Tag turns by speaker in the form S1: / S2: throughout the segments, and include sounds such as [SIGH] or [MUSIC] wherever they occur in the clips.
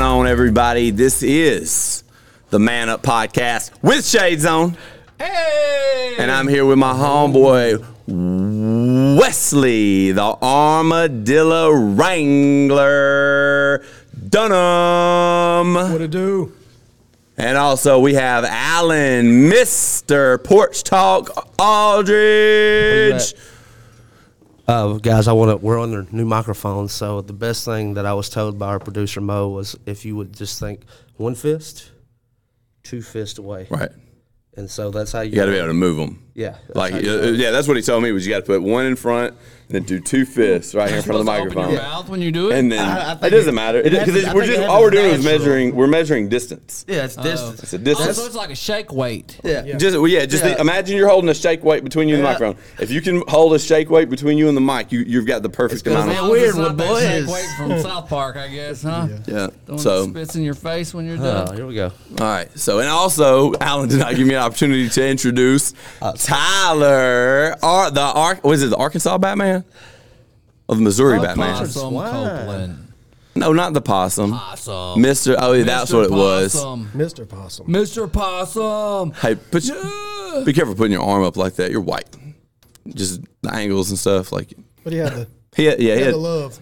S1: everybody. This is the Man Up Podcast with Shades On.
S2: Hey!
S1: And I'm here with my homeboy, Wesley, the Armadillo Wrangler Dunham.
S2: What to do?
S1: And also, we have Alan, Mr. Porch Talk Aldridge.
S3: Uh, guys, I want to. We're on their new microphones, so the best thing that I was told by our producer Mo was if you would just think one fist, two fist away,
S1: Right.
S3: and so that's how you,
S1: You got to be able to move them.
S3: Yeah, that's
S1: Like,
S3: how
S1: uh,
S3: you do it.
S1: yeah, that's what he told me was you got to put one in front and then do two fists right here in front of the microphone.
S2: Open your mouth when you do it.
S1: And then
S3: I- I
S1: it
S3: think
S1: doesn't
S3: it-
S1: matter. It, 'cause
S3: happens-
S1: it's-
S3: I
S1: we're
S3: think it
S1: just all we're doing is
S3: happens natural.
S1: measuring. We're measuring distance.
S3: Yeah, it's distance.
S1: It's a
S2: oh,
S1: distance.
S2: so it's like a shake weight.
S3: yeah.
S1: Just well, yeah. Just
S3: Yeah.
S1: think- imagine you're holding a shake weight between you and the
S3: Yeah.
S1: microphone. If you can hold a shake weight between you and the mic, you you've got the perfect
S3: gonna
S1: amount.
S3: be
S1: Of,
S3: a- weird
S2: It's not
S3: with
S2: that shake
S3: boys.
S2: weight from
S3: [LAUGHS]
S2: South Park, I guess, huh?
S1: yeah.
S2: The one that
S1: So
S2: spits in your face when you're
S3: Oh,
S2: done.
S3: here we go.
S1: all right. So and also, Alan did not give me an opportunity to introduce
S3: Uh,
S1: Tyler, Ar- the Ar- was it the Arkansas Batman, or the Missouri Batman?
S2: Possum
S3: Why?
S2: Copeland.
S1: No, not the possum.
S2: Possum.
S1: Mister. Oh, yeah, that's
S2: Mr.
S1: what it was.
S2: Possum.
S4: Mr. Possum.
S2: Mr. Possum.
S1: Hey, put your,
S2: Yeah.
S1: Be careful putting your arm up like that. You're white. Just the angles and stuff. Like
S4: But he had the,
S1: he, had- yeah, he
S4: he had
S1: had,
S4: the love.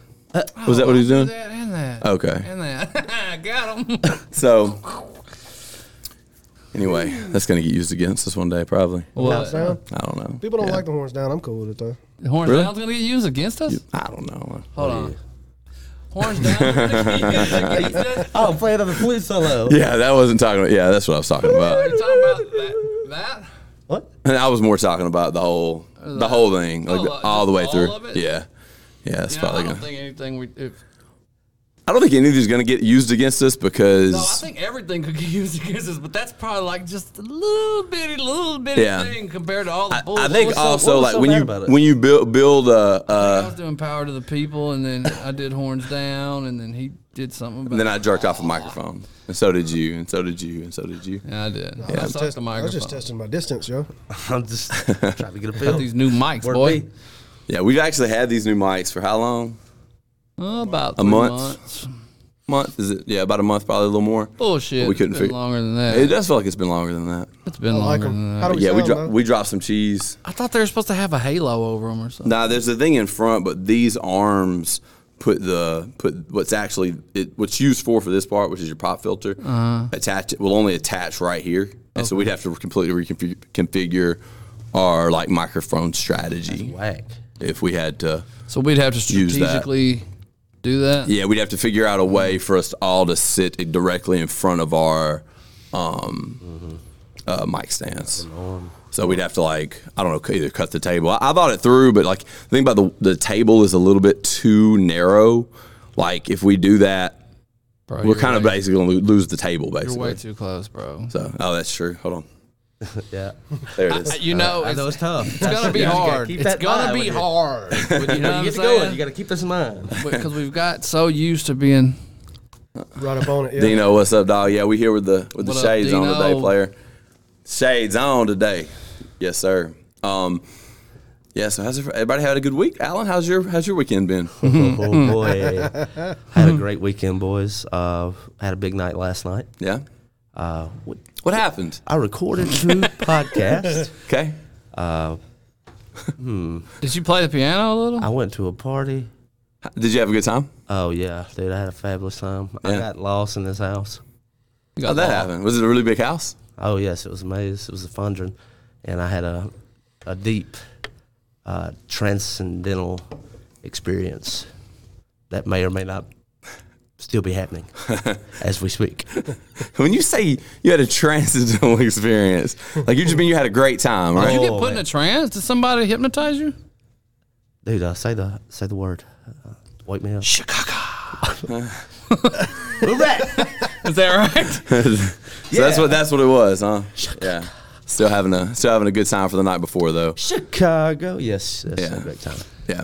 S1: was that what he was doing?
S2: That and that.
S1: Okay,
S2: And that. [LAUGHS] Got
S1: [LAUGHS]
S2: him.
S1: so anyway, that's gonna get used against us one day, probably.
S4: Horns
S2: What?
S4: down.
S1: I don't know.
S4: People don't
S1: Yeah.
S4: like the horns down. I'm cool with it though.
S2: Horns
S1: Really?
S2: down's gonna get used against us?
S1: I don't know.
S2: Hold on.
S1: [LAUGHS]
S2: Horns down.
S3: Oh, play another flute solo.
S1: Yeah, that wasn't talking. About, yeah, that's what I was talking about.
S2: You're talking about that? that?
S3: What?
S1: And I was more talking about the whole, the whole thing, like
S2: Oh,
S1: all the way
S2: all
S1: through.
S2: of it?
S1: Yeah, yeah, it's
S2: You know, I
S1: probably
S2: don't
S1: gonna.
S2: think anything we. If,
S1: I don't think any of these gonna get used against us because.
S2: no, I think everything [LAUGHS] could get used against us, but that's probably like just a little bitty, little bitty
S1: Yeah.
S2: thing compared to all the
S1: I
S2: bullshit.
S1: think
S3: what's so-
S1: also
S3: what's
S1: like
S3: so
S1: when
S3: bad
S1: you
S3: about it?
S1: when you build build a, a
S2: I was doing power to the people, and then I did horns down, and then he did something. About
S1: And then I jerked off a microphone. And so did you, and so did you, and so did you.
S2: yeah, I did.
S1: I
S2: I
S1: was
S4: Test-
S2: sucked the
S4: I was
S2: microphone.
S4: just testing my distance, yo.
S3: [LAUGHS] I'm just trying to get a
S2: Got
S3: feel.
S2: these new mics,
S3: Word
S2: boy.
S3: B.
S1: Yeah, we've actually had these new mics for how long?
S2: Oh, about
S1: A
S2: three
S1: month?
S2: months.
S1: Month? Is it? Yeah, about a month, probably a little more.
S2: Bullshit.
S1: We couldn't
S2: it's been
S1: figure-
S2: longer than that.
S1: It does feel like it's been longer than that.
S2: it's been
S4: Like
S2: longer
S4: 'em.
S2: than that.
S4: How do
S1: Oh,
S4: we
S1: yeah, we
S4: sound,
S1: dro-
S4: man?
S1: we dropped some cheese.
S2: I thought they were supposed to have a halo over them or something.
S1: Now there's a thing in front, but these arms put the put what's actually it, what's used for for this part, which is your pop filter. Attach it will only attach right here, and so we'd have to completely reconfigure our like microphone strategy
S3: Whack.
S1: if we had to.
S2: So we'd have to
S1: Use that.
S2: strategically do that.
S1: Yeah, we'd have to figure out a way for us all to sit directly in front of our um, uh, mic stands. So we'd have to like I don't know either cut the table. I, I thought it through, but like the thing about the the table is a little bit too narrow. Like if we do that,
S2: Bro,
S1: we're
S2: you're
S1: kind of
S2: way-
S1: basically gonna lo- lose the table
S2: You're way
S1: basically.
S2: too close, bro.
S1: So oh, that's true. Hold on,
S3: Yeah.
S1: there it is.
S2: You know,
S3: I know it's
S2: it's,
S3: tough.
S2: it's gonna be hard. It's gonna be hard. But You know
S3: You
S2: what I'm
S3: get to going. You
S2: saying?
S3: got to keep this in mind.
S2: [LAUGHS] Because we've got so used to being
S4: Right up on it, yeah.
S1: Dino, what's up, dog? Yeah, we here with the with the
S2: What up,
S1: shades on today,
S2: Dino?
S1: player. Shades on today, yes, sir. Um, yeah. So, how's every- everybody had a good week? Alan, how's your how's your weekend been?
S2: [LAUGHS]
S3: oh boy, had a great weekend, boys. Uh, had a big night last night.
S1: yeah.
S3: Uh, what-
S1: What happened?
S3: I recorded
S2: [LAUGHS]
S3: two podcasts.
S1: Okay.
S2: Did you play the piano a little?
S3: I went to a party.
S1: Did you have a good time?
S3: Oh yeah, dude, I had a fabulous time. I
S1: Yeah.
S3: got lost in this house.
S2: You
S1: How'd
S2: got
S1: that
S2: lost.
S1: happen? Was it a really big house?
S3: Oh yes, it was amazing. It was a fundrin, and I had a a deep uh, transcendental experience that may or may not still be
S1: [LAUGHS]
S3: happening as we speak.
S1: When you say you had a [LAUGHS] transcendental experience, like you just mean you had a great time, right? [LAUGHS]
S2: [LAUGHS] Did you get
S3: Oh,
S2: put in
S3: man.
S2: a trance? Did somebody hypnotize you?
S3: Dude, uh, say the say the word. Uh, wake me up.
S2: Is that right?
S1: so that's what that's what it was, huh? Yeah. Still having a still having a good time for the night before though.
S3: Chicago. Yes, that's
S1: Yeah.
S3: a great time.
S1: Yeah,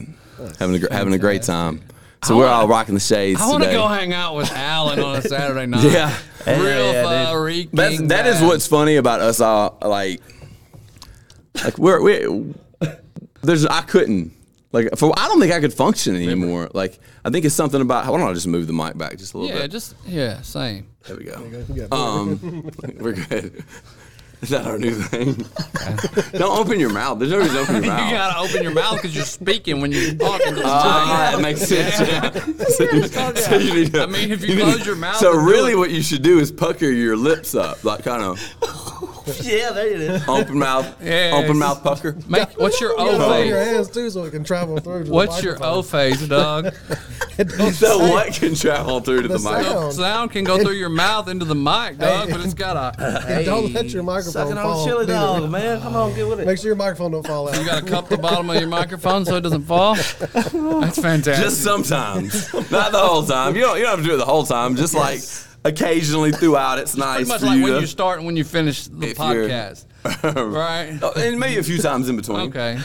S1: having a gr- having a great time. So we're all rocking the shades
S2: I want to
S1: today.
S2: go hang out with Alan on a Saturday night.
S1: Yeah.
S2: Real
S3: Yeah, yeah, dude.
S2: freaking
S1: That's, that is
S2: bad.
S1: what's funny about us all. Like, like we're we there's I couldn't. Like for I don't think I could function anymore. Like I think it's something about why don't I just move the mic back just a little
S2: Yeah,
S1: bit?
S2: just yeah, same.
S1: there we go.
S4: We got-
S2: [LAUGHS]
S1: Um, we're good. [LAUGHS] Is that our new thing? [LAUGHS] don't open your mouth. There's no reason to open your
S2: [LAUGHS] You
S1: mouth.
S2: gotta open your mouth because you're speaking when you're talking.
S1: [LAUGHS]
S2: To the
S3: [LAUGHS]
S1: Ah,
S2: mic.
S1: that makes sense. So you- so you need to-
S2: I mean, if you
S1: need
S2: close
S1: to-
S2: your mouth
S1: So
S2: and do
S1: really,
S2: it-
S1: what you should do is pucker your lips up, like kind of
S3: [LAUGHS] yeah, there it is.
S1: open mouth,
S2: Yes.
S1: open mouth pucker.
S2: Make, what's your
S4: You
S1: oh,
S2: O
S4: gotta open your
S2: phase?
S4: hands too, so it can travel through. to the
S2: What's your
S4: microphone. [LAUGHS]
S2: O phase, dog?
S4: It don't
S1: So
S4: say.
S1: what can travel through to the,
S4: The
S1: mic?
S4: sound.
S2: The sound can go through your mouth into the mic, dog,
S4: Hey.
S2: but it's got a.
S4: And don't let your microphone
S3: Sucking
S4: fall.
S3: on chili
S4: neither.
S3: dog, man. Come on, get with it.
S4: Make sure your microphone don't fall out.
S2: You got to cup the bottom of your microphone so it doesn't fall. That's fantastic.
S1: Just sometimes, not the whole time. You don't you don't have to do it the whole time. Just like occasionally throughout, it's nice
S2: Pretty much
S1: for
S2: like
S1: you.
S2: when
S1: to- [LAUGHS]
S2: you start and when you finish the
S1: If you're-
S2: podcast, right?
S1: Oh, and maybe a few times in between.
S2: Okay.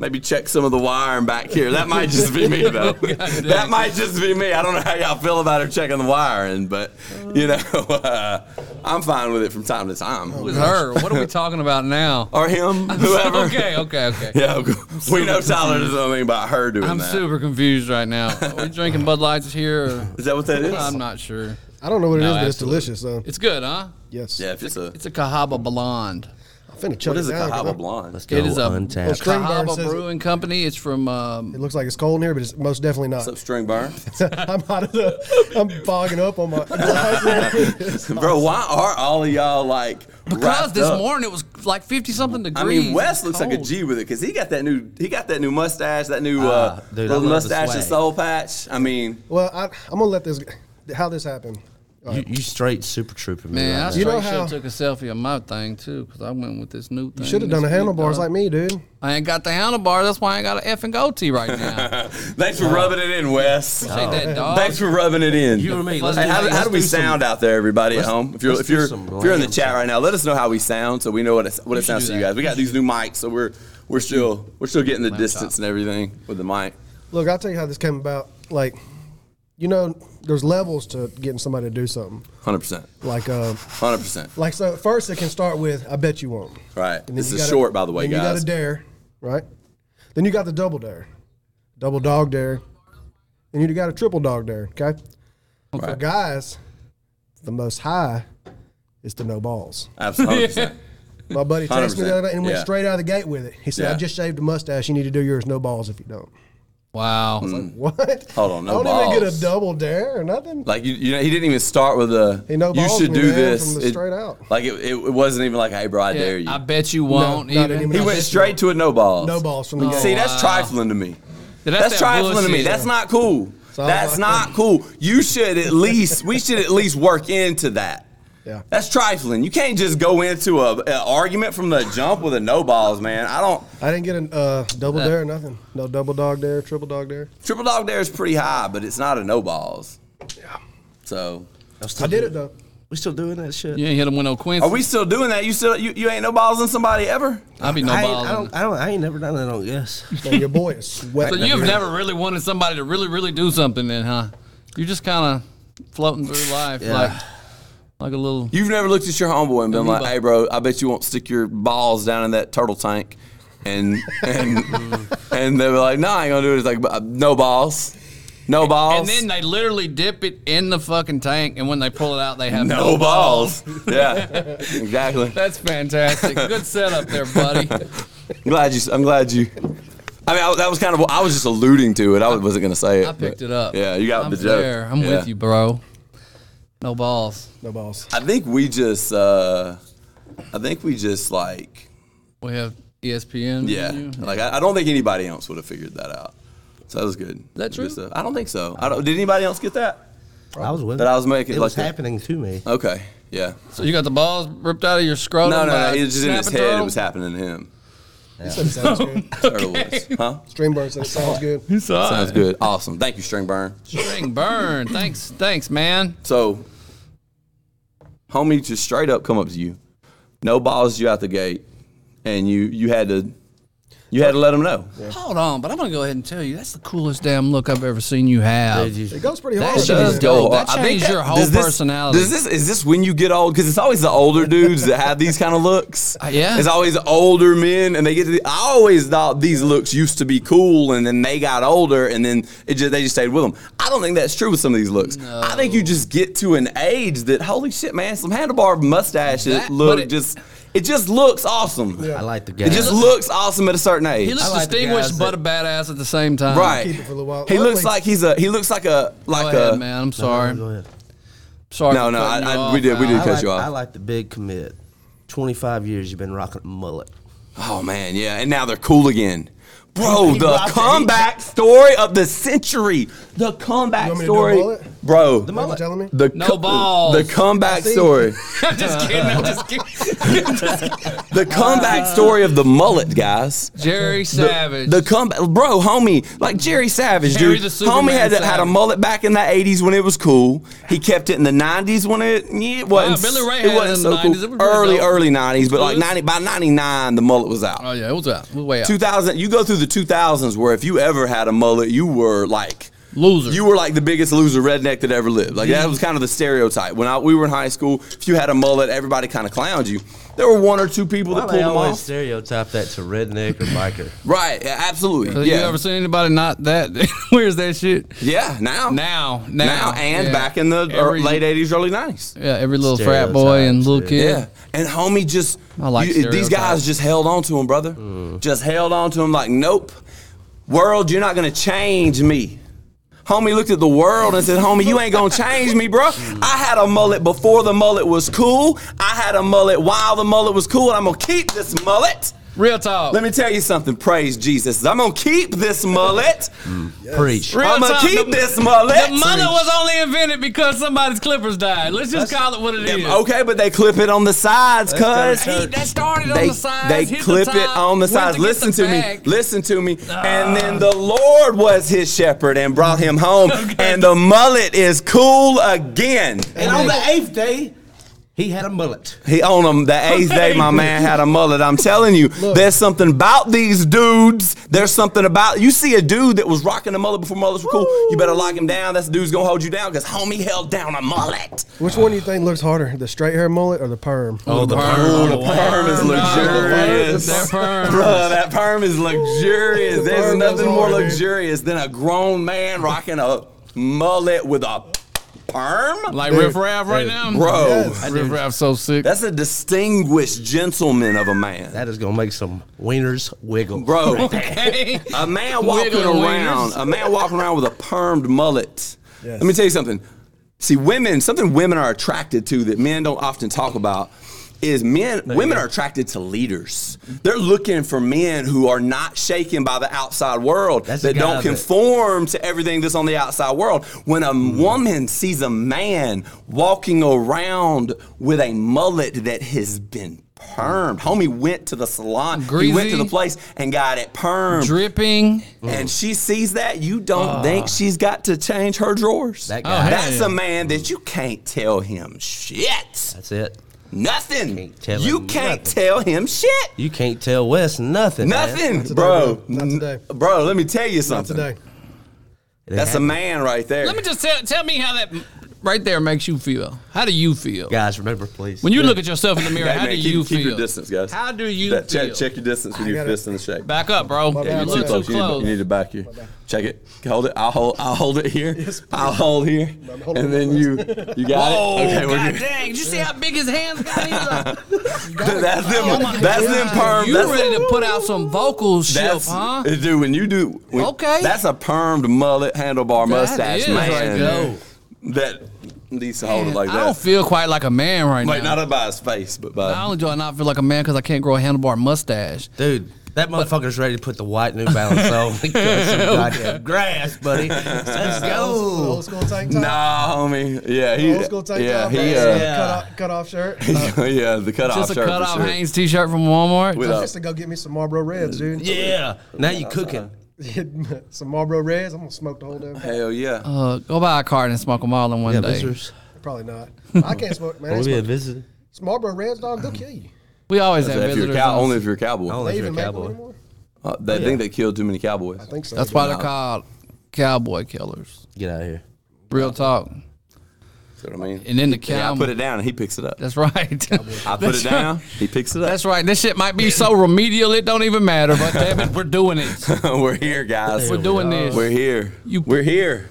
S1: Maybe check some of the wiring back here. That might just be me
S2: [LAUGHS]
S1: though. that might just be me. I don't know how y'all feel about her checking the wiring, but you know, [LAUGHS] uh, I'm fine with it from time to time.
S2: With her, what are we talking about now?
S1: or him, whoever.
S2: [LAUGHS] Okay, okay, okay.
S1: Yeah, okay. we know Tyler doesn't know anything about her doing
S2: I'm
S1: that. Is
S2: super confused right now. Are we drinking Bud Lights here? Or?
S1: that what that is?
S2: I'm not sure.
S4: I don't know what it is,
S2: No,
S4: but it's
S2: absolutely.
S4: delicious. So
S2: It's good, huh?
S4: yes,
S1: yeah, if it's a
S2: It's a Cahaba Blonde.
S4: I'm finna
S1: what
S4: chug
S1: is
S4: it
S1: a
S4: down, 'cause
S1: Cahaba
S4: I'm-
S1: Blonde?
S3: Let's go
S2: It is a-
S4: Let's
S3: untapped.
S4: go. String Barn
S2: Cahaba
S4: says it-
S2: Brewing Company. It's from. Um,
S4: It looks like it's cold in here, but it's most definitely
S1: [LAUGHS]
S4: not. [LAUGHS]
S1: What's up, string bar?
S4: I'm out of the. I'm fogging up on my glasses.
S1: Bro, why are all of y'all like?
S2: because
S1: wrapped
S2: this
S1: up?
S2: morning it was like 50 something
S1: I
S2: degrees.
S1: mean, Wes looks like a
S2: Cold.
S1: G with it because he got that new he got that new mustache, that new uh,
S3: Ah, dude, I
S1: little
S3: love the
S1: mustache and
S3: swag.
S1: soul patch. I mean,
S4: well, I, I'm gonna let this. How this happened?
S3: You, you straight super trooper,
S2: Man,
S3: man.
S2: I
S3: right
S2: straight
S4: You
S3: now.
S4: know
S2: should
S4: how-
S2: have took a selfie of my thing too, because I went with this new thing.
S4: You should have done the
S2: this week,
S4: handlebars
S2: dog.
S4: like me, dude.
S2: I ain't got the handlebar. That's why I ain't got an effing goatee right
S1: [LAUGHS]
S2: now.
S1: thanks for rubbing it in, Wes.
S2: Take that
S1: Oh,
S2: dog.
S1: Thanks for rubbing it in.
S3: You and me, let's
S1: hey,
S3: do-
S1: how, how
S3: let's
S1: do we
S3: do some-
S1: sound out there, everybody at
S3: let's-
S1: home? If you're if
S3: let's
S1: you're
S3: do
S1: if
S3: some
S1: you're in the
S3: glam
S1: chat right now, let us know how we sound so we know what it, what it sounds
S2: do
S1: to you
S2: that.
S1: guys. We got these new mics, so we're we're still we're still getting the distance and everything with the mic.
S4: Look, I'll tell you how this came about. Like, you know, there's levels to getting somebody to do something.
S1: Hundred percent,
S4: Like, uh,
S1: hundred percent.
S4: like so. at First, it can start with, "I bet you won't."
S1: Right.
S4: And then
S1: This
S4: you
S1: is
S4: gotta-
S1: short, by the way,
S4: then You got
S1: guys.
S4: a dare, right? Then you got the double dare, double dog dare, and you got a triple dog dare. Okay. For
S1: Right.
S4: guys, the most high is the no balls.
S1: Absolutely.
S3: [LAUGHS]
S1: 100%.
S4: My buddy texted me the other
S1: 100%,
S4: night and went
S1: yeah.
S4: straight out of the gate with it. He said,
S1: Yeah.
S4: "I just shaved a mustache. You need to do yours. No balls if you don't." [LAUGHS]
S1: Mm,
S2: Wow.
S4: What?
S1: Hold on, no
S4: I don't even get
S1: balls.
S4: a double dare or nothing.
S1: Like you, you know, he didn't even start with a.
S4: He no
S1: you
S4: balls
S1: should
S4: me,
S1: do
S4: man,
S1: this.
S4: from the straight out.
S1: Like it, it, it wasn't even like, hey, bro, I
S2: Yeah,
S1: dare you.
S2: I bet you won't
S4: not
S2: even.
S4: anymore.
S1: he
S4: I
S1: went
S4: bet
S1: straight to a no balls.
S4: No balls from the gate.
S1: See, that's trifling to me. That's,
S2: that
S1: trifling to me.
S2: bullshit.
S1: That's not cool.
S4: all
S1: That's
S4: like
S1: not cool. You should at least we should at least work into that.
S4: Yeah.
S1: That's trifling. You can't just go into a, a argument from the jump with a no balls, man. I don't.
S4: I didn't get a uh, double dare or nothing. No double dog dare, triple dog dare.
S1: Triple dog dare is pretty high, but it's not a no balls. So,
S3: I'm still
S4: I did
S3: do-
S4: it though.
S3: We still doing that shit.
S2: You ain't hit him with no Quincy.
S1: are we still doing that? You still you, you ain't no balls in somebody ever?
S2: I be no
S3: I, ain't,
S2: balls.
S3: I don't. I don't. I ain't never done that on guess.
S4: So your
S1: [LAUGHS]
S4: boy is
S2: So
S4: sweating.
S2: you've never really wanted somebody to really, really do something, then, huh? You're just kind of floating through life,
S3: Yeah.
S2: like, like a little.
S1: You've never looked at your homeboy and been like,
S2: Amoeba.
S1: "Hey, bro, I bet you won't stick your balls down in that turtle tank," and
S2: [LAUGHS]
S1: and and they were like, "No, I ain't gonna do it." It's like, "But, uh, "No balls, no
S2: And
S1: balls, [LAUGHS]
S2: then they literally dip it in the fucking tank, and when they pull it out, they have
S1: no balls." yeah, exactly.
S2: That's fantastic. Good setup there, buddy.
S1: I'm glad you. I'm glad you. I mean, I, that was kind of. I was just alluding to it. I wasn't gonna say it.
S2: I picked
S1: but-
S2: it up.
S1: Yeah, you got
S2: I'm
S1: the joke.
S2: there. I'm
S1: Yeah.
S2: with you, bro. No balls.
S4: No balls.
S1: I think we just. uh I think we just like.
S2: We have E ESPN.
S1: Yeah,
S2: menu.
S1: like I, I don't think anybody else would have figured that out. So that was good.
S2: that
S1: Good
S2: true?
S1: stuff. I don't think so. I don't, did anybody else get that?
S3: I was with
S1: That
S3: it.
S1: I was making
S3: It was
S1: like a-
S3: happening to me.
S1: Okay. Yeah.
S2: So you got the balls ripped out of your scrotum?
S1: No, no,
S2: by
S1: no.
S2: a
S1: It was just in his
S2: snapping
S1: head.
S2: turtle?
S1: It was happening to him.
S4: He said it sounds
S1: [LAUGHS]
S4: good.
S1: Turtle was. Huh?
S4: Streamberg said it sounds good.
S2: He saw
S1: Sounds
S2: it.
S1: good. Awesome. Thank you, Stringburn.
S2: String burn. Thanks, thanks, man.
S1: So, homie, just straight up come up to you. No balls you out the gate, and you you had to You had to let them know.
S2: Hold on, but I'm gonna go ahead and tell you that's the coolest damn look I've ever seen you have.
S4: It goes pretty
S2: That
S4: hard.
S2: shit is
S4: man.
S2: dope.
S1: Yo,
S2: That
S1: I think
S2: changed your whole
S1: does this-
S2: personality.
S1: Does this is this when you get old? Because it's always the older dudes that have these kind of looks.
S2: [LAUGHS] Uh, yeah.
S1: it's always older men, and they get. To the, I always thought these looks used to be cool, and then they got older, and then it just they just stayed with them. I don't think that's true with some of these looks. I think you just get to an age that holy shit, man, some handlebar mustache
S2: That-
S1: look
S2: but it-
S1: just it just looks awesome.
S3: I like the guy.
S1: It just looks awesome at a certain age.
S2: He looks
S3: I like the
S2: distinguished
S3: guys
S2: but
S3: that-
S2: a badass at the same time.
S1: right.
S4: Keep it for a little while.
S1: He looks
S4: Luckily-
S1: like he's a. He looks like a
S2: Go
S1: like uh,
S2: ahead,
S1: a.
S2: man. I'm sorry.
S3: Go ahead.
S2: Sorry.
S1: No,
S2: for
S1: no,
S2: cutting
S1: I-
S2: you
S1: I-
S2: off,
S1: we did- we
S2: man.
S1: did
S3: I
S1: cut
S3: like,
S1: you off.
S3: I like the big commit. 25 years you've been rocking a mullet.
S1: Oh man, yeah, and now they're cool again. Bro,
S3: He
S1: the
S3: rocked it.
S1: comeback story of the century. The comeback
S4: You want me to do a
S1: story,
S4: mullet?
S1: bro.
S4: Is that what you're telling me?
S1: The
S2: No
S1: co-
S2: balls.
S1: The comeback
S4: see.
S1: story.
S2: [LAUGHS] I'm just [LAUGHS] kidding. I'm just kidding.
S4: [LAUGHS]
S1: The comeback
S4: Uh,
S1: story of the mullet, guys.
S2: [LAUGHS] Jerry Savage.
S1: The comeback, bro, homie, like Jerry Savage,
S2: Jerry
S1: dude.
S2: the
S1: homie
S2: Superman
S1: had a, had a
S2: Savage.
S1: mullet back in the '80s when it was cool. He kept it in the '90s when it yeah, it wasn't.
S2: Billy Ray
S1: it
S2: had it
S1: wasn't
S2: in
S1: so
S2: the 90s. It was
S1: cool.
S2: pretty
S1: Early,
S2: dope.
S1: early '90s, but like
S2: Blues.
S1: '90 by '99, the mullet was out.
S2: oh yeah, it was out. It was way out.
S1: 2000 you go through the 2000s where if you ever had a mullet you were like
S2: Loser.
S1: you were like the biggest loser redneck that ever lived like that was kind of the stereotype when I, we were in high school if you had a mullet everybody kind of clowned you there were one or two people
S3: Why
S1: that pulled
S3: they
S1: them
S3: always
S1: off
S3: stereotype that to redneck or [LAUGHS] biker?
S1: right yeah, absolutely
S2: Have
S1: yeah
S2: you ever seen anybody not that? [LAUGHS] Where's that shit?
S1: yeah now
S2: Now,
S1: now
S2: now,
S1: and
S2: yeah.
S1: back in the er-
S2: Every-
S1: late 80s early 90s
S2: Yeah, every little frat boy and
S3: Stereotypes,
S2: little
S3: dude.
S2: kid.
S1: Yeah. And homie just
S2: I like Mm.
S1: you- these guys
S2: stereotypes.
S1: just held on to him, brother. Just held on to him like, nope. World, you're not gonna change me. Homie looked at the world and said, Homie, you ain't gonna change me, bro. I had a mullet before the mullet was cool. I had a mullet while the mullet was cool, and I'm gonna keep this mullet.
S2: Real talk.
S1: Let me tell you something, praise Jesus. I'm gonna keep this mullet.
S3: Preach.
S2: Mm. Real
S1: I'm gonna
S2: talk,
S1: keep
S2: the-
S1: this mullet.
S2: The mullet was only invented because somebody's clippers died. Let's just call it what it is.
S1: Okay, but they clip it on the sides, cuz.
S2: He, that started
S1: they,
S2: on the sides.
S1: they
S2: hit
S1: clip
S2: the
S1: it
S2: top,
S1: on the
S2: went
S1: sides.
S2: get
S1: Listen
S2: the
S1: to me.
S2: back.
S1: Listen to me. And then the Lord was his shepherd and brought him
S2: [LAUGHS]
S1: home. And the mullet is cool again.
S3: And on the eighth day, he had a mullet.
S1: He on him the eighth day. My man had a mullet. I'm telling you, there's something about these dudes. There's something about you see a dude that was rocking a mullet before mullets were cool. You better lock him down. That's the dude's gonna hold you down because homie held down a mullet.
S4: Which one do you think looks harder, the straight hair mullet or the perm?
S2: Oh, the
S1: Ooh, the perm is luxurious.
S2: That perm.
S1: Bro, that perm is luxurious. There's
S4: perm
S1: nothing
S4: goes
S1: more
S4: hard, dude.
S1: luxurious than a grown man rocking a mullet with a perm?
S2: Like Riff Raff right now?
S1: Bro,
S4: Yes.
S2: Riff Raff's so sick.
S1: that's a distinguished gentleman of a man.
S3: That is gonna make some wieners wiggle.
S1: Bro,
S2: [LAUGHS] Okay.
S1: a man walking
S2: Wiggling
S1: around,
S2: wieners.
S1: a man walking around with a permed mullet.
S4: Yes.
S1: Let me tell you something. See, women, something women are attracted to that men don't often talk about is men women are attracted to leaders. They're looking for men who are not shaken by the outside world
S3: That's the
S1: that don't
S3: guy that-
S1: conform to everything that's on the outside world. When a
S3: Mm-hmm.
S1: woman sees a man walking around with a mullet that has been permed. Homie went to the salon. He went to
S2: Greasy.
S1: the place and got it permed
S2: Dripping.
S1: and she sees that, you don't think she's got to change her drawers.
S3: Ah. That guy.
S2: Oh,
S1: That's
S2: yeah.
S1: a man that you can't tell him shit.
S3: That's it.
S1: Nothing.
S3: Can't tell
S1: you
S3: him
S1: can't
S3: nothing.
S1: tell him shit.
S3: You can't tell Wes nothing. man.
S1: Nothing,
S4: today,
S1: bro.
S4: bro. Not today.
S1: Bro, let me tell you
S4: Not
S1: something.
S4: today.
S3: It
S1: That's a
S3: happened.
S1: man right there.
S2: Let me just tell, tell me how that right there makes you feel. How do you feel?
S3: Guys, remember, please.
S2: When you look at yourself in the mirror,
S1: Hey,
S2: how
S1: man,
S2: do
S1: keep,
S2: you
S1: keep
S2: feel?
S1: your distance, guys.
S2: How do you
S1: That- check,
S2: feel?
S1: check your distance with
S4: I
S1: your
S4: gotta-
S1: fist in the shape.
S2: Back up, bro.
S1: Yeah,
S4: bad,
S1: you're
S4: my
S1: too
S2: look
S4: bad.
S1: close.
S2: too
S1: You, need to,
S2: close.
S1: you need to back here. Check it. Hold it. I'll hold. I'll hold it here. I'll hold here,
S4: holding
S1: and then you. You got
S2: Oh,
S1: it. [LAUGHS] Okay, we're
S2: God
S1: good.
S2: dang. Did you see how big his hands got? He's
S4: [LAUGHS]
S2: like,
S1: that's them.
S4: Oh
S1: that's them perm.
S2: you
S1: that's
S2: ready to put out some vocal shit,
S1: that's
S2: huh?
S1: dude. When you do, when-
S2: Okay.
S1: that's a permed mullet, handlebar mustache,
S2: is
S1: man.
S2: right there.
S1: that needs to hold it like
S2: I don't
S1: that.
S2: feel quite like a man right
S1: Wait,
S2: now.
S1: not by his face, but
S2: Not
S1: by
S2: only do I not feel like a man because I can't grow a handlebar mustache.
S3: Dude, that motherfucker's ready to put the white New Balance [LAUGHS] on. and cut some goddamn grass,
S1: [LAUGHS]
S3: buddy. Let's go.
S4: Old school tank top.
S1: Oh. nah, homie. Yeah, he.
S4: Old school tank
S1: yeah,
S4: top.
S1: he.
S4: right?
S1: Uh,
S4: cut, off, cut off
S1: [LAUGHS]
S4: shirt.
S1: yeah. the cutoff
S2: Just a
S1: shirt. for
S2: cut off
S1: sure.
S2: Hanes t shirt from Walmart.
S1: With
S4: I'm
S1: a-
S4: just to go get me some Marlboro Reds, dude. [LAUGHS]
S3: Yeah. Now you cooking.
S4: some Marlboro Reds. I'm gonna smoke the whole damn. thing.
S1: Hell yeah.
S2: Uh, go buy a card and smoke them all in one
S3: Yeah,
S2: day.
S3: visitors.
S4: Probably not. I can't smoke, man. I ain't
S3: we
S4: smoke-
S3: had visitor.
S4: It's Marlboro Reds, dog. They'll kill you.
S2: We always have
S1: if you're a
S2: visitors. Oh,
S1: cow,
S2: on-
S1: only if you're a cowboy.
S3: I don't
S4: They
S3: think you're a
S4: even make them
S3: cowboy.
S4: anymore.
S1: Uh, they think they killed too many cowboys.
S4: I think so.
S2: That's why they're called cowboy killers.
S3: Get out of here.
S2: Real talk.
S1: See what I mean?
S2: And then the
S1: yeah,
S2: cow.
S1: I put it down and he picks it up.
S2: that's right.
S1: I
S2: [LAUGHS]
S1: put it down. He picks it up.
S2: That's right. This shit might be so remedial it don't even matter. But damn it, we're
S1: [LAUGHS]
S2: doing it.
S1: We're here, guys.
S2: We're doing this.
S1: We're here.
S2: You-
S1: We're here.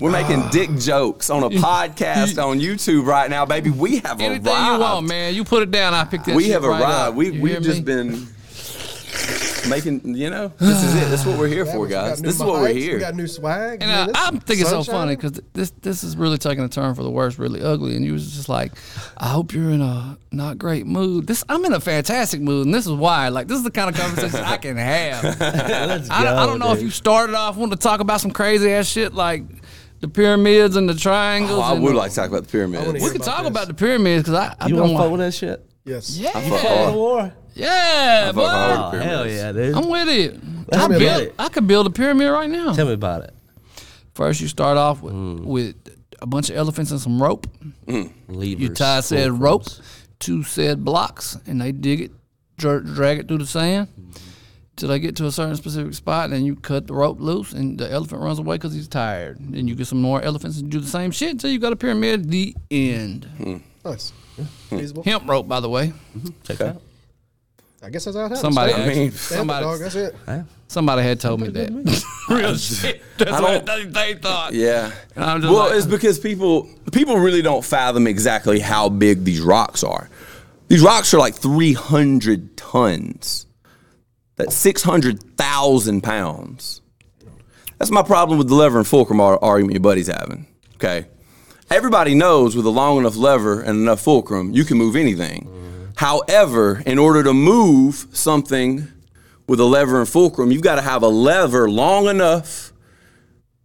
S1: We're
S2: [SIGHS]
S1: making dick jokes on a podcast on YouTube right now, baby. We have
S2: Anything
S1: arrived.
S2: you want, man. You put it down. I pick that.
S1: We
S2: shit
S1: have
S2: right up.
S1: arrived. We
S2: You hear
S1: we've just
S2: me?
S1: been making. You know, this is it. This is what we're
S4: [SIGHS]
S1: here
S4: Yeah,
S1: for,
S4: we got
S1: guys.
S4: new
S1: This is what we're
S4: mics, We
S1: here.
S4: got new swag.
S2: And
S4: man,
S2: I,
S4: this
S2: I'm thinking so
S4: sunshine.
S2: funny because this this is really taking a turn for the worse, really ugly. And you was just like, I hope you're in a not great mood. This I'm in a fantastic mood, and this is why. Like this is the kind of conversation I can have.
S3: Let's
S2: I, don't- I don't know if you started off wanting to talk about some crazy ass shit like the pyramids and the triangles.
S1: Oh, I
S2: and
S1: would
S2: the-
S1: like to talk about the
S4: wanna
S1: pyramids.
S2: We
S4: hear
S2: could
S4: about
S2: talk
S4: this.
S2: about the pyramids because I I've
S3: You
S2: been
S3: want to
S2: wa-
S3: fuck with that shit?
S4: Yes.
S2: Yeah,
S1: I fuck hard.
S3: war.
S2: yeah,
S1: I fuck hard
S2: boy.
S1: with
S3: Oh,
S1: pyramids.
S3: hell yeah, dude.
S2: I'm with it.
S3: Tell
S2: I
S3: me about
S2: built.
S3: it.
S2: I could build a pyramid right now.
S3: Tell me about it.
S2: First, you start off with
S1: Hmm.
S2: with a bunch of elephants and some rope.
S3: Levers.
S2: You tie said
S3: fulcrums.
S2: rope to said blocks, and they dig it, dra- drag it through the sand till they get to a certain specific spot. And then you cut the rope loose, and the elephant runs away because he's tired. Then you get some more elephants and do the same shit until you got a pyramid. The end.
S4: Nice. Feasible.
S2: Hemp rope, by the way.
S3: Check it out.
S4: I guess that's how it happens.
S2: Somebody,
S4: Stamp-
S1: I mean,
S2: asked-
S4: stamp it, dog.
S2: somebody,
S4: That's
S2: [LAUGHS]
S4: it.
S3: Yeah.
S2: somebody had told me that. [LAUGHS] Real shit. That's
S1: I
S2: what they,
S1: don't-
S2: they thought.
S1: Yeah.
S2: And I'm just
S1: Well,
S2: like-
S1: it's because people people really don't fathom exactly how big these rocks are. These rocks are like 300 tons. That's 600,000 pounds. That's my problem with the lever and fulcrum ar- argument your buddy's having. Okay. Everybody knows with a long enough lever and enough fulcrum, you can move anything.
S2: Mm-hmm.
S1: However, in order to move something with a lever and fulcrum, you've got to have a lever long enough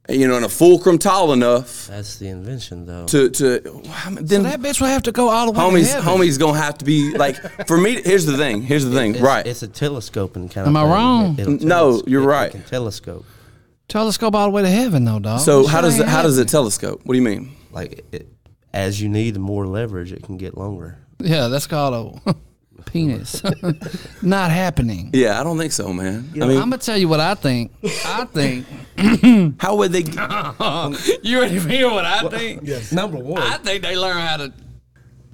S1: you know, and a fulcrum tall enough
S3: That's the invention, though.
S1: to to I mean, then
S2: That bitch will have to go all the way.
S1: homies
S2: to heaven.
S1: homies gonna have to be like for me. Here's the thing. Here's the thing.
S3: It's,
S1: right.
S3: It's a telescoping kind
S2: Am
S3: of
S2: I
S3: thing.
S2: wrong?
S3: It'll
S1: N- no,
S3: telescope-
S1: you're
S3: it
S1: right.
S3: can telescope.
S2: Telescope all the way to heaven, though, dog.
S1: so
S2: This
S1: how
S2: shit
S1: does
S2: ain't
S1: it, how does
S2: happening.
S1: it telescope? What do you mean?
S3: Like, it, as you need more leverage, it can get longer.
S2: Yeah, that's called a [LAUGHS] penis. Not happening.
S1: Yeah, I don't think so, man. I mean,
S2: I'm gonna tell you what I think. I think
S1: how would they? g-
S2: [LAUGHS] you ready to hear what I think?
S4: Yes.
S3: Number one.
S2: I think they learn how to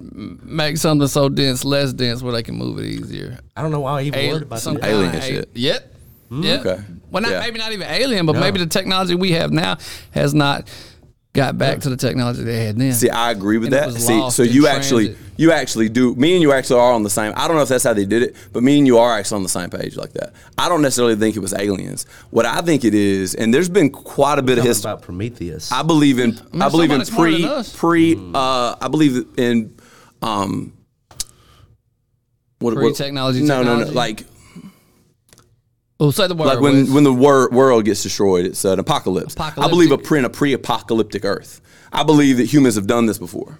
S2: m- make something so dense, less dense, where they can move it easier.
S3: I don't know why I even
S2: Al-
S3: worried about
S2: some
S3: that.
S2: kind
S1: Alien
S2: of al-
S1: shit.
S2: Yep. Yep.
S1: okay.
S2: Well, not
S1: Yeah.
S2: maybe not even alien, but maybe the technology we have now has not got back to the technology they had then.
S1: See, I agree with
S2: And it
S1: that.
S2: was
S1: See,
S2: lost
S1: so
S2: in
S1: you actually
S2: transit.
S1: you actually do. Me and you actually are on the same. I don't know if that's how they did it, but me and you are actually on the same page like that. I don't necessarily think it was aliens. What I think it is, and there's been quite a bit of
S3: Something
S1: history.
S3: about Prometheus.
S1: I believe in I,
S2: mean,
S1: believe in
S2: Mm. somebody's smarter
S1: pre
S2: than us.
S1: pre uh I believe in um what what-
S2: Pre-technology,
S1: No, no, no.
S2: technology?
S1: Like
S2: Oh, say the word.
S1: like when
S2: Wes.
S1: when the wor- world gets destroyed, it's an apocalypse. I believe a pre in a pre-apocalyptic Earth. I believe that humans have done this before.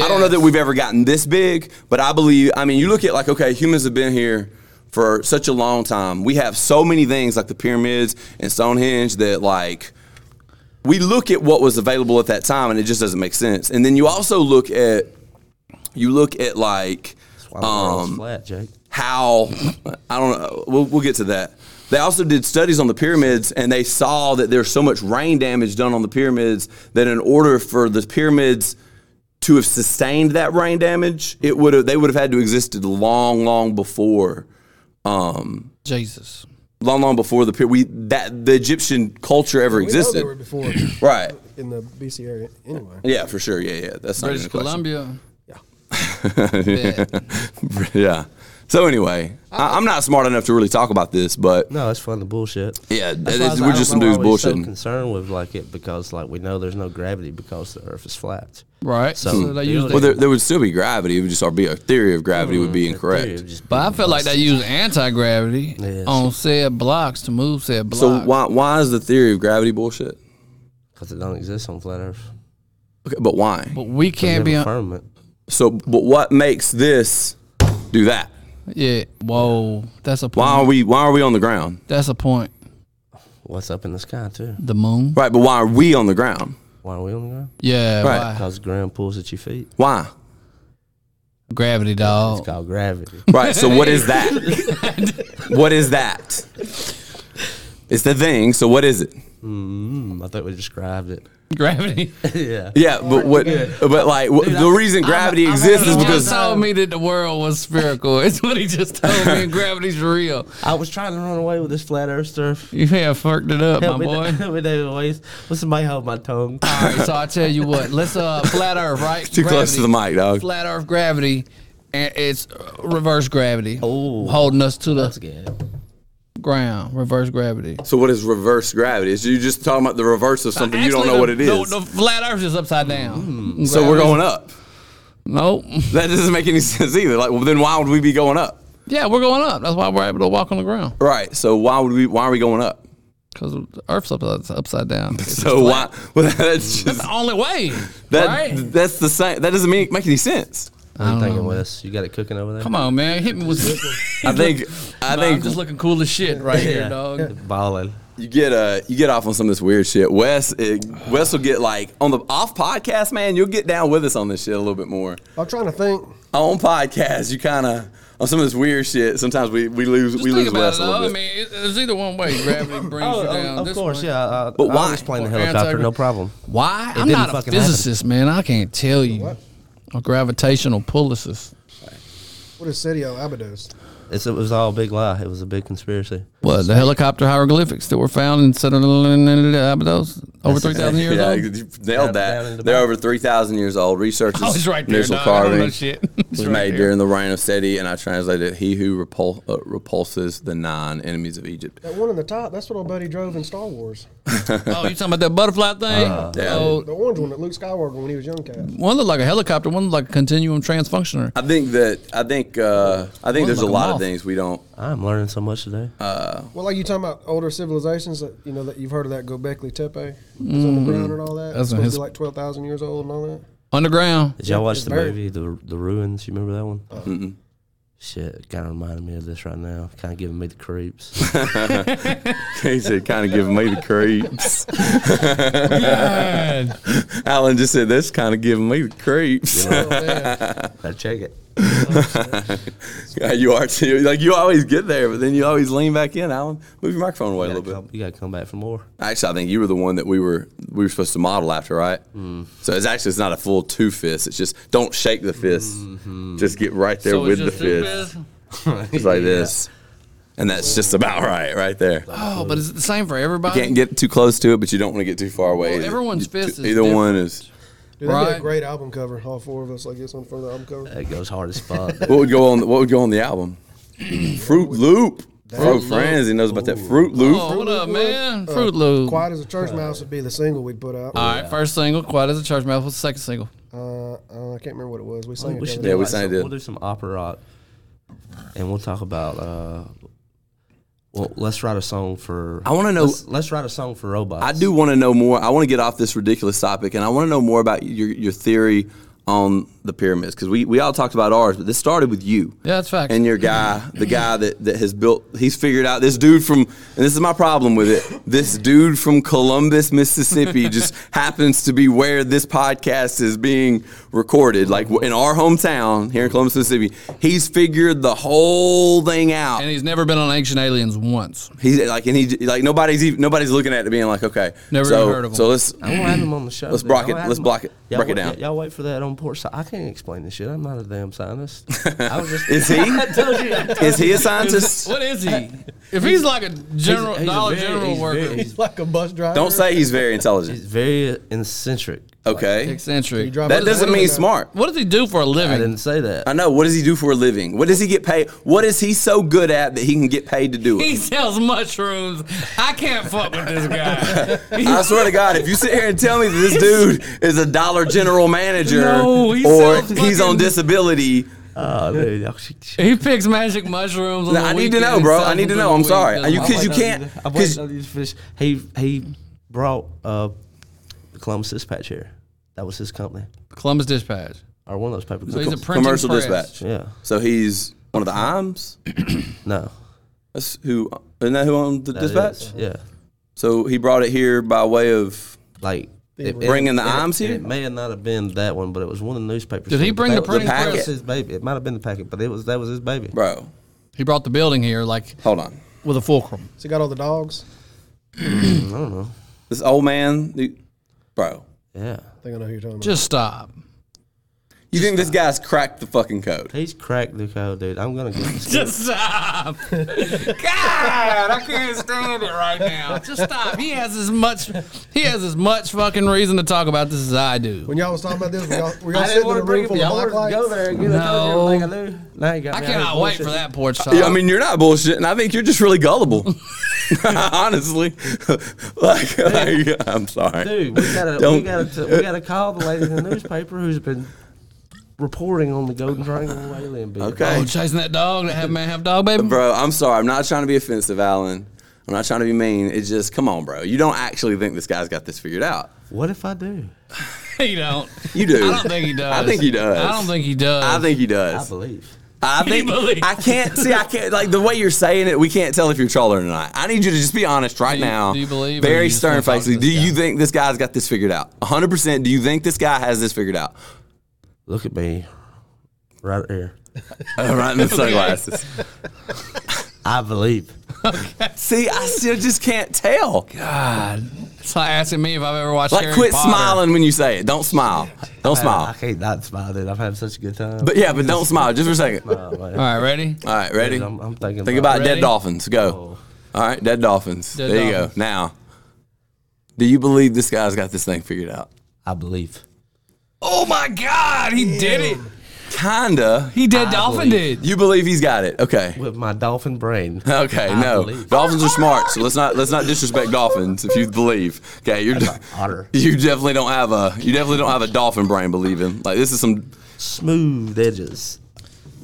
S1: I don't know
S2: Yes.
S1: that we've ever gotten this big, but I believe. I mean, you look at like okay, humans have been here for such a long time. We have so many things like the pyramids and Stonehenge that like we look at what was available at that time, and it just doesn't make sense. And then you also look at you look at like
S3: That's why the world's flat, Jake.
S1: how I don't know. We'll, we'll get to that. They also did studies on the pyramids, and they saw that there's so much rain damage done on the pyramids that in order for the pyramids to have sustained that rain damage, it would have they would have had to existed long, long before, um,
S2: Jesus.
S1: long, long before the pyra- we that the Egyptian culture ever
S4: We know they
S1: existed,
S4: were before
S1: right?
S4: in the BC area anyway.
S1: Yeah, for sure. Yeah, yeah. That's not
S2: British
S1: even a question.
S2: Columbia.
S1: [LAUGHS] yeah. So anyway, I, I'm not smart enough to really talk about this, but
S3: No, it's fun to bullshit.
S1: yeah,
S3: That's why I
S1: it's-
S3: was- I
S1: we're
S3: don't
S1: just
S3: know
S1: some dudes
S3: why we're So
S1: bullshitting.
S3: concerned with like it because like we know there's no gravity because the Earth is flat.
S2: Right. So,
S3: So-
S2: they use
S1: Well,
S2: the,
S1: there, there would still be gravity. It would just or be a theory of gravity would be
S3: Dude,
S1: incorrect.
S3: just be-
S2: but I feel like they use anti gravity
S3: Yes.
S2: on said blocks to move said blocks.
S1: So why why is the theory of gravity bullshit?
S3: because it don't exist on flat Earth.
S1: Okay, but why?
S2: But we can't
S3: We
S2: be
S3: have a
S2: on.
S3: firmament.
S1: So, but what makes this do that?
S2: Yeah. Whoa. That's a
S1: Why
S2: point.
S1: are we why are we on the ground?
S2: That's a point.
S3: What's up in the sky too?
S2: The moon.
S1: Right, but why are we on the ground?
S3: Why are we on the ground?
S2: Yeah.
S1: Right.
S2: Why?
S3: Because the ground pulls at your feet.
S1: Why?
S2: Gravity
S3: It's
S2: dog.
S3: called
S2: [LAUGHS]
S3: gravity.
S1: Right. So what is
S3: [LAUGHS]
S1: that? what is that? It's the thing. So what is it?
S3: Mm, I think we described it.
S2: Gravity.
S3: yeah.
S1: Yeah, but what? But like wh- the reason
S2: [LAUGHS]
S1: gravity exists
S2: he
S1: is
S2: just
S1: because
S2: told me that the world was spherical. [LAUGHS] it's what he just told me. And gravity's real.
S3: I was trying to run away with this flat earth stuff.
S2: You have fucked it up,
S3: Help
S2: my
S3: me, [LAUGHS]
S2: boy.
S3: help me, David Weiss. Will somebody hold my tongue?
S2: All right, so I tell you what. Let's uh flat Earth, right?
S1: too close to the mic, dog.
S2: Flat Earth gravity, and it's uh, reverse gravity,
S3: Oh.
S2: holding us to the
S3: That's good.
S2: ground. Reverse gravity.
S1: So what is reverse gravity? Is you just talking about the reverse of something you don't
S2: Actually,
S1: know what it
S2: the-
S1: is?
S2: The, the flat Earth is upside
S3: Hmm.
S2: down.
S1: so we're going up.
S2: Nope.
S1: That doesn't make any [LAUGHS] sense either. Like, well, then why would we be going up?
S2: Yeah, we're going up. That's why we're able to walk on the ground
S1: Right. So why would we? Why are we going up?
S2: because the Earth's upside, upside down. [LAUGHS] It's
S1: So why? [LAUGHS] Well, that's just
S2: [LAUGHS] the only way.
S1: that.
S2: right?
S1: That's the same. That doesn't make, make any sense.
S3: What you thinking, Wes? You got it cooking over there?
S2: Come on, man. Hit me with.
S1: I think. I
S2: I think
S1: think
S2: I'm just looking cool as shit right
S3: Yeah.
S2: here, dog.
S3: Balling.
S1: you get uh you get off on some of this weird shit. Wes it, Wes will get like on the off podcast, man. You'll get down with us on this shit a little bit more.
S4: I'm trying to think.
S1: On podcast, you kind of on some of this weird shit. Sometimes we we lose we
S2: Just
S1: lose
S2: think about
S1: Wes
S2: it,
S1: a little
S2: though. I
S1: bit.
S2: mean, it, it's either one way. Gravity brings
S3: Oh,
S2: you down.
S3: of
S2: this
S3: course,
S2: way.
S3: yeah. Uh,
S1: But
S3: I
S1: why?
S3: was playing the
S2: Or
S3: helicopter,
S2: anti-
S3: no problem.
S2: Why? I'm
S3: didn't
S2: not a
S3: fucking happen.
S2: physicist, man. I can't tell you. A gravitational pullicist.
S4: What is Cedio Abados?
S3: It's, it was all a big lie. It was a big conspiracy.
S2: What? The helicopter hieroglyphics that were found in Southern Abydos
S1: [LAUGHS]
S2: over 3,000 years
S1: Yeah,
S2: old?
S1: you nailed
S3: Down in
S1: that.
S3: the
S1: They're
S3: back.
S1: over three thousand years old. Researchers
S2: Oh, it's right there.
S1: initial
S2: Dog. I don't know
S1: carving
S2: shit. It's
S1: was
S2: right
S1: made
S2: there.
S1: during the reign of Seti, and I translated it: "He who repul- uh, repulses the nine enemies of Egypt."
S4: That one in the top, that's what old buddy drove in Star Wars.
S2: Oh, you talking about that butterfly thing?
S1: yeah.
S2: Oh,
S4: The orange one that Luke Skywalker when he was young cat.
S2: one looked like a helicopter. One looked like a continuum transfunctioner.
S1: I think that I think uh, I think there's a
S2: like a
S1: lot of
S2: moth.
S1: things we don't. [LAUGHS]
S3: I'm learning so much today.
S1: Uh,
S4: Well, like you talking about older civilizations that you know that you've heard of that Gobekli Tepe is on the ground and all that.
S2: That's
S4: supposed
S2: his-
S4: to be like twelve thousand years old and all that.
S2: Underground.
S3: Did y'all watch
S4: it's
S3: the
S4: buried.
S3: movie, the the Ruins? You remember that one? Shit, kind of reminded me of this right now. Kind of giving me
S1: [LAUGHS]
S3: the creeps.
S1: he said, "Kind of giving me the
S2: [LAUGHS]
S1: creeps." Alan just said, "That's kind of giving me the creeps."
S3: I check it.
S1: Yeah, [LAUGHS] you are too. Like you always get there, but then you always lean back in. Alan, move your microphone away a little
S3: You
S1: bit.
S3: gotta, come, you gotta come back for more.
S1: Actually, I think you were the one that we were we were supposed to model after, right?
S2: Mm-hmm.
S1: So it's actually it's not a full two fists. It's just don't shake the fist.
S2: Mm-hmm.
S1: Just get right there with the fist. It's like this, and that's just about right, right there.
S2: Oh, but is it the same for everybody?
S1: Can't get too close to it, but you don't want to get too far away.
S2: Well, everyone's fist is
S1: Either one is.
S4: Dude, that'd be
S2: Right.
S4: a great album cover. All four of us like this on front of the album cover.
S3: That goes hard as fuck.
S1: [LAUGHS] What would go on? What would go on the album? Fruit Loop. Bro, friends, he knows about that Fruit Loop.
S2: Oh, what up, man?
S4: Uh,
S2: Fruit Loop.
S4: Quiet as a church mouse would be the single we'd put out.
S2: All right, first single, Quiet as a Church Mouse, was the second single.
S4: Uh, uh, I can't remember what it was. We sang it.
S3: we should
S4: the
S1: Yeah,
S4: other
S1: we
S3: do
S4: day.
S3: like
S1: signed
S3: some,
S1: it.
S3: We'll do some opera rock, and we'll talk about. uh Well, let's write a song for.
S1: I wanna know-
S3: Let's, let's write a song for robots.
S1: I do want to know more. I want to get off this ridiculous topic, and I want to know more about your, your theory on the pyramids because we, we all talked about ours, but this started with you.
S2: Yeah, that's facts.
S1: And your guy, the guy that, that has built, he's figured out this dude from, and this is my problem with it. This dude from Columbus,
S2: [LAUGHS]
S1: Mississippi, just happens to be where this podcast is being recorded, like in our hometown here in Columbus, Mississippi. He's figured the whole thing out.
S2: And he's never been on Ancient Aliens once.
S1: He's like, and he like nobody's even, nobody's looking at it, being like, okay,
S2: Never
S1: so,
S2: even heard of him.
S1: So let's
S3: I want to have them on the show.
S1: Let's
S3: dude.
S1: block
S3: I wanna
S1: it.
S3: have
S1: Let's
S3: them-
S1: block it.
S3: Y'all
S1: Break it
S3: wait-
S1: down.
S3: Y'all wait for that on porch. side. I can't explain this shit. I'm not a damn [LAUGHS] scientist. I was just.
S1: Is
S2: [LAUGHS]
S1: he?
S3: I told you.
S1: is he a scientist?
S2: What is he? If he's like a general,
S3: He's a
S2: dollar
S3: very-
S2: general
S3: he's
S2: worker,
S4: [LAUGHS]
S3: very- he's
S4: like a bus driver.
S1: Don't say he's very
S3: He's
S1: intelligent.
S3: very eccentric.
S1: Okay,
S2: eccentric.
S4: drive-
S1: that doesn't mean smart.
S2: What does he do for a
S3: I
S2: living?
S3: didn't say that.
S1: I know. What does he do for a living? What does he get paid? What is he so good at that he can get paid to do
S2: He
S1: it?
S2: sells mushrooms. I can't fuck with this
S1: [LAUGHS]
S2: guy.
S1: I swear to God, if you sit here and tell me that this dude is a Dollar General manager
S2: No, he
S1: or
S2: sells
S1: he's on
S2: fucking-
S1: disability,
S3: Oh, dude. y'all should-
S2: He picks magic mushrooms. On
S1: No,
S2: the
S1: I need to
S2: weekend
S1: know,
S2: and
S1: bro.
S2: sells
S1: I need to
S2: them
S1: know.
S2: the
S1: I'm sorry.
S2: weekend.
S1: Are you- 'cause
S3: I
S1: you
S3: waited
S1: can't-
S3: on you to- I
S1: 'cause-
S3: waited on you to finish. He he brought uh, the Columbus Dispatch here. That was his company,
S2: Columbus Dispatch.
S3: or one of those paper.
S2: So he's a
S3: companies.
S2: printing
S1: commercial
S2: press.
S1: dispatch.
S3: yeah.
S1: so he's one of the IMs.
S3: No.
S1: That's who isn't that who owned the
S3: that
S1: dispatch?
S3: is- Yeah.
S1: So he brought it here by way of
S3: Like
S4: Theodore.
S1: Bringing the
S3: And it-
S1: arms
S3: and
S1: here?
S3: It may have not have been that one, but it was one of the newspapers.
S2: Did he bring the
S3: That was-
S2: printing
S3: that was
S1: press?
S3: his baby. It might have been the packet, but it was that was his baby.
S1: Bro,
S2: He brought the building here like
S1: hold on.
S2: with a fulcrum.
S4: So he got all the dogs.
S3: I don't know.
S1: This old man, the- bro.
S3: Yeah,
S4: I think I know who you're talking about.
S2: Just stop.
S1: You think
S2: uh,
S1: this guy's cracked the fucking code?
S3: he's cracked the code, dude. I'm
S2: [LAUGHS]
S3: gonna get this.
S2: Just stop. [LAUGHS] God, I can't stand it right now. Just stop. He has as much he has as much fucking reason to talk about this as I do.
S4: When y'all was talking about this, were y'all, were y'all sitting in a room full of black lights?
S3: there. And
S2: No.
S3: I knew. Now you got
S2: I
S3: me out here
S2: cannot wait for
S3: bullshitting.
S2: that porch talk.
S1: Yeah, I mean, you're not bullshitting. I think you're just really gullible. [LAUGHS] Honestly. [LAUGHS] like, like, I'm sorry.
S3: Dude, we gotta we
S1: Don't-
S3: gotta t- we gotta call the lady in the newspaper who's been reporting on the Golden Triangle whaling being.
S1: Okay.
S2: oh, chasing that dog that have man have dog baby.
S1: Bro, I'm sorry. I'm not trying to be offensive, Alan. I'm not trying to be mean. It's just, come on, bro. You don't actually think this guy's got this figured out.
S3: What if I do?
S2: [LAUGHS] He don't.
S1: You do.
S2: I don't think he
S1: [LAUGHS]
S2: does.
S1: I think he does.
S2: I don't think he does.
S1: I think he
S3: I
S1: does.
S3: believe.
S2: [LAUGHS]
S1: I
S2: Can you
S1: think
S2: believe-
S1: I can't see. I can't like the way you're saying it. We can't tell if you're trolling or not. I need you to just be honest right
S2: Do you-
S1: now.
S2: do you believe or do
S1: Very
S2: you just wanna
S1: stern
S2: talk to
S1: facedly.
S2: this
S1: Do you
S2: guy?
S1: think this guy's got this figured out? 100. percent Do you think this guy has this figured
S2: [LAUGHS]
S1: out?
S3: Look at me, right here.
S1: right [LAUGHS] in the sunglasses.
S3: I believe.
S1: see, I still just can't tell.
S2: God. It's like asking me if I've ever watched
S1: Like,
S2: Harry
S1: quit
S2: Potter. Uh,
S1: smiling when you say it. Don't smile. Don't
S3: I
S1: smile.
S3: can't not smile, dude. I've had such a good time.
S1: But yeah, but don't smile just for a second. All
S3: Oh, man.
S2: All right, ready?
S1: right, ready?
S3: Dude, I'm, I'm thinking.
S1: Think about
S2: Ready? Oh.
S1: dead dolphins. Go. All right, dead dolphins.
S2: Dead
S1: there you
S2: dolphins.
S1: go. Now, do you believe this guy's got this thing figured out?
S3: I believe.
S2: Oh my God, he did it.
S1: Kinda.
S2: He did.
S3: I
S2: Dolphin
S3: believe-
S2: did.
S1: You believe he's got it? Okay.
S3: With my dolphin brain.
S1: Okay.
S3: I
S1: no.
S3: believe.
S1: Dolphins are smart, so let's not let's not disrespect dolphins. If you believe, okay, you're
S3: That's an otter.
S1: you definitely don't have a you definitely don't have a dolphin brain. Believing like this is some
S3: Smooth edges.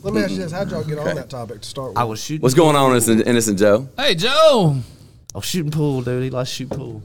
S4: Let me ask you this: How'd y'all get on
S1: Okay.
S4: that topic to start with?
S3: I was shooting.
S1: what's going on, innocent, innocent Joe.
S2: Hey, Joe.
S3: I was shooting pool, dude. He likes to shoot pool.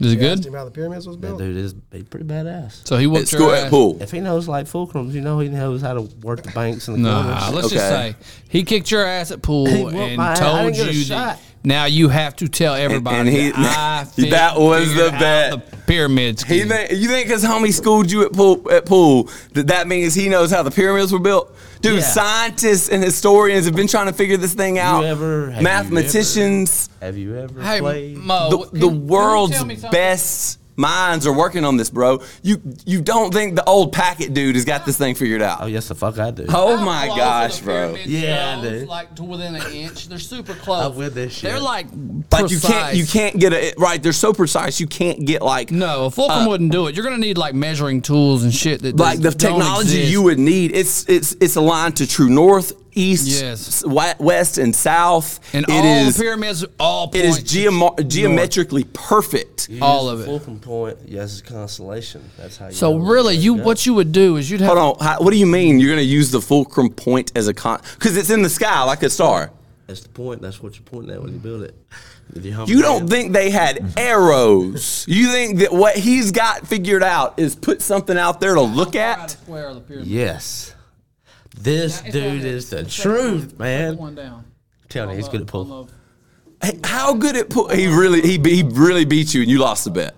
S2: Is it
S4: You asked
S2: good?
S4: him how the pyramids was
S3: That
S4: built.
S3: dude is he pretty badass.
S2: So he
S1: At
S2: whooped your
S1: school at
S2: ass.
S1: pool.
S3: If he knows like fulcrums, you know he knows how to work the banks and the
S2: Nah,
S3: corners.
S2: Uh, let's just
S1: Okay.
S2: say he kicked your ass
S1: [LAUGHS]
S2: at pool
S3: He whooped
S2: and
S3: my ass. I
S2: told
S3: didn't get a
S2: you
S3: shot.
S2: that. Now you have to tell everybody.
S1: and he-
S2: that, I
S1: he- [LAUGHS] that was
S2: figured
S1: the
S2: out
S1: bet.
S2: The pyramid
S1: He
S2: scheme.
S1: think, you think because homie schooled you at pool, at pool that that means he knows how the pyramids were built? Dude,
S3: Yeah.
S1: scientists and historians have been trying to figure this thing out.
S3: ever- have you
S1: Mathematicians,
S3: Have you ever
S2: Hey,
S3: played?
S2: Mo,
S1: the,
S2: can-
S1: the
S2: Oh, can you
S1: world's
S2: tell me something?
S1: best minds are working on this, bro. You you don't think the old packet dude has got this thing figured
S3: oh
S1: out?
S3: yes, the fuck I do.
S1: Oh
S2: How
S1: my
S2: close are
S1: gosh,
S2: the
S1: bro!
S2: pyramid
S3: Yeah,
S2: stones,
S3: dude.
S2: like to within an inch. They're super close.
S3: I'm with this shit.
S2: They're like
S1: Like you can't you
S2: precise.
S1: can't get it right. They're so precise you can't get like
S2: No, a fulcrum
S1: Uh,
S2: wouldn't do it. You're gonna need like measuring tools and shit that
S1: like the
S2: just don't
S1: technology
S2: exist.
S1: you would need. It's it's it's aligned to true north, east,
S2: Yes.
S1: s- wa- west, and south.
S2: and
S1: It
S2: all
S1: is-
S2: the pyramids all
S1: It
S2: point
S1: is
S2: to
S1: geoma- geometrically perfect.
S3: You
S2: all
S3: use
S2: of
S3: the
S2: it.
S3: Fulcrum point. Yes, it's constellation. That's how. you
S2: So
S3: know where
S2: really,
S3: to
S2: you
S3: go.
S2: what you would do is you'd have
S1: Hold on, how, what do you mean you're going to use the fulcrum point as a con? Because it's in the sky like a star.
S3: That's the point. That's what you're pointing at when you build it. If humble
S1: You don't
S3: down-
S1: think they had arrows. You think that what he's got figured out is put something out there to look at?
S2: square of the pyramid.
S3: Yes. This
S2: It's down
S3: dude
S2: there.
S3: is the
S2: It's
S3: truth,
S2: second one. Second
S3: man.
S2: One down.
S3: Tell me, he's good at pool.
S1: Hey, How good it put. He really, he, he really beat you and you lost the bet.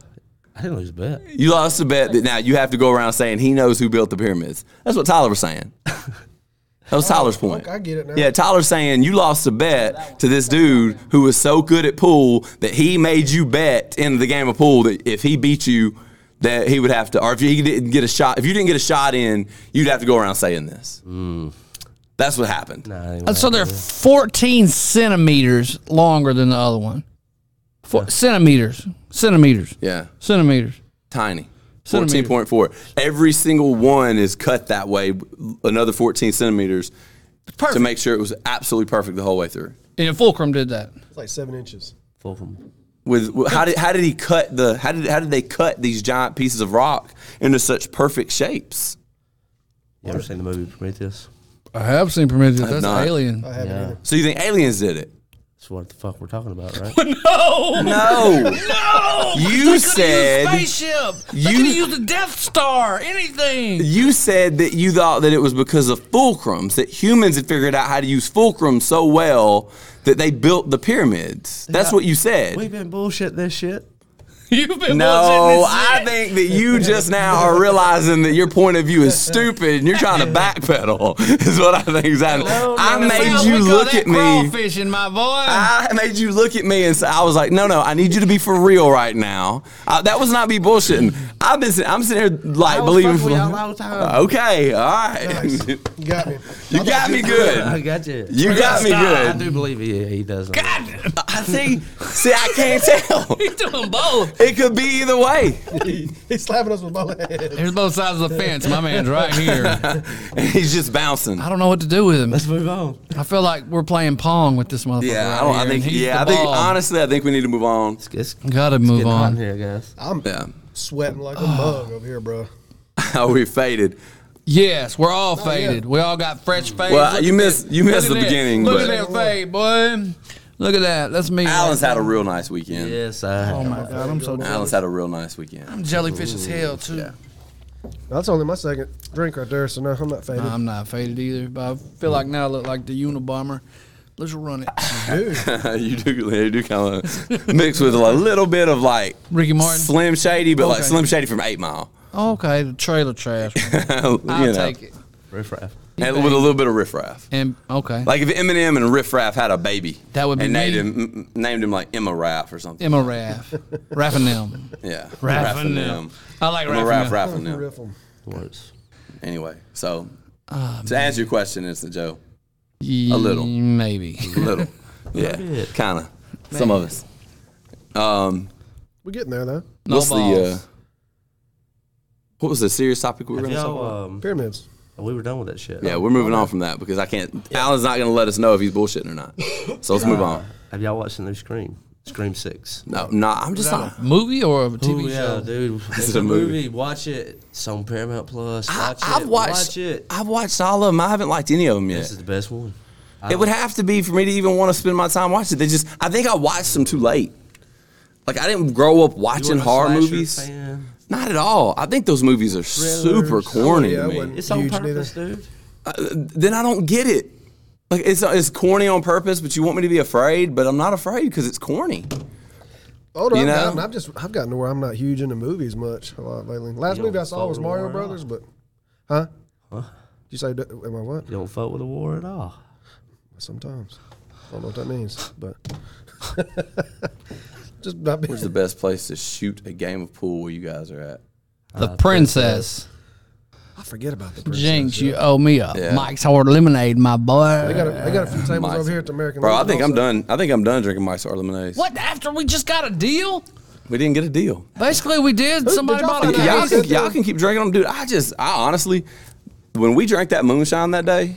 S3: I didn't lose a bet.
S1: You lost the bet that now you have to go around saying he knows who built the pyramids. That's what Tyler was saying. That was Tyler's point.
S4: Oh, I get it now.
S1: Yeah, Tyler's saying you lost the bet to this dude who was so good at pool that he made you bet in the game of pool that if he beat you, that he would have to, or if he didn't get a shot, if you didn't get a shot in, you'd have to go around saying this. That's what happened.
S3: Nah, I didn't
S2: Uh, So
S3: win.
S2: they're 14 centimeters longer than the other one. Four, Centimeters, centimeters,
S1: Yeah,
S2: centimeters.
S1: tiny. Fourteen
S2: Centimeters.
S1: point four. Every single one is cut that way, another fourteen centimeters, to make sure it was absolutely perfect the whole way through.
S2: And Fulcrum did that.
S4: It's like seven inches.
S3: Fulcrum.
S1: with with- how did how did he cut the how did how did they cut these giant pieces of rock into such perfect shapes?
S3: You ever seen the movie Prometheus?
S2: I have seen Prometheus. That's
S1: not.
S2: alien.
S4: I haven't either.
S1: So you think aliens did it?
S3: That's what the fuck we're talking about, [LAUGHS] right?
S2: [LAUGHS]
S1: [LAUGHS]
S2: no,
S1: No,
S2: no.
S1: You
S2: They could've
S1: said-
S2: used spaceship.
S1: you-
S2: They could have used the Death Star. Anything.
S1: [LAUGHS] you said that you thought that it was because of fulcrums that humans had figured out how to use fulcrums so well that they built the pyramids. That's what you said.
S3: We've been bullshit this shit.
S2: You've been
S1: No, I
S2: watching this shit.
S1: think that you just now are realizing that your point of view is stupid and you're trying to backpedal. [LAUGHS] Is what I think is happening. I
S2: Oh, It
S1: made
S2: sounds
S1: you
S2: we call
S1: look
S2: that
S1: at me.
S2: Crawfish in my voice.
S1: I made you look at me and say, I was like, no, no, I need you to be for real right now. I, that was not me bullshitting. I've been, sit- I'm sitting here like
S3: was
S1: believing.
S3: fucking with y'all all the time.
S1: Okay, all right, [LAUGHS]
S4: You got me.
S1: you got me
S3: I
S1: good.
S3: got you.
S1: You got me
S3: I
S1: good.
S3: do believe he, he does. know.
S2: [LAUGHS]
S1: I think. See, I can't tell.
S2: He's doing both.
S1: It could be either way. [LAUGHS]
S4: [LAUGHS] He's slapping us with both hands.
S2: There's both sides of the fence. My man's right here.
S1: And he's just bouncing.
S2: [LAUGHS] I don't know what to do with him.
S3: Let's move on.
S2: I feel like we're playing pong with this motherfucker.
S1: Yeah,
S2: right
S1: I don't. I
S2: here,
S1: think.
S2: and he's the
S1: Yeah, I think.
S2: ball.
S1: Honestly, I think we need to move on.
S3: It's, it's
S2: Gotta move
S3: getting hot in
S2: on.
S3: here, guys.
S4: I'm
S1: [LAUGHS] Yeah,
S4: sweating like
S1: [SIGHS]
S4: a bug over here, bro.
S1: oh, we faded.
S2: Yes, we're all faded. We all got fresh fades.
S1: Well, [LAUGHS]
S2: Look
S1: you
S2: at
S1: missed-
S2: that.
S1: you missed
S2: Look
S1: the
S2: at that.
S1: beginning,
S2: Look
S1: but-
S2: at that fade, boy. Look at that. That's me.
S1: Alan's had a real nice weekend.
S3: Yes, I.
S2: Oh my god, I'm so
S1: Alan's had a real nice weekend.
S2: I'm jellyfish as hell too.
S4: That's only my second drink right there, so no, I'm not faded.
S1: Um,
S2: I'm not faded either, but I feel like now I look like the Unabomber. Let's run it.
S1: [LAUGHS]
S4: Dude,
S1: you do. You do
S2: [LAUGHS]
S1: kind of mix with a little bit of like
S2: Ricky Martin.
S1: Slim Shady, but like
S2: Okay.
S1: Slim Shady from Eight Mile. [LAUGHS]
S2: okay, the trailer trash.
S1: You
S2: I'll
S1: know.
S2: take it.
S3: Riff raff.
S1: And with a little bit of riffraff.
S2: And okay,
S1: Like if Eminem and Riff Raff had a baby,
S2: That would be
S1: and named
S2: me.
S1: him m- named him like Emma Raff or something.
S2: Emma Raff,
S4: [LAUGHS]
S2: rapping them.
S1: Yeah,
S2: Raff
S1: Raffing
S2: and
S1: them.
S2: them. I like
S1: Emma Raff
S2: rapping them.
S1: Raffing them.
S4: riff 'em.
S3: Works.
S1: Anyway, so
S2: Ah,
S1: to answer your question, Instant Joe,
S2: A
S1: little.
S2: maybe. [LAUGHS]
S1: little, yeah,
S3: bit.
S1: kind of. Some of us. Um,
S4: We're getting there, though.
S2: No
S1: what's the uh,
S2: balls.
S1: what was the serious topic we were
S3: If
S1: going to talk about?
S3: y'all,
S2: uh,
S3: um,
S4: Pyramids.
S3: we were done with that shit.
S1: Yeah, we're moving on from that because I can't. Alan's not going to let us know if he's bullshitting or not. So let's move on.
S3: Have y'all watched the new Scream? Scream Six.
S1: No, no, I'm just not.
S2: movie or a TV
S3: Ooh,
S2: show?
S3: yeah, dude. It's
S1: a
S3: a
S1: movie.
S3: movie. Watch it. It's on Paramount Plus.
S1: I,
S3: Watch
S1: I've
S3: it.
S1: watched.
S3: Watch it.
S1: I've watched all of them. I haven't liked any of them
S3: This
S1: yet.
S3: is the best one.
S1: It would have to be for me to even want to spend my time watching. They just. I think I watched them too late. Like I didn't grow up
S3: You
S1: watching
S3: weren't a
S1: horror
S3: slasher
S1: movies.
S3: fan.
S1: Not at all. I think those movies are super corny
S4: yeah, I
S1: to me.
S4: wouldn't.
S3: It's on
S4: Huge neither.
S3: purpose, dude.
S1: Uh, then I don't get it. Like it's it's corny on purpose, but you want me to be afraid, but I'm not afraid because it's corny.
S4: Oh, no,
S1: You
S4: I've,
S1: know?
S4: gotten, I've just I've gotten to where I'm not huge into movies much a lot lately. Last
S3: You
S4: movie I
S3: don't
S4: saw was
S3: follow
S4: Mario
S3: the war at
S4: Brothers, but huh?
S3: Huh?
S4: Did you say d- am I what?
S3: You don't fuck with the war at all.
S4: Sometimes I don't know what that means, but [LAUGHS] just not being
S1: Where's the best place to shoot a game of pool where you guys are at?
S4: Uh,
S2: the Princess.
S4: I forget about [LAUGHS] the
S2: Jinx, you owe me a
S1: Yeah.
S2: Mike's Hard Lemonade, my boy.
S4: They got a, they got a
S1: [LAUGHS]
S4: few tables
S1: Mike's-
S4: over here at the American.
S1: Bro, I
S4: Legion
S1: think I'm
S4: also.
S1: done. I think I'm done drinking Mike's Hard Lemonades.
S2: what? After we just got a deal?
S1: We didn't get a deal.
S2: Basically, we did. Somebody
S4: did y'all
S2: bought a
S4: find out?
S1: Y'all
S2: case.
S1: can, y'all can keep drinking them, dude. I just, I honestly, when we drank that moonshine that day,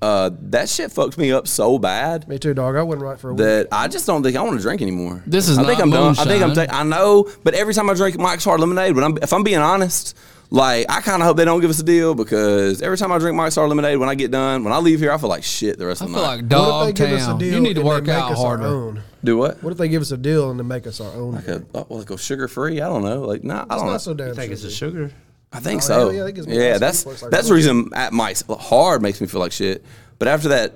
S1: uh, that shit fucked me up so bad
S4: Me too, dog. I wouldn't write for a week.
S1: that I just don't think I want to drink anymore.
S2: This is
S1: I think
S2: not
S1: I'm done. I think I'm.
S2: moonshine.
S1: Ta- I know, but every time I drink Mike's Hard Lemonade, when I'm, if I'm being honest. Like I kind of hope they don't give us a deal because every time I drink Mike's Hard Lemonade, when I get done, when I leave here, I feel like shit the rest
S2: I
S1: of the
S2: feel
S1: night.
S2: like
S4: What
S2: dog
S4: if they give us a
S2: town.
S4: deal
S2: You need to
S4: and they
S2: work
S4: make
S2: out
S4: us our
S2: harder.
S4: own?
S1: do what?
S4: What if they give us a deal and they make us our own?
S1: Like a, like a sugar free? I don't know. Like nah, I
S4: It's
S1: don't know.
S4: not so damn.
S3: I think it's
S4: sugary.
S3: a sugar.
S1: I think
S4: Oh,
S1: so.
S4: hell yeah, that gives me
S1: Yeah,
S4: lots of
S1: that's
S4: inputs, like
S1: that's the reason at Mike's hard makes me feel like shit. But after that,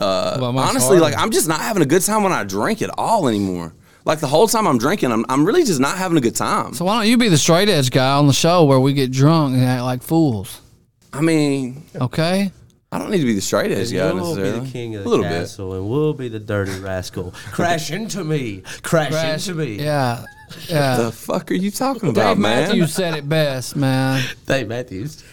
S1: uh,
S2: Well, Mike's
S1: honestly,
S2: Hard.
S1: like I'm just not having a good time when I drink at all anymore. Like the whole time I'm drinking, I'm I'm really just not having a good time.
S2: So why don't you be the straight edge guy on the show where we get drunk and act like fools?
S1: I mean,
S2: Okay.
S1: I don't need to be the straight edge guy
S3: we'll be
S1: necessarily.
S3: the king of
S1: a
S3: the
S1: little
S3: castle, and we'll be the dirty
S1: [LAUGHS]
S3: rascal. Crash into me. Crash,
S2: Crash.
S3: into me.
S2: Yeah.
S1: bit.
S2: Yeah.
S1: The fuck are you talking about,
S2: Dave
S1: man?
S2: Matthews said it best, man.
S3: Dave Matthews.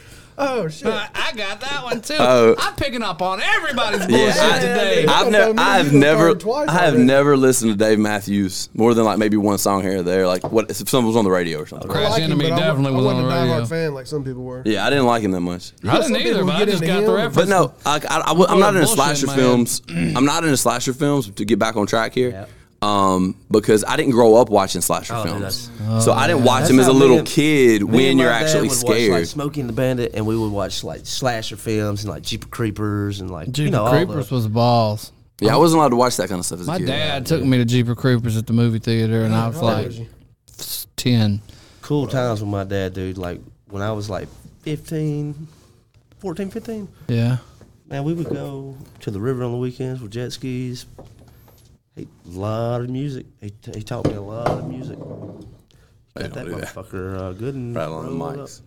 S4: Oh shit!
S2: I got that one too.
S1: Oh.
S2: I'm picking up on everybody's bullshit
S1: Yeah, I,
S2: today.
S1: I've
S4: Don't
S1: never,
S4: tell me
S1: I have
S4: you've
S1: never,
S4: heard twice
S1: I have
S4: already.
S1: never listened to Dave Matthews more than like maybe one song here or there. Like what if someone was on the radio or something?
S4: I
S2: Crash
S4: like him,
S2: Enemy
S4: but I wa-
S2: definitely
S4: I
S2: was on
S4: wasn't
S2: the
S4: a diehard
S2: radio.
S4: fan like some people were.
S1: Yeah, I didn't like him that much.
S2: I didn't
S4: Some
S2: either,
S4: people
S2: but I
S4: get
S2: just
S4: into
S2: got the
S4: him.
S2: reference.
S1: But no, I, am
S2: full
S1: not
S2: of
S1: into
S2: bullshit
S1: slasher
S2: in my head.
S1: films. I'm not into slasher films to get back on track here. Um, because I didn't grow up watching slasher
S3: Oh, dude,
S1: films, so I didn't watch them as
S3: That's
S1: a
S3: how
S1: little
S3: me and-
S1: kid.
S3: me
S1: When
S3: and
S1: you're
S3: my dad
S1: actually
S3: would watch,
S1: scared,
S3: like Smoking the Bandit, and we would watch like slasher films and like Jeep Creepers and like
S2: Jeepers
S3: you know all
S2: Creepers
S3: the,
S2: was balls.
S1: yeah, I wasn't allowed to watch that kind of stuff as a
S2: My
S1: kid.
S2: dad took me to Jeeper Creepers at the movie theater,
S1: Oh,
S2: and I was like ten.
S3: cool times with my dad, dude. Like when I was like 15, 14, 15,
S2: Yeah.
S3: man, we would go to the river on the weekends with jet skis. He, lot of music. He, t- he taught me a lot of music. Got
S1: don't
S3: that
S1: do that.
S3: motherfucker uh, good and
S1: Rattling the
S3: rolling up.
S1: mics.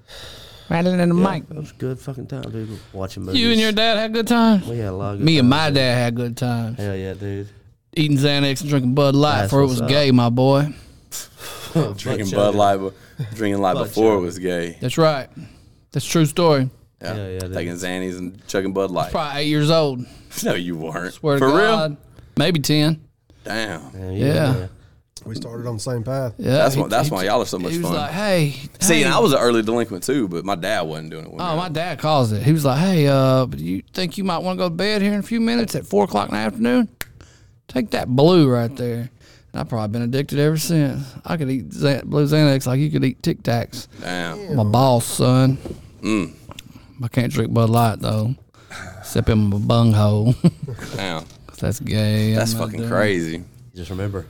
S2: Rattling in the
S3: Yeah,
S2: mic.
S3: It was a good fucking time, dude. Watching movies.
S2: You and your dad had good times.
S3: We had a lot of good
S2: Me and my
S3: times.
S2: dad had good times.
S3: Hell yeah, dude.
S2: Eating Xanax and drinking Bud Light
S3: That's
S2: for it
S3: what's
S2: was
S3: up.
S2: gay, my boy.
S1: Drinking
S3: Butt
S1: Bud
S3: chug.
S1: Light, drinking Light
S3: Butt
S1: before it
S3: chug.
S1: was gay.
S2: That's right. That's a true story.
S1: Yeah,
S3: Yeah, yeah, that
S1: taking Xannies and chugging Bud Light.
S2: Probably eight years old.
S1: No, you weren't.
S2: Swear
S1: For
S2: to
S1: real?
S2: God. Maybe ten.
S1: Damn.
S3: Yeah.
S2: Yeah.
S3: yeah.
S4: We started on the same path.
S2: Yeah.
S1: That's
S2: he-
S1: why. That's
S2: he-
S1: why y'all are so much
S2: He was
S1: fun.
S2: like, hey.
S1: See,
S2: hey.
S1: and I was an early delinquent too, but my dad wasn't doing it. With
S2: Oh,
S1: me.
S2: my dad calls it. He was like, "Hey, uh, but you think you might want to go to bed here in a few minutes at four o'clock in the afternoon? Take that blue right there." And I've probably been addicted ever since. I could eat Xan- blue Xanax like you could eat Tic Tacs.
S1: Damn.
S2: I'm a boss, son.
S1: Mm.
S2: I can't drink Bud Light though, except in my [LAUGHS] bunghole.
S1: Damn.
S2: That's gay. I'm
S1: That's
S2: not
S1: fucking
S2: doing-
S1: crazy.
S3: Just remember.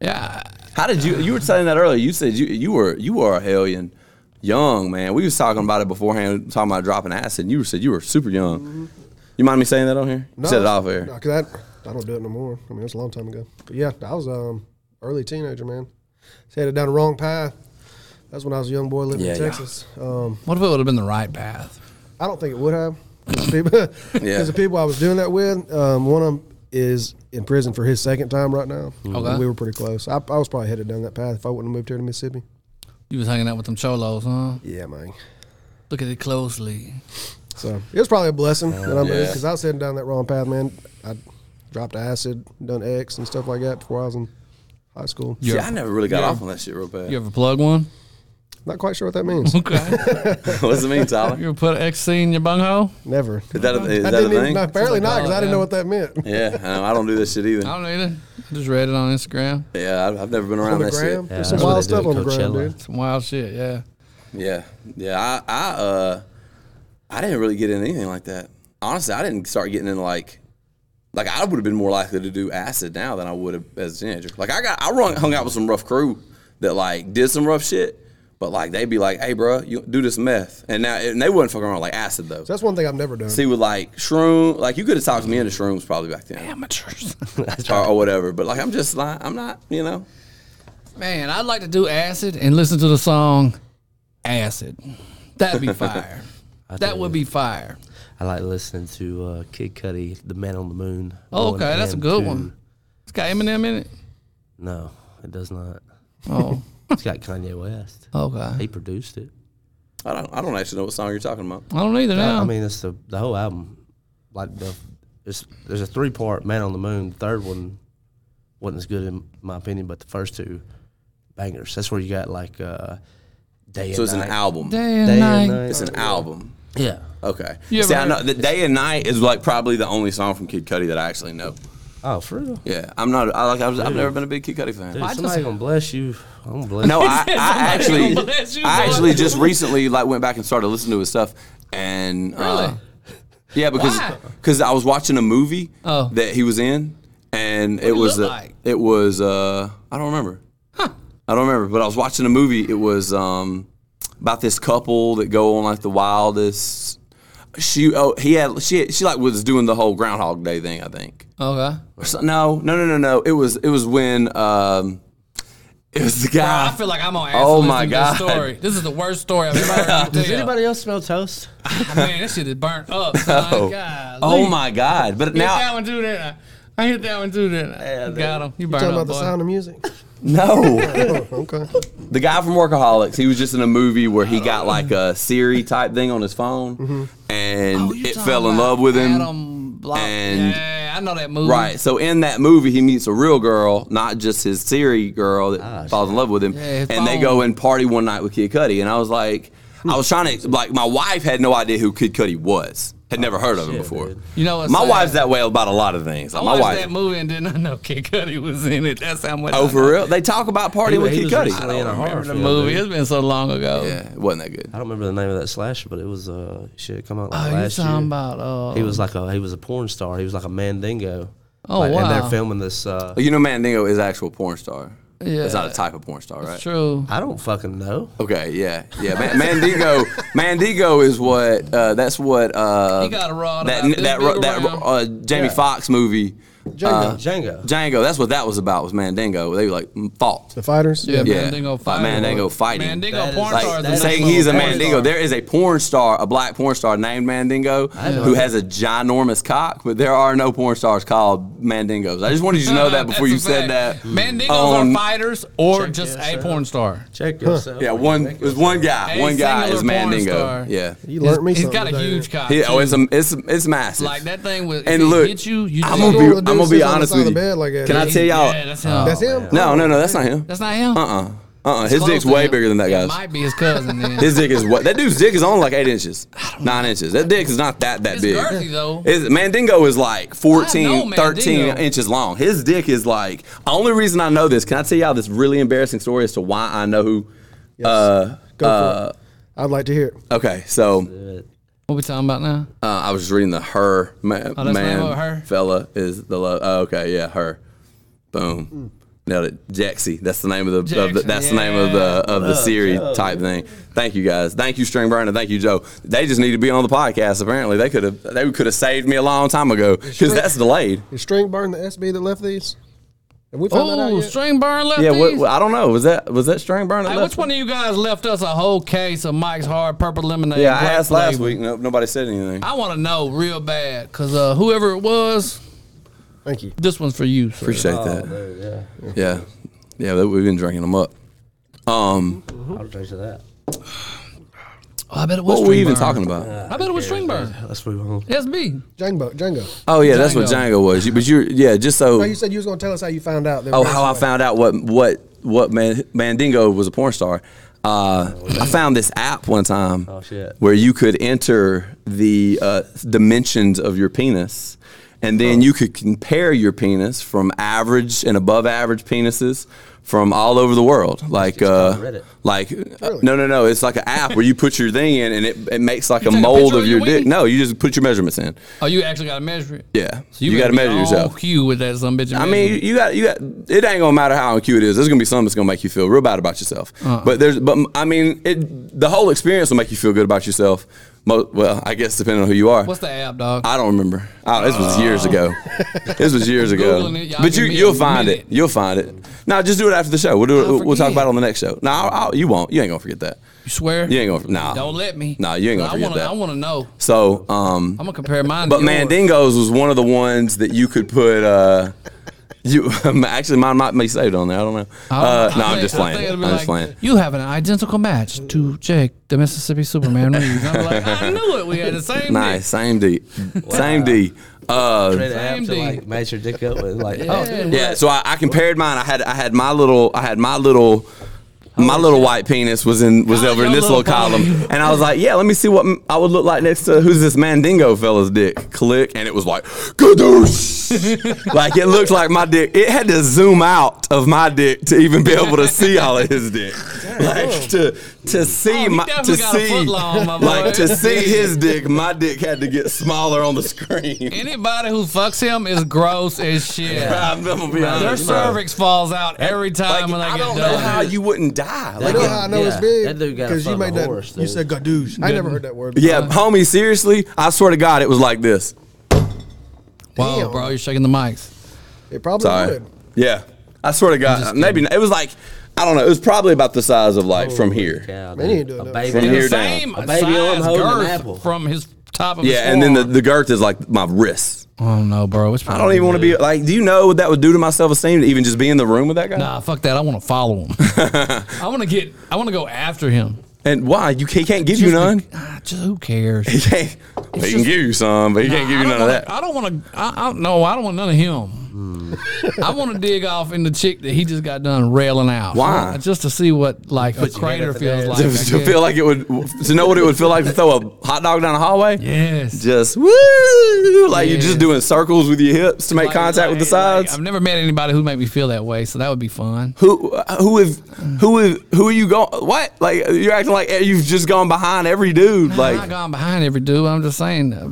S2: Yeah,
S1: How did you? You were saying that earlier. You said you you were you were a hellion, young man. We was talking about it beforehand, talking about dropping acid. You said you were super young. You mind me saying that on here? You said it off air.
S4: No, 'cause that- I don't do it no more. I mean, it's a long time ago. But yeah, I was um early teenager, man. Just headed down the wrong path. That's when I was a young boy living
S1: Yeah,
S4: in
S1: yeah.
S4: Texas. Um,
S2: what if it would have been the right path?
S4: I don't think it would have.
S1: [LAUGHS]
S4: [LAUGHS] Because
S1: Yeah.
S4: the people I was doing that with, um, one of them is in prison for his second time right now.
S2: Okay.
S4: We were pretty close. I, I was probably headed down that path if I wouldn't have moved here to Mississippi.
S2: You was hanging out with them cholos, huh?
S4: Yeah, man.
S2: Look at it closely.
S4: So it was probably a blessing that I moved
S1: Yeah.
S4: because I was heading down that wrong path, man. I dropped acid, done X and stuff like that before I was in high school.
S1: See,
S2: Yeah.
S1: I never really got off on that shit real bad.
S2: You ever plug one?
S4: Not quite sure what that
S2: [LAUGHS]
S4: means.
S2: Okay.
S1: [LAUGHS] What's it mean, Tyler?
S2: You ever put XC in your bunghole?
S4: Never.
S1: Is that a, is
S4: [LAUGHS] I
S1: that a
S4: didn't even,
S1: thing?
S4: no, apparently
S2: Something
S4: not because
S2: like
S4: I didn't
S2: that.
S4: know what that meant.
S1: Yeah, I, know, I don't do that shit either.
S2: I don't need it. I just read it on Instagram.
S1: Yeah, I've, I've never been around
S4: On the
S1: that shit.
S4: gram, there's
S3: that's
S4: some
S3: what
S4: wild
S3: they do
S4: stuff on the
S3: at
S4: gram,
S3: Coachella.
S4: dude.
S2: Some wild shit, yeah.
S1: Yeah, yeah. I, I, uh, I didn't really get into anything like that. Honestly, I didn't start getting into like, like I would have been more likely to do acid now than I would have as a teenager. Like I got, I run, hung out with some rough crew that like did some rough shit, but like they'd be like, "Hey, bro, you do this meth," and now and they wouldn't fuck around with, like acid though.
S4: So that's one thing I've never done.
S1: See, with like shroom, like you could have talked me into shrooms probably back then,
S2: Amateurs.
S1: or, or whatever. But like I'm just like I'm not, you know.
S2: [LAUGHS] Man, I'd like to do acid and listen to the song Acid. That'd be fire. that would be fire.
S3: I like listening to uh, Kid Cudi, The Man on the Moon.
S2: Oh,
S3: one
S2: okay, that's a
S3: and
S2: good
S3: two.
S2: one. It's got Eminem in it.
S3: No, it does
S2: [LAUGHS]
S3: not.
S2: Oh,
S3: It's got Kanye West.
S2: okay.
S3: He produced it.
S1: I don't, I don't actually know what song you're talking about.
S2: I don't either now.
S3: I mean, it's the the whole album. Like the it's, there's a three part Man on the Moon. The third one wasn't as good in my opinion, but the first two bangers. That's where you got like uh, day
S1: So
S3: and
S1: it's an
S3: night.
S1: album.
S2: Day and
S3: Day
S2: night.
S3: and night.
S1: It's an album.
S3: Yeah,
S1: Okay.
S2: You ever
S1: See, I
S2: heard-
S1: know the day and night is like probably the only song from Kid Cudi that I actually know.
S3: oh for real.
S1: Yeah, I'm not. I like. I was, I've never been a big Kid Cudi fan.
S3: Dude,
S2: I
S3: somebody
S2: just-
S3: gonna bless you. I'm gonna bless.
S1: No,
S3: you.
S1: I, I
S2: Somebody [LAUGHS]
S1: actually,
S2: gonna bless you,
S1: I
S2: boy.
S1: actually just recently like went back and started listening to his stuff, and uh,
S2: Really?
S1: yeah, because
S2: Why?
S1: because I was watching a movie
S2: Oh.
S1: that he was in, and it was
S2: look
S1: a-
S2: like?
S1: it was uh, I don't remember, I don't remember, but I was watching a movie. It was um, about this couple that go on like the wildest. She oh he had she she like was doing the whole Groundhog Day thing I think.
S2: okay.
S1: Or so- no no no no no it was it was when um, it was the guy.
S2: I feel like I'm on acid.
S1: Oh,
S2: listening
S1: my
S2: to
S1: God.
S2: This, story. this is the worst story I've ever
S3: Does
S2: heard. tell. Oh,
S3: anybody else smell toast?
S2: Man, this shit is burnt up. Oh, God.
S1: Oh my God! But
S2: Hit that
S1: now,
S2: one too, didn't I? I hit that one too, didn't I? Got him. You burned
S4: Talking
S2: up,
S4: about the
S2: boy.
S4: sound of music.
S1: no,
S4: Oh, okay.
S1: the guy from Workaholics. He was just in a movie where he got like a Siri type thing on his phone, and
S2: Oh, you
S1: it
S2: talking
S1: fell in
S2: about
S1: love with him.
S2: Adam Block.
S1: and-
S2: yeah, I know that movie.
S1: Right. So in that movie, he meets a real girl, not just his Siri girl that falls in love with him,
S2: Ah, Yeah, his
S1: and they
S2: phone.
S1: go and party one night with Kid Cudi. And I was like, I was trying to like, my wife had no idea who Kid Cudi was. Had never heard of him before.
S3: dude.
S2: You know Oh, what's
S1: my
S2: sad?
S1: wife's that way about a lot of things. Like,
S2: I
S1: my
S2: watched
S1: wife.
S2: that movie and didn't know [LAUGHS] Kid Cudi was in it. That's how much. I
S1: Oh,
S2: know.
S1: for real? They talk about partying
S3: He-
S1: with
S3: he
S1: Kid
S3: was
S1: Cudi.
S3: recently in a horror
S2: The
S3: film,
S2: movie.
S3: dude.
S2: It's been so long ago.
S1: Yeah, it wasn't that good.
S3: I don't remember the name of that slasher, but it was uh shit it come out
S2: Oh,
S3: like
S2: you
S3: last year.
S2: talking about? Uh,
S3: He was like a he was a porn star. He was like a mandingo.
S2: Oh,
S3: Like, And
S2: wow.
S3: they're filming this. Uh,
S1: You know, Mandingo is an actual porn star.
S2: Yeah.
S1: it's not a type of porn star, right?
S2: true.
S3: I don't fucking know.
S1: Okay, yeah, yeah.
S2: [LAUGHS]
S1: Ma- Mandingo, Mandingo is what. Uh, that's what. Uh,
S2: He got a rod
S1: That
S2: about this
S1: that
S2: big
S1: that
S2: around.
S1: uh, Jamie Foxx movie
S4: Django.
S3: Django.
S1: Django. That's what that was about. Was Mandingo? They like mm, fought.
S4: the fighters.
S2: Yeah,
S1: Yeah.
S2: Mandingo fighting.
S1: Mandingo fighting.
S2: Mandingo
S3: That is-
S2: porn
S1: Like,
S2: stars
S3: That is
S1: saying
S3: a
S1: he's a
S3: porn
S1: Mandingo. There is a porn star, a black porn star named Mandingo, who has a ginormous cock, but there are no porn stars called Mandingos. I just wanted you to know
S2: [LAUGHS]
S1: that before you said that.
S2: Mandingos
S1: on-
S2: Uh-huh. are fighters or
S3: Check
S2: just
S3: this
S2: a
S3: out.
S2: porn star.
S3: Check yourself.
S1: Yeah, one it was one guy.
S2: A
S1: one guy
S2: singular
S1: is
S2: porn
S1: Mandingo.
S2: star.
S1: Yeah.
S4: You learned me
S2: He's
S4: something.
S2: got a
S4: today.
S2: huge cock.
S1: He, oh,
S2: too.
S1: it's a, it's it's massive.
S2: like that thing with
S1: And
S2: if it
S1: look,
S2: hit you, you
S1: I'm
S2: just
S1: gonna be
S4: Little
S1: I'm
S4: dude
S1: gonna be
S4: sits on the
S1: honest
S4: side of
S1: with
S4: the
S1: you.
S4: bed like that.
S1: Can I tell y'all?
S2: Yeah, that's him.
S4: That's him.
S1: No, no, no, that's not him.
S2: That's not him.
S1: Uh uh-uh. uh. His
S2: Close
S1: dick's
S2: to
S1: way
S2: him.
S1: bigger than that
S2: It
S1: guy's.
S2: might be his cousin then.
S1: His dick is what? That dude's dick is only like eight inches, nine inches. That dick is not that that
S2: It's
S1: big.
S2: girthy, though.
S1: It's- Mandingo is like 14,
S2: I know
S1: 13
S2: Mandingo.
S1: inches long. His dick is like. Only reason I know this, can I tell y'all this really embarrassing story as to why I know who? Uh,
S4: Go for it. I'd like to hear it.
S1: okay, so
S2: what we talking about now?
S1: uh, I was reading the her ma-
S2: Oh, that's
S1: man
S2: not her?
S1: fella is the love. Oh, okay, yeah, her. Boom. Nailed it. Jaxie. That's the name of the, of the
S2: Jaxie,
S1: that's the name of the of the series type thing. Thank you guys. Thank you, String Burner. Thank you, Joe. They just need to be on the podcast. Apparently, they could have they could have saved me a long time ago because that's delayed.
S4: Is String Burn the SB that left these? Have we found that out
S2: Oh,
S4: yet?
S2: string burn left.
S1: Yeah. What,
S2: these?
S1: what- I don't know. Was that was that String Burner?
S2: Hey,
S1: left
S2: which one of you guys left us a whole case of Mike's Hard Purple Lemonade?
S1: Yeah, I
S2: Black
S1: asked last
S2: Label?
S1: week. No, nobody said anything.
S2: I want to know real bad because uh, whoever it was,
S4: Thank you.
S2: this one's for you. Sir.
S1: Appreciate
S3: Oh,
S1: that. Yeah, yeah. that- We've been drinking them up. Um,
S3: I'll drink to that.
S2: Oh, I bet it was.
S1: what were we
S2: string
S1: even
S2: burn.
S1: talking about?
S2: I bet it was string burn.
S3: Let's move on.
S2: SB.
S4: Django. Django.
S1: Oh yeah, that's what Django was. You- But you, yeah, just so.
S4: No, you said you was gonna tell us how you found out.
S1: Oh, how I found out what what what Man- Mandingo was a porn star. Uh, I found this app one time
S3: Oh, shit.
S1: where you could enter the uh, dimensions of your penis, and then you could compare your penis from average and above average penises from all over the world. Like,
S3: called
S1: uh,
S3: Reddit.
S1: like uh, no, no, no. It's like an app where you put your thing in, and it, it makes like
S2: You
S1: a
S2: take a
S1: mold
S2: picture
S1: of
S2: of
S1: your
S2: your
S1: dick.
S2: wing?
S1: No, you just put your measurements in.
S2: Oh, you actually got to measure it.
S1: Yeah,
S2: So
S1: you got to
S2: gotta be
S1: measure yourself.
S2: On cue with that some bitch.
S1: I mean, you, you got you got. It ain't gonna matter how on cue it is. There's gonna be something that's gonna make you feel real bad about yourself.
S2: Uh-uh.
S1: But there's, but I mean, it. The whole experience will make you feel good about yourself. Mo- well, I guess depending on who you are.
S2: what's the app, dog?
S1: I don't remember. Oh, this was years ago. this was years ago.
S2: Googling it, y'all
S1: But
S2: give
S1: you
S2: me a
S1: you'll find it.
S2: minute.
S1: You'll find it. No, just do it after the show. We'll do
S2: I'll
S1: it. We'll talk
S2: forget.
S1: about it on the next show. No, I'll, I'll- you won't. You ain't gonna forget that.
S2: you swear?
S1: You ain't gonna. Nah.
S2: Don't let me.
S1: Nah, you ain't gonna
S2: I
S1: forget
S2: wanna,
S1: that.
S2: I want to know.
S1: So, um,
S2: I'm gonna compare mine.
S1: But
S2: to yours.
S1: Mandingo's was one of the ones that you could put. Uh, [LAUGHS] you actually mine might be saved on there. I don't know. Uh,
S2: I
S1: no, I'm
S2: think-
S1: just
S2: I
S1: playing.
S2: think
S1: I'm
S2: it'll be
S1: just
S2: like,
S1: playing.
S2: You have an identical match to Jake, the Mississippi Superman Reeves. I'm like,
S1: [LAUGHS]
S2: I knew it. We had the same.
S1: Nice, same D, same D. Uh,
S3: Trade an app
S2: Same
S3: to like
S2: deal.
S3: match your dick up with like.
S2: dick.
S3: Oh,
S1: yeah. So I, I compared mine. I had I had my little I had my little. My little white penis was in was
S2: God,
S1: over in
S2: your
S1: this little
S2: little
S1: column,
S2: body.
S1: and I was like, "Yeah, let me see what m- I would look like next to who's this Mandingo fella's dick." Click, and it was like, "Gadoosh!" [LAUGHS] like it looked like my dick. It had to zoom out of my dick to even be able to see all of his dick, like to to see
S2: he
S1: my to
S2: Oh, definitely got a
S1: see
S2: foot long, my boy.
S1: like to see his dick. My dick had to get smaller on the screen.
S2: [LAUGHS]
S1: [LAUGHS]
S2: Anybody who fucks him is gross as shit.
S1: I'm gonna be
S2: Their
S1: honest. bro.
S2: cervix falls out every
S1: Like,
S2: time when they
S1: I
S2: get
S1: don't
S2: done.
S1: know how you wouldn't die.
S4: You
S1: Like,
S4: know how I know
S3: Yeah,
S4: it's big?
S3: that dude got a
S4: you
S3: fucking
S4: made that.
S3: horse,
S4: you
S3: dude.
S4: said gadoosh. I never heard that word.
S1: yeah,
S2: uh,
S1: homie, seriously, I swear to God, it was like this.
S2: Whoa,
S4: Damn.
S2: bro, you're shaking the mics.
S4: It probably
S1: Sorry.
S4: would.
S1: Yeah, I swear to God, maybe not. it was like I don't know. It was probably about the size of like from here.
S3: cow,
S4: Man, he ain't
S3: dude.
S4: doing that.
S3: A baby.
S1: From
S2: The
S1: here down.
S2: same
S3: A baby on
S2: size
S3: holding an
S2: girth
S3: apple.
S2: from his top of his
S1: Yeah, and then the,
S2: forearm.
S1: the girth is like my wrist.
S2: oh no, bro, it's
S1: I don't even want to be like. Do you know what that would do to my self esteem to even just be in the room with that guy?
S2: Nah, fuck that. I want to follow
S1: [LAUGHS]
S2: him. I want to get. I want to go after him.
S1: And why you can't, he can't give you none?
S2: Ah, just who cares?
S1: He can't. He can
S2: just-
S1: give you some, but he can't give
S2: I
S1: you
S2: don't
S1: none of
S2: wanna-
S1: that. Hmm.
S2: I don't want to. I, I no, I don't want none of him. I want to dig off in the chick that he just got done railing out.
S1: Why?
S2: Just to see what like a crater
S3: up in
S1: [LAUGHS]
S3: there.
S2: feels like.
S1: To,
S2: I
S1: to
S2: guess.
S1: feel like it would, to know what it would feel like to throw a hot dog down the hallway.
S2: yes.
S1: just woo, like you're
S2: Yeah.
S1: just doing circles with your hips to make
S2: Like-
S1: contact with the
S2: like-
S1: sides.
S2: I've never met anybody who made me feel that way, so that would be fun.
S1: who who have who have, who are you going? What like you're acting like eh, you've just gone behind every dude.
S2: Like, I'm not
S1: Like
S2: gone behind every dude. I'm just saying. uh,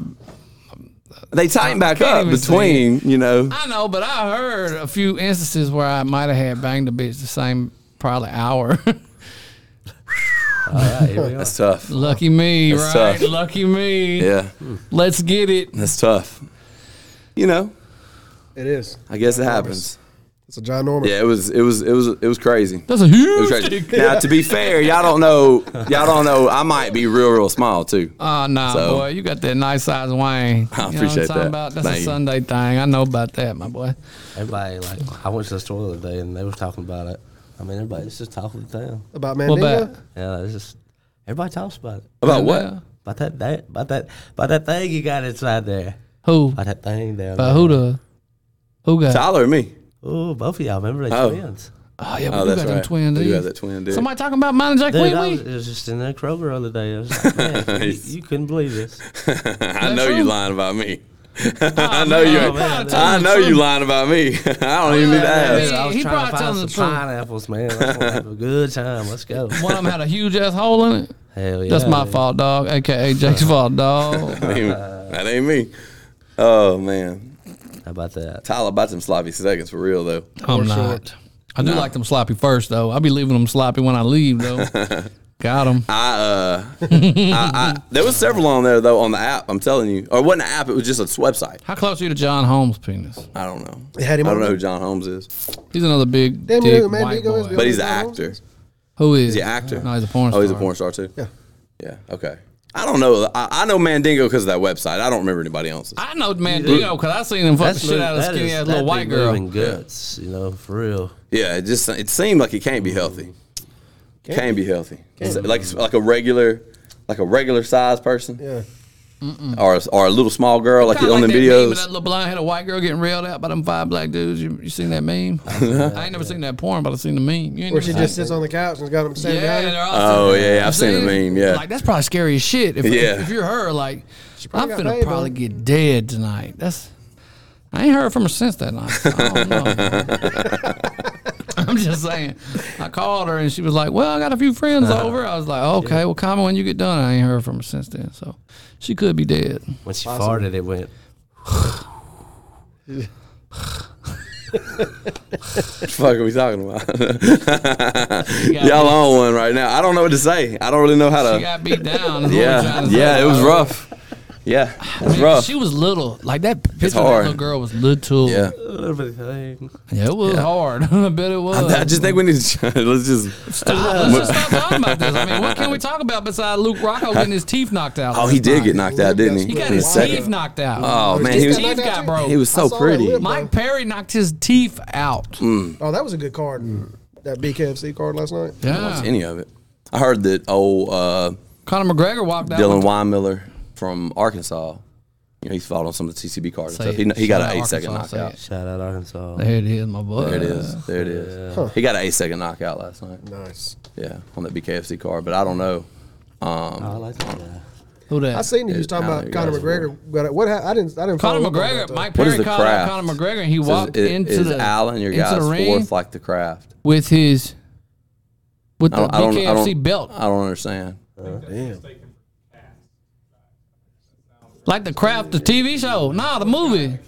S1: they tighten back
S2: can't
S1: up
S2: even see
S1: between you know.
S2: I know, but I heard a few instances where I might have had banged a bitch the same probably hour. [LAUGHS]
S3: Yeah, here we are.
S1: That's tough.
S2: Lucky me,
S1: That's
S2: right?
S1: tough.
S2: Lucky me.
S1: Yeah,
S2: Let's get it.
S1: that's tough. You know,
S4: It is.
S1: I guess it happens.
S4: It's a ginormous.
S1: Yeah, it was it was it was it was crazy.
S2: That's a
S1: It was
S2: huge [LAUGHS]
S1: crazy.
S2: dick.
S1: Now to be fair, y'all don't know y'all don't know I might be real real small too.
S2: Oh, nah,
S1: So-
S2: boy. You got that nice size wang.
S1: [LAUGHS] I
S2: you know what I'm
S1: appreciate
S2: talking
S1: that.
S2: about? That's
S1: Thank
S2: a
S1: you.
S2: Sunday thing. I know about that, my boy.
S3: Everybody like I went to the store the other day and they was talking about it. I mean, everybody's just talking to town.
S4: About
S2: What
S4: Mandingo?
S2: about?
S3: Yeah, it's just everybody talks about it.
S1: About what?
S3: About that, that, about that, about that thing you got inside there.
S2: Who?
S3: About that thing down
S2: About
S3: there.
S2: who the? Who got?
S1: Tyler or me?
S3: Oh, both of y'all remember they
S1: Oh.
S3: twins?
S2: Oh yeah, we
S1: Oh,
S2: do got
S1: that's
S2: them
S1: right.
S2: twin
S1: We do
S2: dudes.
S1: have that twin dude.
S2: Somebody talking about mine and Jack
S3: Dude,
S2: Wee
S3: I was,
S2: Wee.
S3: it was just in that Kroger the other day. I was
S1: [LAUGHS]
S3: like, man, you, you couldn't believe this.
S1: [LAUGHS] I know you
S2: true?
S1: lying about me. [LAUGHS] I know you.
S2: man, that's
S1: I know
S2: true.
S1: you lying about me. [LAUGHS] I don't even need to
S2: man,
S1: ask.
S2: man.
S3: I was
S2: he
S3: trying
S2: probably
S3: to
S2: telling
S3: find
S2: the
S3: some
S2: truth.
S3: pineapples, man. I was gonna have a good time. Let's
S2: [LAUGHS]
S3: go.
S2: One of them had a huge ass hole in it.
S3: Hell yeah.
S2: That's my
S3: man.
S2: fault, dog. AKA Jake's
S1: [LAUGHS]
S2: fault, dog.
S1: That ain't- that ain't me. Oh man,
S3: How about that?
S1: Tyler about them sloppy seconds for real though.
S2: I'm not. I do like them sloppy first though. I be leaving them sloppy when I
S1: [LAUGHS]
S2: leave though. Got them.
S1: I uh, I, I, there was several on there though on the app. I'm telling you, or it wasn't an app. It was just a website.
S2: How close are you to John Holmes' penis?
S1: I don't know.
S4: It had
S1: I
S4: him
S1: don't
S4: on
S1: know
S4: there?
S1: who John Holmes is,
S2: He's another big
S4: Damn,
S2: dick
S4: you know, man,
S2: white
S4: Diego is
S2: boy.
S4: the-
S1: but he's an
S4: John Holmes?
S1: actor.
S2: Who is?
S1: He's an actor.
S2: No, he's a porn
S1: Oh, he's a
S2: star.
S1: porn star too.
S4: Yeah.
S1: Yeah. Okay. I don't know. I, I know Mandingo because of that website. I don't remember anybody else's.
S2: I know Mandingo because I seen him fuck the shit
S3: mov-
S2: out of
S3: that
S2: skinny
S3: is- that
S2: ass little
S3: be
S2: white girl.
S3: Moving guts, you know, for real.
S1: Yeah, it just it seemed like it can't be healthy. Can't, be healthy. It's like like a regular like a regular size person
S4: Yeah.
S1: or a, or a little small girl like
S2: Kinda
S1: on
S2: like
S1: the
S2: that Meme of
S1: videos. [LAUGHS]
S2: that little blonde headed white girl getting railed out by them five black dudes. You, you seen that
S1: [LAUGHS]
S2: meme? I ain't never seen that porn, but I seen the meme. You ain't
S4: Where
S2: never
S4: she
S2: seen
S4: just sits on the couch and's got him
S2: yeah,
S4: sitting down.
S2: they're all
S1: Oh
S2: sitting there.
S1: yeah, I've
S2: You
S1: seen the
S2: seen
S1: meme.
S2: it?
S1: Yeah,
S2: Like that's probably scary as shit. If,
S1: Yeah.
S2: if you're her, like I'm
S4: probably got
S2: finna
S4: paid,
S2: probably
S4: though.
S2: get dead tonight. That's I ain't heard from her since that night. so I don't know. [LAUGHS] I'm just saying. I called her and she was like, "Well, I got a few friends over." I was like, "Okay, well, comment when you get done." I ain't heard from her since then, so she could be dead.
S3: When she farted, it went.
S1: what the fuck are we talking about? [LAUGHS] Y'all on one right now. I don't know what to say. I don't really know how
S2: She
S1: to.
S2: got beat down. is what I'm
S1: Yeah,
S2: trying to
S1: yeah,
S2: say.
S1: it was rough. Yeah, it was
S2: Man,
S1: rough.
S2: She was little, like that picture. Of that
S1: hard.
S2: little girl was little.
S1: Yeah,
S3: Everything.
S2: yeah it was hard. [LAUGHS] I bet it was.
S1: I just think we need to [LAUGHS] let's just.
S2: Stop. Let's just
S1: [LAUGHS]
S2: stop talking about this. I mean, what can we talk about besides Luke Rocco getting his teeth knocked out?
S1: Oh, he
S2: last
S1: did
S2: night?
S1: get knocked out, didn't he?
S4: He
S2: He got
S1: In
S2: his
S1: his second.
S2: teeth knocked out.
S1: Oh man,
S4: His
S1: he was
S2: teeth
S4: knocked out
S2: got
S4: too?
S2: broke.
S1: he was
S4: I
S1: so
S4: saw that
S1: pretty.
S4: lip.
S2: Mike Perry knocked his teeth out.
S1: Mm.
S4: Oh, that was a good card. That BKFC card last night.
S1: watch
S2: Yeah.
S1: any of it. I heard that old uh,
S2: Conor McGregor walked out.
S1: Dylan
S2: with-
S1: Weinmiller from Arkansas. You know, he's fought on some of the TCB cards.
S2: Say
S1: and stuff. He,
S2: it.
S1: he got
S2: Shout
S1: an
S2: out
S1: eight second
S2: Arkansas,
S1: knockout.
S2: say
S3: Shout out Arkansas.
S2: There it is, my boy.
S1: There it is. There it is. He got an eight second knockout last night.
S4: Nice.
S1: Yeah, on that BKFC card. But I don't know.
S3: I like that. guy.
S2: Who
S4: I
S2: that?
S4: seen you was talking
S1: Yeah,
S4: about
S1: you
S4: Conor
S1: guys
S4: McGregor. But what hap- I didn't I didn't follow
S2: Conor
S4: up on
S2: McGregor.
S4: that, though.
S2: Mike
S1: What
S2: Perry
S1: is the
S2: called out
S1: craft?
S2: Conor McGregor, and he
S1: Is-
S2: walked
S1: is,
S2: into
S1: is
S2: the
S1: Allen your
S2: into
S1: guy's
S2: the ring
S1: fourth like the craft?
S2: with his with
S1: I
S2: the
S1: don't, I don't, I
S2: BKFC
S1: don't,
S2: belt.
S1: I don't understand.
S2: Like the craft, the TV show. Nah, the movie.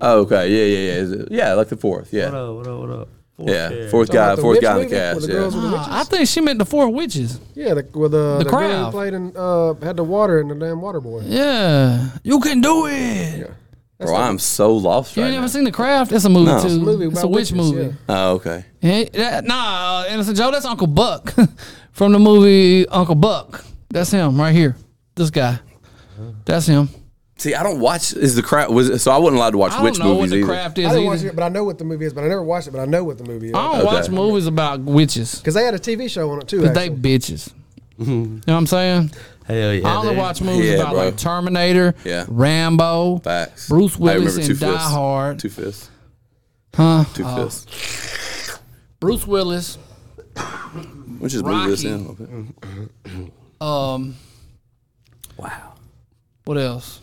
S1: Oh, okay. Yeah, yeah, yeah. Is it- Yeah, like the fourth.
S3: What
S1: Yeah,
S3: up? What up? What up? Fourth
S1: yeah.
S3: chair.
S1: Fourth
S4: Talking about
S1: guy,
S4: the
S1: fourth
S4: witch
S1: guy in the
S4: movie
S1: cast.
S4: with the
S1: Yeah.
S4: girls with the
S2: Nah, I think she meant the four witches.
S4: Yeah, the, with the, the, girl
S2: crowd.
S4: who played in uh, had the water and the damn water boy.
S2: Yeah, you can do it.
S1: Bro, I'm so lost
S2: You
S1: right
S2: ain't
S1: now.
S2: never seen The Craft? It's a movie
S1: No. It's
S2: too. It's
S1: a
S2: a,
S4: movie about
S2: witch
S4: witches,
S2: movie.
S1: Oh, okay.
S2: Yeah, that- nah, uh, Innocent Joe, that's Uncle Buck [LAUGHS] from the movie Uncle Buck. That's him right here. This guy. That's him.
S1: See, I don't watch. Is the craft was it- so I wasn't allowed to watch
S2: I
S1: witch
S2: don't know what
S1: movies
S2: The
S1: either.
S2: Craft is
S4: I didn't watch
S2: either.
S4: it, but I know what the movie is. But I never watched it, but I know what the movie is.
S2: I don't
S1: Okay.
S2: watch movies about witches.
S4: Because they had a TV show on it too.
S2: 'cause they
S4: Actually.
S2: bitches.
S4: [LAUGHS]
S2: You know what I'm saying?
S3: Hell yeah.
S2: I only
S3: dude.
S2: watch movies
S1: Mm-hmm. Yeah,
S2: about
S1: bro.
S2: like Terminator,
S1: Yeah.
S2: Rambo,
S1: Facts.
S2: Bruce
S1: I
S2: Willis,
S1: remember
S2: and
S1: Two
S2: Die
S1: Fists.
S2: Hard.
S1: Two fists.
S2: Huh? Uh,
S1: Two fists.
S2: Bruce Willis,
S1: We just move this
S2: Rocky.
S1: in a little bit.
S2: um,
S1: Wow.
S2: what else?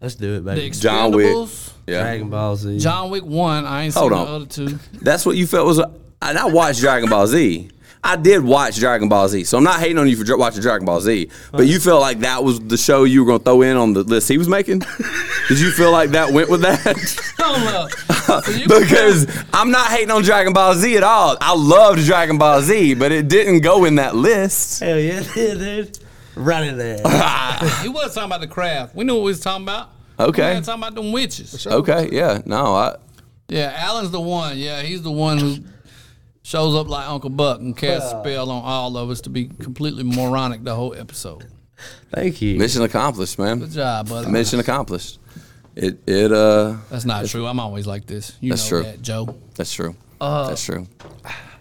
S3: Let's do it,
S2: The
S3: baby.
S1: John Wick.
S2: Expendables.
S1: Yeah.
S3: Dragon Ball Z.
S2: John Wick one. I ain't
S1: Hold
S2: seen
S1: on.
S2: the other two.
S1: [LAUGHS] That's what you felt was. And I watched Dragon Ball Z. I did watch Dragon Ball Z, so I'm not hating on you for dr- watching Dragon Ball Z. But you felt like that was the show you were going to throw in on the list he was making. Did you feel like that went with that?
S2: Hold up. So you
S1: because I'm not hating on Dragon Ball Z at all. I loved Dragon Ball Z, but it didn't go in that list.
S3: Hell yeah, [LAUGHS] dude. Right in there.
S2: He was talking about the craft. We knew what we was talking about. Man,
S1: Okay.
S2: talking about them witches.
S1: Okay. Yeah. No. I.
S2: Yeah, Alan's the one. Yeah, he's the one who shows up like Uncle Buck and casts a spell on all of us to be completely moronic the whole episode.
S3: Thank you.
S1: Mission accomplished, man.
S2: Good job, buddy.
S1: Mission accomplished. It. It. Uh.
S2: That's not true. I'm always like this. You
S1: That's true.
S2: know that, Joe.
S1: That's true.
S2: Uh,
S1: That's true.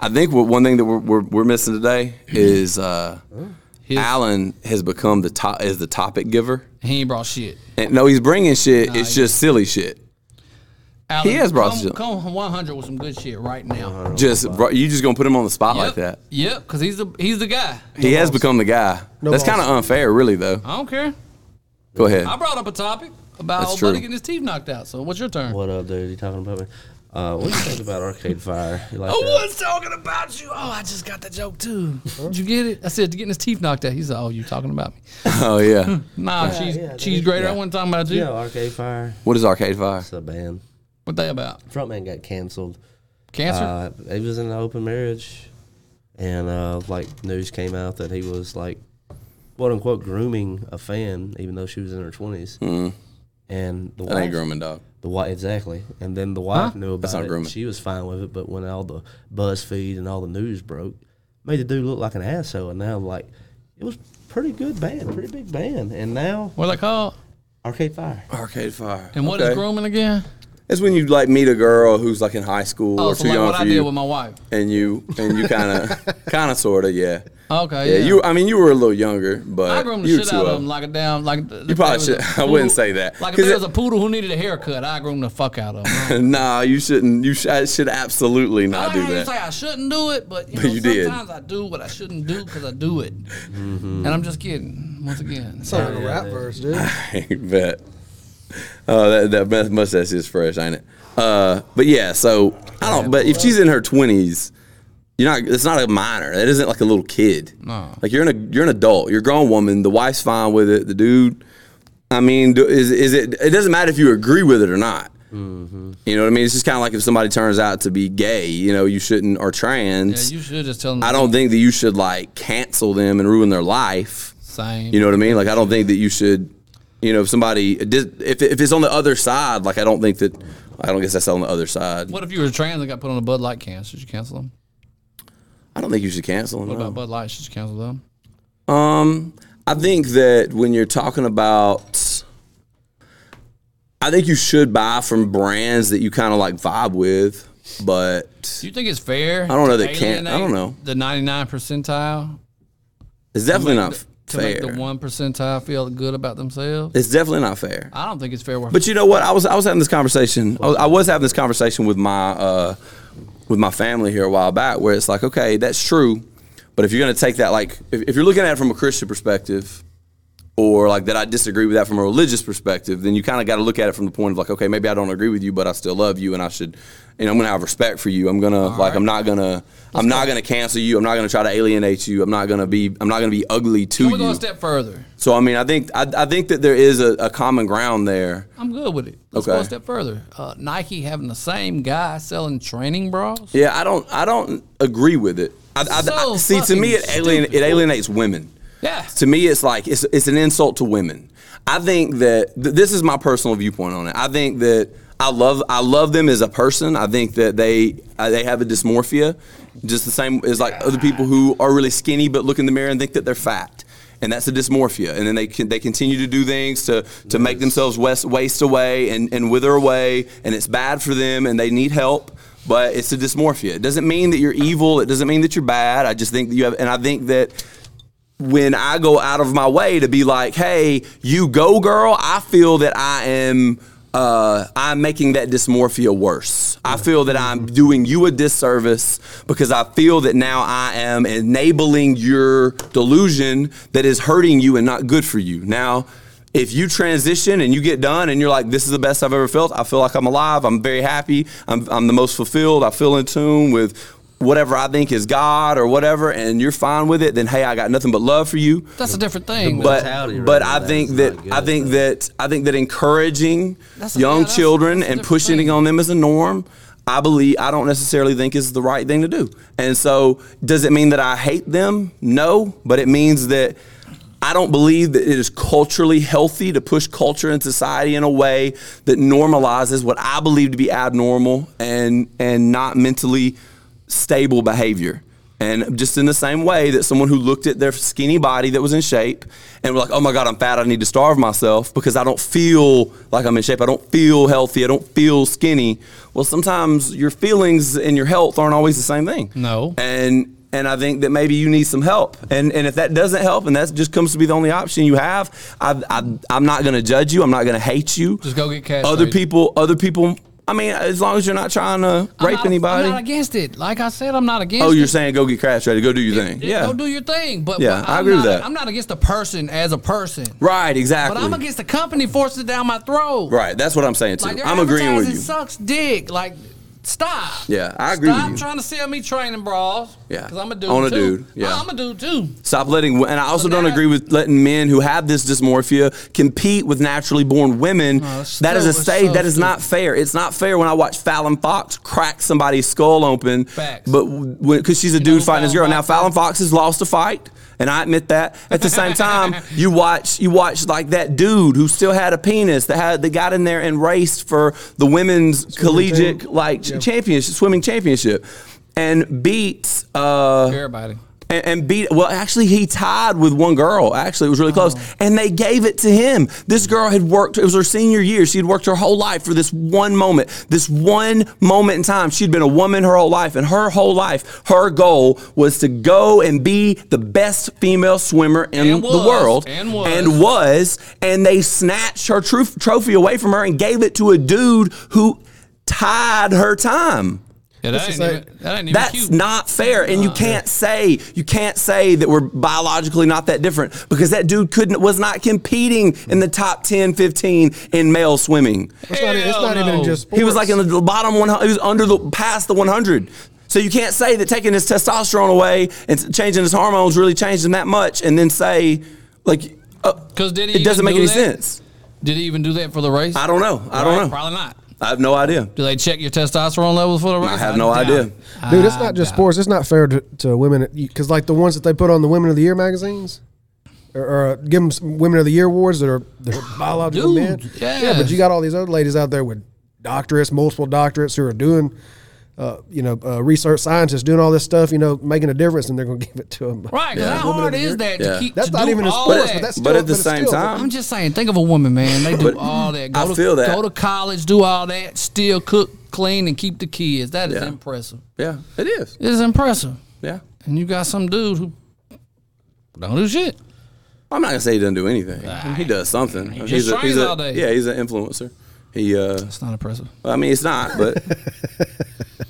S1: I think what, one thing that we're, we're, we're missing today is uh,
S2: Mm-hmm. His-
S1: Alan has become the top is the topic giver.
S2: He ain't brought shit.
S1: And no, he's bringing shit.
S2: Nah,
S1: it's
S2: he-
S1: just silly shit.
S2: Alan,
S1: He has brought
S2: come,
S1: shit.
S2: Come 100 with some good shit right now.
S1: Just bro, you just gonna put him on the spot like
S2: Yep.
S1: that.
S2: Yep, because he's the he's the guy.
S1: He has become the guy.
S4: No
S1: That's
S4: balls.
S1: kind of unfair, really, though.
S2: I don't care.
S1: Go ahead.
S2: I brought up a topic about
S1: That's
S2: old buddy
S1: true.
S2: getting his teeth knocked out. So what's your turn?
S3: What up, dude? You talking about me? Uh, what do you think about Arcade Fire? You like
S2: I
S3: that?
S2: was Oh, talking about you. Oh, I just got the joke too. Did you get it? I said getting his teeth knocked out. He said, "Oh, you talking about me?"
S1: oh
S2: [LAUGHS]
S1: yeah.
S2: Nah, cheese,
S3: yeah,
S2: cheese
S3: dude.
S2: grater. I
S3: Yeah.
S2: wasn't talking about you.
S3: Yeah, Arcade Fire.
S1: What is Arcade Fire?
S3: It's a band.
S2: What they about?
S3: Frontman got canceled.
S2: Cancer?
S3: Uh, he was in an open marriage, and uh, like news came out that he was like, quote unquote, grooming a fan, even though she was in her 20s And the
S1: Mm-hmm. That ain't
S3: wife,
S1: grooming, dog.
S3: the wife, exactly. And then the wife knew about
S1: That's not
S3: it.
S1: grooming.
S3: She was fine with it, but when all the BuzzFeed and all the news broke, made the dude look like an asshole. And now, like, it was pretty good band, pretty big band. And now,
S2: what they called?
S3: Arcade Fire.
S1: Arcade Fire.
S2: And what is grooming again?
S1: It's when you like meet a girl who's like in high school
S2: Oh,
S1: or
S2: so
S1: too
S2: like
S1: young
S2: what
S1: for
S2: I
S1: you,
S2: did with my wife.
S1: and you and you kind
S2: [LAUGHS]
S1: of, kind of, sort of, yeah.
S2: Okay,
S1: Yeah,
S2: yeah.
S1: you. I mean, you were a little younger, but
S2: I groomed the
S1: you uh,
S2: shit
S1: two
S2: out of
S1: of
S2: them like a damn like.
S1: You probably should. [LAUGHS] I wouldn't say that.
S2: Like if
S1: 'Cause
S2: there
S1: it-
S2: was a poodle who needed a haircut, I groomed the fuck out of
S1: [LAUGHS]
S2: him.
S1: nah, you shouldn't. You should, should absolutely not
S2: I
S1: do
S2: hate to
S1: that.
S2: say I shouldn't do it, but you,
S1: [LAUGHS] But
S2: know,
S1: you did.
S2: sometimes I do what I shouldn't do because I do it, and I'm just kidding. Once again,
S4: Sound like a rap verse, dude.
S1: I [LAUGHS] bet. Oh, that, that mustache is fresh, ain't it? Uh, but yeah, so I don't. But if she's in her twenties, you're not. It's not a minor. That isn't like a little kid.
S2: No.
S1: Like you're an you're an adult. You're a grown woman. The wife's fine with it. The dude. I mean, do, is is it? It doesn't matter if you agree with it or not.
S2: Mm-hmm.
S1: You know what I mean? It's just kind of like if somebody turns out to be gay, you know, you shouldn't or
S2: yeah,
S1: trans.
S2: you should just tell them.
S1: I don't think that you should like cancel them and ruin their life.
S2: Same.
S1: You know what I mean? Like I don't think that you should. You know, if somebody if if it's on the other side, like I don't think that. I don't guess that's on the other side.
S2: What if you were trans and got put on a Bud Light can? Should you cancel them?
S1: I don't think you should cancel
S2: What
S1: them.
S2: about Bud Light? Should you cancel them?
S1: Um, I think that when you're talking about, I think you should buy from brands that you kind of like vibe with, but
S2: Do you think it's fair?
S1: I don't know
S2: to
S1: that can't- I
S2: alienate
S1: don't know.
S2: The 99 percentile
S1: it's definitely not
S2: to
S1: fair.
S2: make the one percentile feel good about themselves.
S1: It's definitely not fair.
S2: I don't think it's fair.
S1: But you know what? I was I was having this conversation. I was, I was having this conversation with my uh, with my family here a while back, where it's like, okay, that's true, but if you're going to take that, like, if, if you're looking at it from a Christian perspective, or like that, I disagree with that from a religious perspective, then you kind of got to look at it from the point of like, okay, maybe I don't agree with you, but I still love you, and I should, and I'm going to have respect for you. I'm gonna like, I'm not gonna, I'm not gonna cancel you. I'm not gonna try to alienate you. I'm not gonna be, I'm not gonna be ugly to
S2: we're
S1: you.
S2: going a step further.
S1: so I mean, I think, I, I think that there is a, a common ground there.
S2: I'm good with it. Let's
S1: Okay.
S2: go a step further. Uh, Nike having the same guy selling training bras.
S1: Yeah, I don't I don't agree with it. I, I,
S2: So
S1: I- see to me it
S2: fucking
S1: alien, it
S2: stupid.
S1: alienates women.
S2: Yeah.
S1: To me it's like it's it's an insult to women. I think that th- this is my personal viewpoint on it. I think that I love I love them as a person. I think that they uh, they have a dysmorphia just the same as like other people who are really skinny but look in the mirror and think that they're fat. And that's a dysmorphia, and then they can, they continue to do things to, to make themselves west, waste away and, and wither away, and it's bad for them, and they need help but it's a dysmorphia. It doesn't mean that you're evil. It doesn't mean that you're bad. I just think that you have, and I think that when I go out of my way to be like, "Hey, you go, girl," I feel that I am. Uh, I'm making that dysmorphia worse. I feel that I'm doing you a disservice because I feel that now I am enabling your delusion that is hurting you and not good for you. Now, if you transition and you get done and you're like, this is the best I've ever felt, I feel like I'm alive, I'm very happy, I'm, I'm the most fulfilled, I feel in tune with whatever I think is God or whatever, and you're fine with it, then hey, I got nothing but love for you.
S2: That's a different thing.
S1: But,
S3: mentality right
S1: but
S3: now,
S1: I
S3: that's
S1: think
S3: not
S1: that I
S3: good,
S1: think
S3: though.
S1: that I think that encouraging
S2: That's a- yeah,
S1: young
S2: that's-
S1: children
S2: that's a
S1: and
S2: different
S1: pushing
S2: thing.
S1: on them as a norm, I believe I don't necessarily think is the right thing to do. And so, does it mean that I hate them? No, but it means that I don't believe that it is culturally healthy to push culture and society in a way that normalizes what I believe to be abnormal and and not mentally stable behavior. And just in the same way that someone who looked at their skinny body that was in shape and were like, oh my God, I'm fat, I need to starve myself because I don't feel like I'm in shape. I don't feel healthy. I don't feel skinny. Well, sometimes your feelings and your health aren't always the same thing.
S2: No.
S1: And and I think that maybe you need some help. And and if that doesn't help and that just comes to be the only option you have, I, I, I'm not going to judge you. I'm not going to hate you.
S2: Just go get castrated.
S1: Other people, other people, I mean, as long as you're not trying to
S2: I'm
S1: rape
S2: not-
S1: anybody.
S2: I'm not against it. Like I said, I'm not against
S1: Oh,
S2: it.
S1: you're saying go get castrated, go do your thing.
S2: Just
S1: yeah.
S2: Go do your thing. But
S1: Yeah,
S2: but
S1: I
S2: I'm
S1: agree with
S2: not-
S1: that.
S2: I'm not against the person as a person.
S1: right, exactly.
S2: But I'm against the company forcing it down my throat.
S1: right, that's what I'm saying too.
S2: Like their
S1: I'm agreeing with
S2: advertising
S1: you.
S2: Sucks dick. Like stop.
S1: Yeah, I agree
S2: Stop
S1: with you.
S2: trying to sell me training bras.
S1: Yeah.
S2: Because I'm a dude.
S1: On a
S2: too.
S1: dude, yeah.
S2: I'm a dude too.
S1: Stop letting, and I also
S2: So
S1: don't
S2: now-
S1: agree with letting men who have this dysmorphia compete with naturally born women.
S2: Oh, that's
S1: that is a
S2: so-
S1: stage.
S2: so
S1: that is not fair. It's not fair when I watch Fallon Fox crack somebody's skull open,
S2: Facts.
S1: but because she's a
S2: know
S1: dude
S2: who
S1: fighting his girl.
S2: Fallon
S1: Now
S2: Fox
S1: Fallon Fox has lost a fight. And I admit that. At the same
S2: [LAUGHS]
S1: time, you watch you watch like that dude who still had a penis that had that got in there and raced for the women's collegiate
S4: team.
S1: like ch- championship swimming championship, and beats uh,
S2: Everybody.
S1: and, and beat. Well, actually, he tied with one girl. Actually, it was really close,
S2: Oh.
S1: and they gave it to him. This girl had worked. It was her senior year. She had worked her whole life for this one moment. This one moment in time. She'd been a woman her whole life, and her whole life, her goal was to go and be the best female swimmer in
S2: And was,
S1: the world,
S2: and was.
S1: and was, and they snatched her tro- trophy away from her and gave it to a dude who tied her time.
S2: Yeah, that, ain't
S4: the
S2: even,
S4: same-
S2: that ain't even
S1: That's
S2: cute.
S1: not fair, and you can't say you can't say that we're biologically not that different because that dude couldn't was not competing in the top 10, 15 in male swimming.
S4: It's not, it's
S2: Hell
S4: not
S2: no.
S4: even just sports.
S1: He was like in the bottom one. He was under the past the one hundred. So you can't say that taking his testosterone away and changing his hormones really changed him that much, and then say like uh,
S2: 'Cause did he
S1: it doesn't
S2: even
S1: make
S2: do
S1: any
S2: that?
S1: sense.
S2: Did he even do that for the race?
S1: I don't know. I don't
S2: Right?
S1: know.
S2: Probably not.
S1: I have no idea.
S2: Do they check your testosterone levels for the race?
S1: I have no
S2: doubt
S1: idea.
S2: it.
S4: Dude, it's
S2: I
S4: not just
S2: doubt it.
S4: sports. It's not fair to, to women because, like, the ones that they put on the Women of the Year magazines or, or uh, give them some Women of the Year awards that are they're biological
S2: Dudes,
S4: men. Yeah, but
S2: yes.
S4: you got all these other ladies out there with doctorates, multiple doctorates who are doing, uh, you know, uh, research scientists doing all this stuff, you know, making a difference, and they're going to [LAUGHS] give it to them.
S2: Right, 'cause how
S4: Woman of
S2: hard
S4: the
S2: is
S4: year.
S2: that
S1: Yeah.
S2: to keep
S4: That's
S2: to
S4: not
S2: do
S4: even a
S2: all
S4: sport,
S2: that?
S4: but that's
S1: But
S4: still,
S1: at the same
S4: it's still-
S1: time-
S2: I'm just saying, think of a woman, man. They do
S1: But
S2: all that.
S1: I
S2: Go to,
S1: feel that.
S2: Go to college, do all that, still cook, clean, and keep the kids. That is
S1: Yeah.
S2: impressive.
S1: Yeah, it is.
S2: It is impressive.
S1: Yeah,
S2: And you got some dude who don't do shit.
S1: I'm not gonna say he doesn't do anything. he does something. he's a,
S2: just
S1: he's
S2: trains
S1: a,
S2: all day.
S1: Yeah, he's an influencer. He, uh,
S2: It's not impressive.
S1: I mean, it's not,
S2: [LAUGHS]
S1: but
S4: [LAUGHS]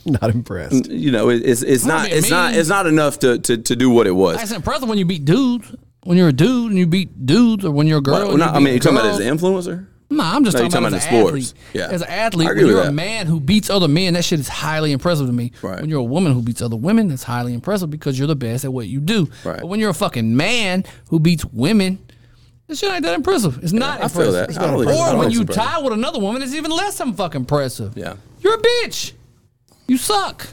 S4: Not impressed.
S1: you know, it, it's it's not
S2: being
S1: it's not
S2: mean.
S1: it's not enough to, to, to do what it was.
S2: That's impressive when you beat dudes. When you're a dude and you beat dudes, or when you're a girl.
S1: Well,
S2: and you
S1: not- I
S2: beat
S1: mean,
S2: a
S1: you're talking about
S2: girl.
S1: as an influencer.
S2: No, I'm just
S1: No,
S2: talking,
S1: you're talking
S2: about,
S1: about
S2: as an
S1: in sports.
S2: athlete.
S1: Yeah.
S2: As an
S1: I
S2: athlete,
S1: agree
S2: when
S1: with
S2: you're
S1: that.
S2: a man who beats other men, that shit is highly impressive to me.
S1: Right.
S2: When you're a woman who beats other women, that's highly impressive because you're the best at what you do.
S1: Right.
S2: But when you're a fucking man who beats women, this shit ain't that impressive. It's not
S1: I feel
S2: impressive.
S1: that. I don't think- I
S2: or
S1: don't
S2: when
S1: think
S2: you
S1: it's impressive.
S2: tie with another woman, it's even less than fucking impressive.
S1: Yeah.
S2: You're a bitch. You suck.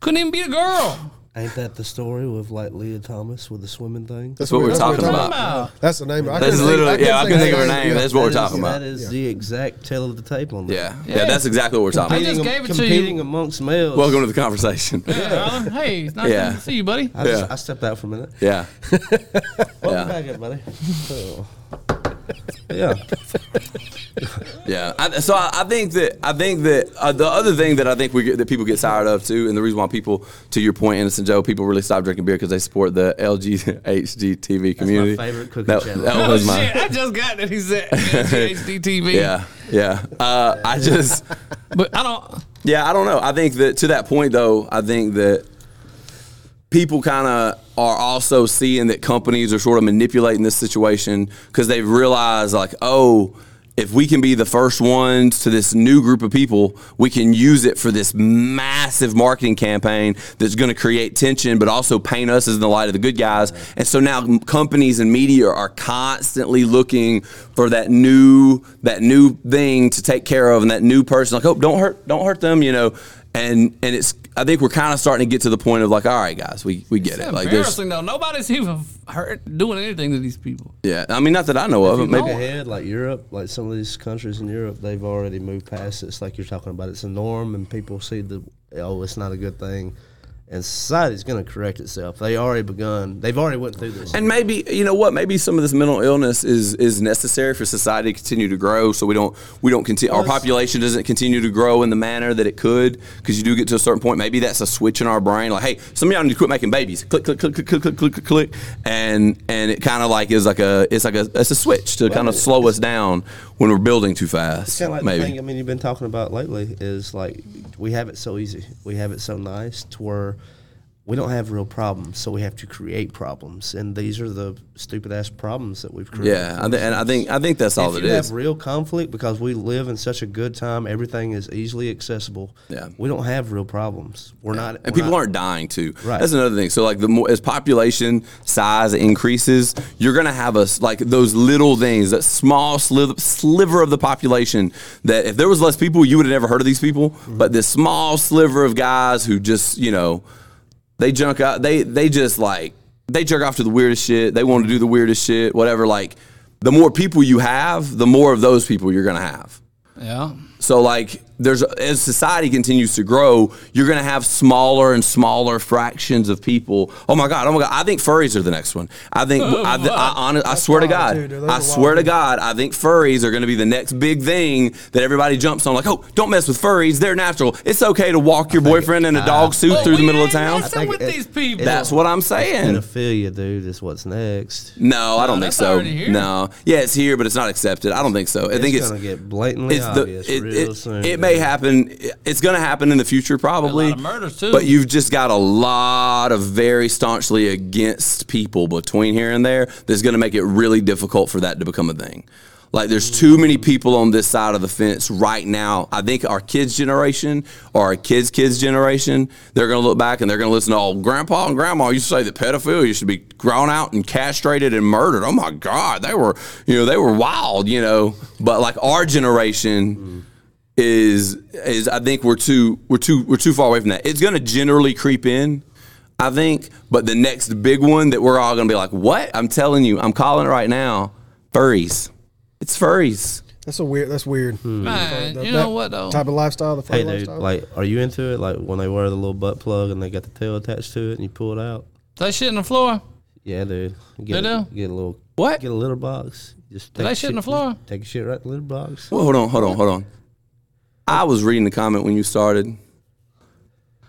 S2: Couldn't even beat a girl.
S3: Ain't that the story with like Leah Thomas with the swimming thing?
S1: That's what we're
S4: that's what
S1: talking
S4: we're
S1: about.
S4: talking That's the name. I
S1: That's
S4: couldn't
S1: literally-
S4: think-
S1: yeah, I couldn't think of her name.
S4: Yeah.
S1: That's what we're talking
S3: That
S1: about.
S3: is the exact tail of the tape on that.
S1: Yeah. yeah, that's exactly what we're talking
S2: I
S1: about.
S2: just
S3: Competing-
S2: gave it to you.
S3: competing amongst males.
S1: Welcome to the conversation.
S2: [LAUGHS] Yeah. Hey, it's nice
S1: Yeah.
S2: to see you, buddy.
S3: I, just,
S1: Yeah.
S3: I stepped out for a minute.
S1: Yeah,
S3: Welcome
S1: Yeah. [LAUGHS]
S3: back, everybody. So, yeah.
S1: yeah. I, so I, I think that I think that uh, the other thing that I think we get, that people get tired of too, and the reason why people, to your point, Innocent Joe, people really stop drinking beer because they support the LGHGTV community.
S3: favorite cooking
S1: that,
S3: channel.
S1: that
S2: Oh,
S1: was
S2: shit.
S1: my.
S2: I just got that. He said HDTV.
S1: [LAUGHS] Yeah, yeah. Uh, I just,
S2: But I don't.
S1: yeah, I don't know. I think that to that point though, I think that people kind of are also seeing that companies are sort of manipulating this situation because they've realized like, oh. If we can be the first ones to this new group of people, we can use it for this massive marketing campaign that's going to create tension, but also paint us as in the light of the good guys. And so now m- companies and media are constantly looking for that new that new thing to take care of and that new person. Like, oh, don't hurt, don't hurt them, you know. and and it's I think we're kind of starting to get to the point of like, all right, guys, we we get it. Like, there's
S2: embarrassing though. Nobody's even hurt doing anything to these people.
S1: yeah. I mean, not that I know of.
S2: you
S1: Maybe
S2: know
S3: ahead, like Europe, like some of these countries in Europe, they've already moved past. it. It's like you're talking about. It's a norm, and people see the oh, it's not a good thing, and society's going to correct itself. They already begun. They've already went through this.
S1: And maybe you know what? Maybe some of this mental illness is is necessary for society to continue to grow. So we don't we don't continue our
S3: Well, it's-
S1: population doesn't continue to grow in the manner that it could because you do get to a certain point. Maybe that's a switch in our brain. Like, hey, some of y'all need to quit making babies. Click click click click click click click click, click, and and it kind of like is like a it's like a it's a switch to kind of slow us down when we're building too fast.
S3: It's kind of like
S1: maybe
S3: the thing I mean you've been talking about lately is like we have it so easy, we have it so nice to where we don't have real problems, so we have to create problems, and these are the stupid ass problems that we've created.
S1: yeah. I thi- and I think I think that's all
S3: if
S1: it
S3: you
S1: is.
S3: have real conflict because we live in such a good time, everything is easily accessible.
S1: Yeah.
S3: we don't have real problems. We're not,
S1: and
S3: we're
S1: people
S3: not-
S1: aren't dying too.
S3: Right.
S1: That's another thing. So like the more as population size increases, you're gonna have us like those little things, that small sliv- sliver of the population that if there was less people, you would have never heard of these people.
S3: Mm-hmm.
S1: But this small sliver of guys who just you know they junk out. They they just like they jerk off to the weirdest shit. They want to do the weirdest shit, whatever. Like the more people you have, the more of those people you're gonna have.
S2: Yeah.
S1: So like there's as society continues to grow, you're gonna have smaller and smaller fractions of people. Oh my god! Oh my god! I think furries are the next one. I think I, I, I, honest- I swear to
S4: wild,
S1: God,
S4: dude. Those are
S1: I
S4: wild
S1: swear to
S4: people.
S1: God, I think furries are gonna be the next big thing that everybody jumps on. Like, oh, don't mess with furries; they're natural. It's okay to walk your boyfriend in a dog suit
S2: But
S1: through the
S2: we
S1: middle of
S2: ain't
S1: town.
S2: messing
S3: I think
S2: with
S3: it-
S2: these people.
S1: That's what I'm saying.
S3: Pedophilia, dude, is what's next.
S1: No, I don't think
S2: that's
S1: so.
S2: already here.
S1: No, yeah, it's here, but it's not accepted. I don't think so. I think it's
S3: gonna get blatantly
S1: it's the
S3: obvious
S1: it,
S3: real
S1: it-
S3: soon.
S1: it may
S3: dude.
S1: happen. it- It's going to happen in the future, probably.
S2: of murders, too.
S1: But you've just got a lot of very staunchly against people between here and there. That's going to make it really difficult for that to become a thing. Like there's too many people on this side of the fence right now. I think our kids' generation or our kids' kids' generation, they're going to look back and they're going to listen to all grandpa and grandma used to say that pedophilia should be grown out and castrated and murdered. Oh my God, they were you know they were wild, you know. But like our generation is is I think we're too we're too we're too far away from that. It's gonna generally creep in, I think, but the next big one that we're all gonna be like, what? I'm telling you, I'm calling it right now. Furries. It's furries.
S4: That's a weird. That's weird.
S1: Hmm.
S2: Man,
S4: That-
S2: you
S4: that
S2: know what though?
S4: Type of lifestyle. The
S3: Hey,
S4: furry
S3: dude,
S4: lifestyle.
S3: like, are you into it? Like, when they wear the little butt plug and they got the tail attached to it, and you pull it out.
S2: That shit in the floor.
S3: Yeah, dude. Get,
S2: They
S3: a,
S2: do?
S3: get a little
S1: What?
S3: Get a litter box. Just
S2: Do
S3: take
S2: they
S3: a
S2: shit in the floor?
S3: Take a shit right in the litter box.
S1: Well, hold on, hold on, hold on. I was reading the comment when you started.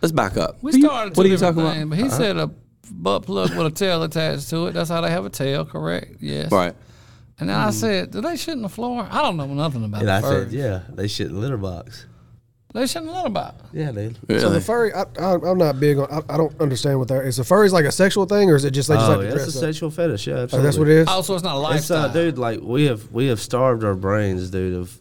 S1: Let's back up.
S2: We
S1: What you-
S2: started.
S1: what
S2: two
S1: are you
S2: different
S1: talking
S2: things,
S1: about? Uh-huh.
S2: But he said a butt plug with a tail attached to it. That's how they have a tail, correct? Yes.
S1: Right.
S2: And then I said, "Do they shit in the floor? I don't know nothing about
S3: Mm-hmm. And I
S2: the
S3: said,
S2: birds.
S3: yeah, they shit in the litter box.
S2: They shouldn't have known about. it.
S3: Yeah, dude.
S4: so
S1: Really?
S4: the furry. I, I, I'm not big on. I, I don't understand what that is. The furry is like a sexual thing, or is it just they just
S3: Oh,
S4: like to
S3: yeah, that's a
S4: dress up?
S3: sexual fetish. Yeah,
S4: Oh,
S3: absolutely.
S4: that's what it is.
S2: Oh, so it's not a
S3: It's
S2: lifestyle,
S3: uh, dude. Like we have we have starved our brains, dude. Of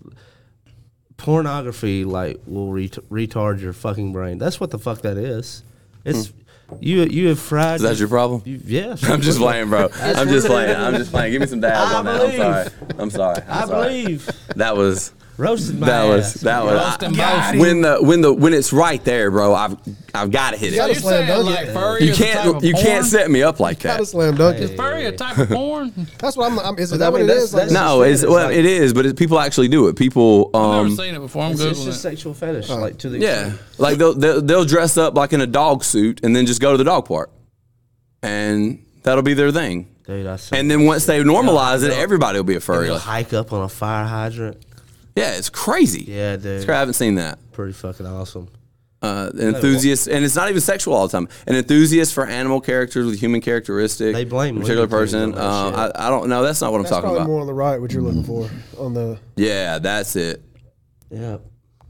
S3: pornography, like will ret- retard your fucking brain. That's what the fuck that is. It's
S4: Hmm.
S3: you. You have fried.
S1: Is that your problem?
S3: You,
S4: [LAUGHS]
S3: yes.
S1: I'm just playing, bro. I'm just playing. I'm just playing. Give me some dabs
S3: I
S1: on that. I'm
S3: believe.
S1: sorry. I'm sorry. I'm
S3: I
S1: sorry.
S3: believe
S1: That was
S3: roasted my
S1: That was
S3: ass.
S1: that was
S2: Roast and
S1: I-
S2: boast.
S1: when the when the when it's right there, bro. I've I've got to hit
S2: So
S1: it.
S4: gotta
S2: you're
S4: slam
S2: saying
S4: dunk
S2: like
S4: it.
S2: furry?
S1: You
S2: is a type
S1: can't
S2: of
S1: you
S2: porn?
S1: can't set me up like
S4: Not a
S1: that.
S4: slam dunk. it.
S2: Is furry a type of porn?
S4: That's what I'm. I'm is that
S3: I
S4: what
S3: mean,
S4: it
S3: that's-
S4: is? Like,
S3: that's-
S1: No, it's
S3: It's
S1: well,
S3: like-
S1: it is, but it, people actually do it. People,
S2: I've never
S1: um,
S2: seen it before. I'm
S3: It's, it's just
S2: googling. it.
S3: sexual fetish, like to the
S1: yeah,
S3: extreme.
S1: like they'll, they'll they'll dress up like in a dog suit and then just go to the dog park, and that'll be their thing.
S3: Dude, I saw.
S1: And then once they normalize it, everybody will be a furry.
S3: They'll
S1: Like,
S3: hike up on a fire hydrant.
S1: yeah, it's crazy.
S3: Yeah, dude.
S1: It's cra- I haven't seen that.
S3: Pretty fucking awesome.
S1: Uh, an enthusiast, and it's not even sexual all the time. An enthusiast for animal characters with human characteristics.
S3: They blame
S1: a particular
S3: libertines
S1: person.
S3: on that
S1: Um, I,
S3: shit.
S1: I don't know. That's not what
S4: that's
S1: I'm talking
S4: probably
S1: about. Hmm.
S4: more on the right. What you're looking for on the.
S1: Yeah, that's it.
S3: Yeah.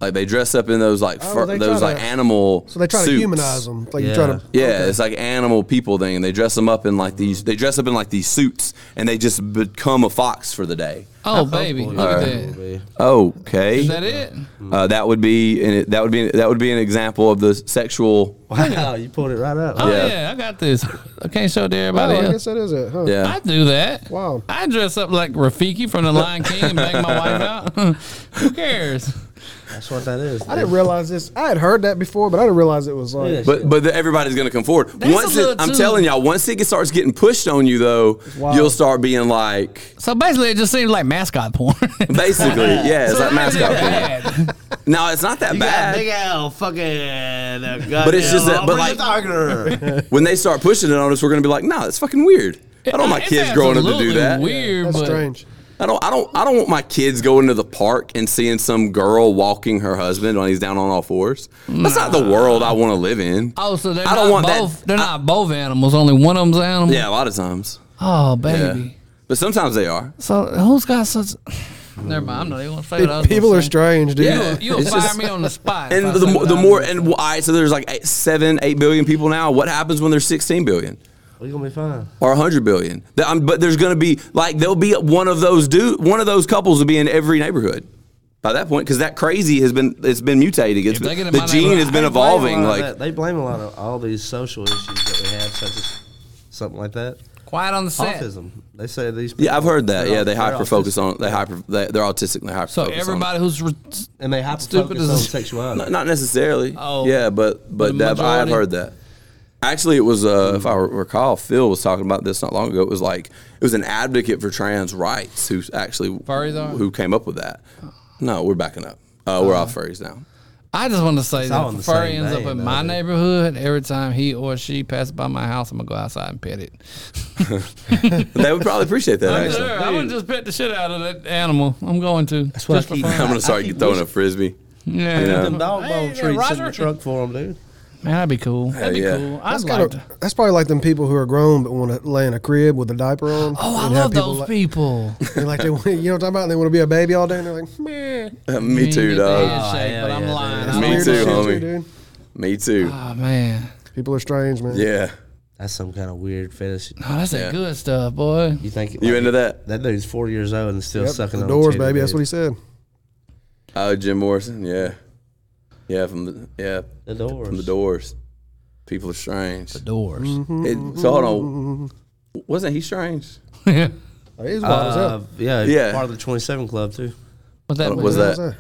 S1: Like they dress up in those like
S4: Oh,
S1: fur,
S4: they
S1: those
S4: try
S1: like
S4: to-
S1: animal.
S4: So they try to
S1: suits.
S4: humanize them. Like you try to.
S1: Yeah, it's like animal people thing, and they dress them up in like these. They dress up in like these suits, and they just become a fox for the day.
S2: Oh baby, look at that.
S3: Maybe.
S1: Okay,
S2: Is that it?
S1: uh, that would be and it, that would be that would be an example of the sexual.
S3: Wow, you pulled it right up.
S2: Oh
S1: Yeah.
S2: yeah. I got this. I can't show it to
S4: Oh,
S2: everybody
S4: I
S2: else.
S4: guess that is it. Huh?
S1: Yeah,
S2: I do that.
S4: Wow.
S2: I dress up like Rafiki from The Lion King and bang my wife out. [LAUGHS] Who cares?
S3: That's what that is.
S4: I didn't realize this. I had heard that before, but I didn't realize it was like.
S3: Yeah.
S1: But but the, everybody's gonna come forward.
S2: That's
S1: once
S2: a
S1: it,
S2: little
S1: I'm
S2: too-
S1: telling y'all, once it gets- starts getting pushed on you though,
S4: wild.
S1: you'll start being like,
S2: So basically, it just seems like
S1: [LAUGHS]
S2: mascot porn. [LAUGHS]
S1: basically, yeah, it's like mascot. porn.
S2: porn.
S1: No, it's not that
S3: got a
S1: bad.
S3: big old fucking. Uh,
S1: But it's just that- but like- [LAUGHS]
S3: like.
S1: When they start pushing it on us, we're gonna be like, nah, that's fucking weird. I don't want my kids growing up to do that.
S2: Weird,
S4: That's
S2: but
S4: strange.
S1: I don't, I don't, I don't want my kids going to the park and seeing some girl walking her husband while he's down on all fours. That's not the world I want to live in.
S2: oh, so they're
S1: I don't
S2: not
S1: want that-
S2: both. They're not both animals. Only one of them's animal.
S1: Yeah, a lot of times.
S2: Oh,
S1: Yeah.
S2: baby.
S1: But sometimes they are.
S2: So who's got such? Never mind. I'm not even gonna say that.
S4: People are strange, dude.
S1: Yeah.
S2: You'll
S1: It's
S2: fire
S1: just-
S2: me on the spot. if I
S1: And the
S2: say
S1: more,
S2: what
S1: the
S2: I
S1: more,
S2: do.
S1: and well, all right, so there's like eight, seven, eight billion people now. What happens when there's 16 billion
S3: we gonna be fine.
S1: or 100 billion? That- um, but there's going to be like there'll be one of those dude, one of those couples will be in every neighborhood by that point because that crazy has been it's been mutating. It's,
S2: they get in
S1: the
S2: my
S1: gene
S2: neighborhood,
S1: has been
S3: They blame a
S1: evolving.
S3: lot of
S1: Like
S3: that- they blame a lot of all these social issues that we have, such as something like that.
S2: quiet on the set.
S3: Autism. They say these. People,
S1: Yeah, I've heard that.
S3: they're
S1: Yeah,
S3: au-
S1: they
S3: they're
S1: hyper focus
S3: autistic,
S1: on they hyper they, they're autistic and they hyper
S2: So
S1: focus
S2: everybody who's re-
S3: and they hyper
S2: Stupid
S3: focus [LAUGHS]
S2: as-
S3: on
S1: on it.
S3: sexuality.
S1: Not, not necessarily.
S2: Oh.
S1: yeah, but but
S2: The
S1: that, I have
S2: majority?
S1: heard that. Actually, it was uh, if I recall, Phil was talking about this not long ago. It was like it was an advocate for trans rights who actually
S2: Furries are? Uh-huh.
S1: who came up with that. No, we're backing up. Uh, we're off furries now.
S2: I just want to say
S3: all
S2: that
S3: in
S2: if a
S3: the
S2: furry
S3: same
S2: ends up
S3: vein,
S2: in my
S3: though, dude.
S2: neighborhood, every time he or she passes by my house, I'm gonna go outside and pet it.
S1: They would probably appreciate that.
S2: [LAUGHS] I'm,
S1: actually,
S2: gonna just pet the shit out of that animal. I'm going to. That's
S3: what I
S1: [LAUGHS]
S3: keep-
S1: I'm gonna start
S3: keep
S1: throwing a
S2: [LAUGHS]
S1: frisbee.
S2: Yeah,
S1: know.
S3: Them dog
S2: Hey,
S3: bone
S2: yeah,
S3: treats in
S2: Roger.
S3: the trunk for them, dude.
S2: man, that'd be cool. That'd be
S1: yeah.
S2: cool. I'd
S4: That's,
S2: like
S4: kind
S2: to.
S4: of, that's probably like them people who are grown but want to lay in a crib with a diaper on.
S2: Oh, I
S4: and have
S2: love those
S4: like-
S2: [LAUGHS] people.
S4: They're like they, want- you know what I'm talking about? And they want to be a baby all day, and they're like, "Hmm, meh.
S1: Me too,
S2: You get the
S1: dog.
S2: handshake,
S3: Oh,
S2: but I'm
S3: yeah,
S2: lying.
S1: dude.
S2: I
S1: Me
S2: don't
S4: Weird as
S1: too,
S2: know.
S1: homie.
S4: shit dude.
S1: Me too.
S2: Oh man,
S4: People are strange, man.
S1: Yeah,
S3: That's some kind of weird fetish.
S2: oh, that's
S1: Yeah.
S2: that good stuff, boy.
S3: You think
S1: you into that?
S3: That dude's forty years old and still
S4: Yep,
S3: sucking
S4: the
S3: on
S4: doors,
S3: titty,
S4: baby. That's
S3: dude.
S4: what he said.
S1: Oh, Jim Morrison. Yeah, yeah, from the yeah
S3: The doors.
S1: from the doors. People are strange.
S2: [LAUGHS] Doors. Mm-hmm.
S1: It, so hold on. Wasn't he strange?
S4: Like, he's wild as
S3: Uh,
S4: hell.
S3: yeah,
S1: Yeah.
S3: yeah, part of the twenty seven club too. [LAUGHS]
S2: Was that?
S1: was
S4: What
S1: that-
S4: is that?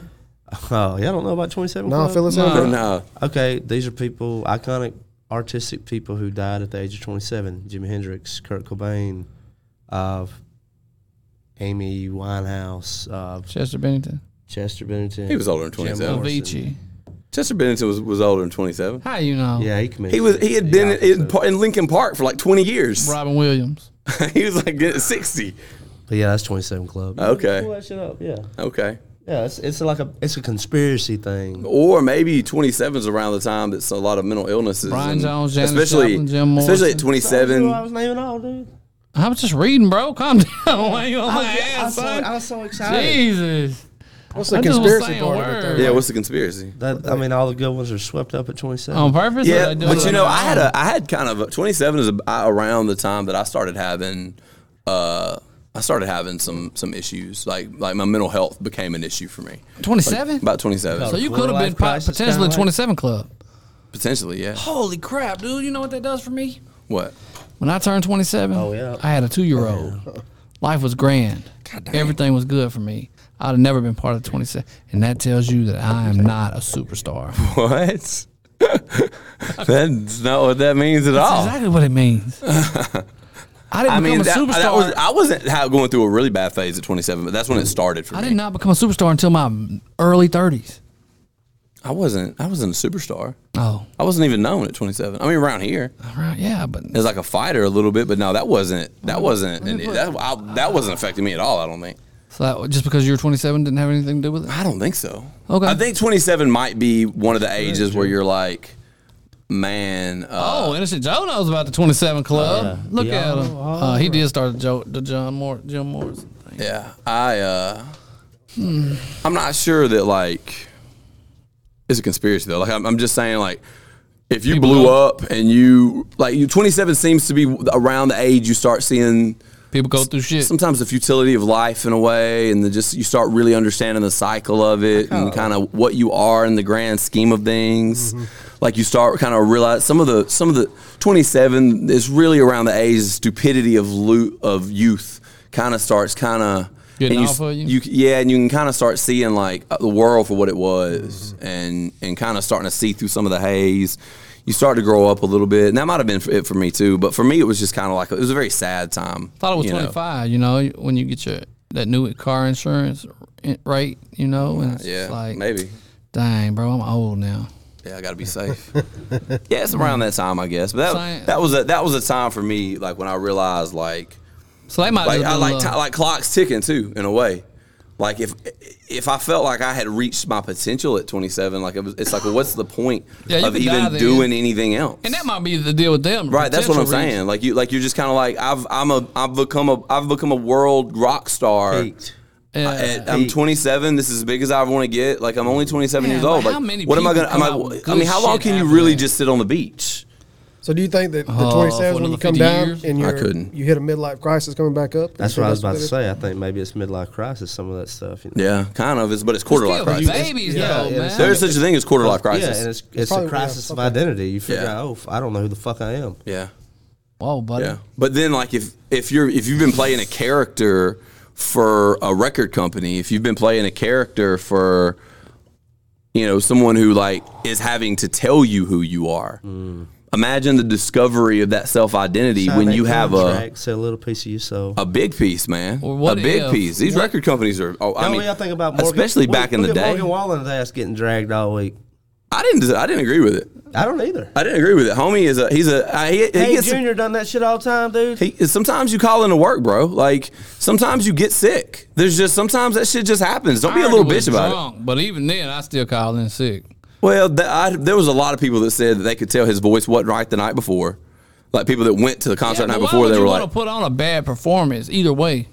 S3: Oh, y'all don't know about twenty seven.
S4: No,
S3: club?
S4: Phyllis.
S2: No.
S4: No.
S1: no.
S3: Okay, these are people, iconic artistic people who died at the age of 27. Jimi Hendrix, Kurt Cobain, uh, Amy Winehouse, uh,
S2: Chester Bennington,
S3: Chester Bennington.
S1: He was older than
S3: Jim
S1: 27.
S3: Morrison.
S2: Avicii.
S1: Chester Bennington was, was older than 27.
S2: How you know?
S3: Yeah, he committed.
S1: He was he had been
S3: Yeah,
S1: in, in Lincoln Park for like 20 years.
S2: Robin Williams.
S1: [LAUGHS] he was like getting 60.
S3: But yeah, that's 27 Club. Pull
S1: Oh, Okay.
S3: that shit up. Yeah,
S1: Okay.
S3: yeah. It's, it's like a it's a conspiracy thing.
S1: Or maybe 27 is around the time that's a lot of mental illnesses.
S2: Brian
S1: and
S2: Jones, Janis
S1: especially,
S2: Joplin, Jim
S1: especially at
S2: Morrison.
S3: Dude, I
S1: 27.
S3: was naming all, dude.
S2: I was just reading, bro. Calm [LAUGHS] down. Why you on my
S3: I was
S2: ass,
S3: so,
S2: son?
S3: I was so excited.
S2: Jesus.
S4: What's the
S2: I just was
S4: conspiracy
S2: saying
S4: part of
S2: word.
S4: it? though?
S1: Yeah, what's the conspiracy?
S3: That, I mean, all the good ones are swept up at 27.
S2: On purpose? or
S1: Yeah,
S2: they do
S1: but
S2: it
S1: you
S2: on
S1: know,
S2: their
S1: I had
S2: own?
S1: a, I had kind of a, 27 is a, I, around the time that I started having, uh, I started having some some issues. Like like my mental health became an issue for me.
S2: 27?
S1: About 27.
S2: so you
S3: Quarter
S2: could have been
S3: life
S2: po-
S3: crisis kinda
S2: potentially
S3: like-
S2: 27 Club.
S1: Potentially, yeah.
S2: Holy crap, dude. You know what that does for me?
S1: What? [LAUGHS]
S2: When I turned 27,
S3: Oh, yeah.
S2: I had a two year old. Life was grand. Everything was good for me. I'd have never been part of 27. And that tells you that I am not
S1: [LAUGHS]
S2: a superstar. That's
S1: What? That's not what that means at all.
S2: exactly what it means. I didn't
S1: [LAUGHS] I
S2: become
S1: mean,
S2: a
S1: that,
S2: superstar.
S1: that was I wasn't ha- going through a really bad phase at 27, but that's when it started for
S2: I
S1: me.
S2: did not become a superstar until my early 30s.
S1: I wasn't. I wasn't a superstar.
S2: Oh,
S1: I wasn't even known at 27. I mean, around here,
S2: all right. Yeah, but
S1: it was like a fighter a little bit, but no, that wasn't. That wasn't. An,
S2: put-
S1: that I, that wasn't affecting me at all. I don't think.
S2: So that, just because you were 27 didn't have anything to do with it?
S1: I don't think so.
S2: Okay.
S1: I think 27 might be one of the ages where you're like, man. Uh,
S2: Oh, Innocent Joe knows about the 27 Club.
S1: Oh,
S3: Yeah.
S2: Look
S3: Yeah.
S2: at him. Uh, he did start the, Joe, the John Moore, Jim Morrison thing.
S1: Oh, Yeah, I. uh
S2: Hmm.
S1: I'm not sure that like it's a conspiracy though. Like I'm, I'm just saying like if you blew up and you like you 27 seems to be around the age you start seeing
S2: People go through shit.
S1: sometimes the futility of life in a way and the just you start really understanding the cycle of it
S2: Oh.
S1: and kind of what you are in the grand scheme of things
S2: Mm-hmm.
S1: like you start kind of realize some of the some of the 27 is really around the age of stupidity of lo- of youth kind of starts kind of
S2: Getting
S1: and you,
S2: off
S1: s-
S2: of you?
S1: you c- yeah, and you can kind of start seeing like uh, the world for what it was,
S2: Mm-hmm.
S1: and and kind of starting to see through some of the haze. You start to grow up a little bit, and that might have been for it for me too. But for me, it was just kind of like it was a very sad time.
S2: thought it was
S1: you know.
S2: 25, you know, when you get your that new car insurance in- rate, you know, and it's
S1: Yeah,
S2: just like,
S1: maybe.
S2: dang, bro, I'm old now.
S1: Yeah, I gotta be safe. [LAUGHS] yeah, it's around that time, I guess. But that,
S2: Science.
S1: that was a, that was a time for me, like when I realized, like,
S2: So they might
S1: like
S2: just
S1: I
S2: do a
S1: like
S2: little-
S1: ti- like clocks ticking too, in a way. Like if if I felt like I had reached my potential at 27, like it was, it's like, well, what's the point
S2: [SIGHS] Yeah, you
S1: of
S2: could die
S1: even
S2: then.
S1: doing anything else?
S2: and that might be the deal with them.
S1: Right, that's what I'm
S2: potential reasons.
S1: saying. Like you, like you're just kind of like I've, I'm a, I've become a, I've become a world rock star.
S3: Peaked.
S2: Yeah.
S1: I- at- I'm 27. This is as big as I want to get. Like I'm only 27
S2: Yeah,
S1: years
S2: but
S1: old. Like
S2: how many
S1: what am I
S2: people
S1: gonna? am I,
S2: come out
S1: I
S2: with good
S1: mean, how long
S2: shit
S1: can you
S2: after
S1: really
S2: that?
S1: just sit on the beach?
S4: So do you think that the
S2: Oh,
S4: 27
S2: for
S4: when you
S2: another
S4: come
S2: 50
S4: down
S2: years?
S4: and
S1: I
S4: you
S1: couldn't.
S4: you hit a midlife crisis coming back up?
S3: That's
S4: You
S3: what I
S4: think
S3: was about to
S4: it is?
S3: say. I think maybe it's midlife crisis, some of that stuff. You know?
S1: Yeah, kind of. It's but it's quarter life
S2: Still,
S1: crisis.
S2: babies,
S3: Yeah,
S2: though,
S3: yeah,
S2: man.
S1: There's such a thing as quarter life
S3: Yeah, and
S1: crisis.
S3: it's,
S4: probably
S3: it's a
S4: what I was
S3: crisis of
S4: fucking-
S3: identity. You figure
S1: Yeah.
S3: out, oh, f- I don't know who the fuck I am.
S1: Yeah,
S2: Whoa, buddy.
S1: yeah. But then, like, if if you're if you've been playing a character for a record company, if you've been playing a character for you know someone who like is having to tell you who you are. Imagine the discovery of that self identity
S3: Sign
S1: when
S3: that
S1: you have a Uh,
S3: contract, sell a little piece of your soul.
S1: A big piece, man.
S2: Or what
S1: a big
S2: if-
S1: piece. These
S2: what-
S1: record companies are. Oh, I
S3: The only
S1: mean,
S3: way I think about Morgan,
S1: especially
S3: look-
S1: back in
S3: look
S1: the
S3: at
S1: day.
S3: Morgan Wallen's ass getting dragged all week.
S1: I didn't. I didn't agree with it.
S3: I don't either.
S1: I didn't agree with it. Homie is a. He's a. I, he, he
S3: Hey,
S1: gets.
S3: Junior done that shit all the time, dude.
S1: He, sometimes you call into work, bro. Like sometimes you get sick. There's just sometimes that shit just happens. Don't be a
S2: Irony
S1: little
S2: was
S1: bitch about it.
S2: drunk, But even then, I still called in sick.
S1: Well, th I, there was a lot of people that said that they could tell his voice wasn't right the night before. Like people that went to the concert the
S2: Yeah, but
S1: night
S2: why
S1: before,
S2: would
S1: they
S2: you
S1: were
S2: wanna
S1: like,
S2: put on a bad performance either way.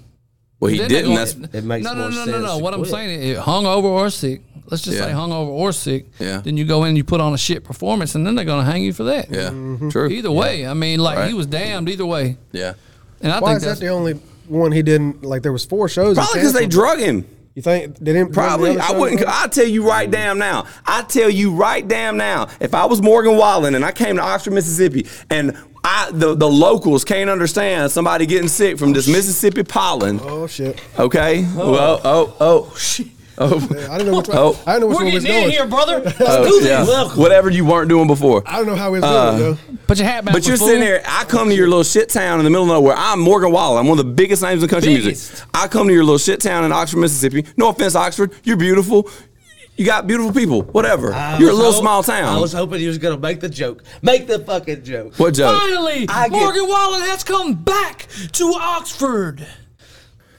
S1: "Well, he
S2: Then they
S1: didn't."
S2: gonna-
S1: That's
S3: It makes
S2: no, no,
S3: more
S2: no, no,
S3: sense
S2: no.
S3: to
S2: What I'm
S3: quit.
S2: saying is, hungover or sick. Let's just say
S1: Yeah.
S2: hungover or sick.
S1: Yeah.
S2: Then you go in and you put on a shit performance, and then they're gonna hang you for that.
S1: yeah,
S3: Mm-hmm.
S1: true.
S2: Either way, I mean, like
S1: Right.
S2: he was damned either way,
S1: yeah,
S2: and I
S4: Why
S2: think
S4: is that
S2: that's
S4: the only one he didn't like? There was four shows. he
S1: probably because they
S4: canceled.
S1: drug him.
S4: You think they didn't?
S1: Probably. I wouldn't. I tell you
S4: Mm-hmm.
S1: right damn now. I tell you right damn now. If I was Morgan Wallen and I came to Oxford, Mississippi, and I the, the locals can't understand somebody getting sick from this Mississippi pollen.
S4: Oh shit!
S1: Okay. Well, oh, oh, shit. Oh,
S4: I didn't know which.
S1: Oh.
S4: Oh, I didn't know which
S2: we're
S4: one was
S2: getting
S4: going.
S2: in here, brother.
S1: [LAUGHS]
S2: Let's
S1: oh,
S2: do
S1: yeah.
S2: this.
S1: Whatever you weren't doing before.
S4: I don't know how it was
S1: Uh,
S4: going though.
S2: Put your hat back.
S1: But you're
S2: fool.
S1: sitting there. I come to your little shit town in the middle of nowhere. I'm Morgan Wallen. I'm one of the biggest names in country
S2: Biggest.
S1: music. I come to your little shit town in Oxford, Mississippi. No offense, Oxford. You're beautiful. You got beautiful people. Whatever.
S3: I
S1: you're a
S3: was
S1: little
S3: hope-
S1: small town.
S3: I was hoping he was gonna make the joke. Make the fucking joke.
S1: what joke?
S2: Finally,
S3: I get-
S2: Morgan Wallen has come back to Oxford.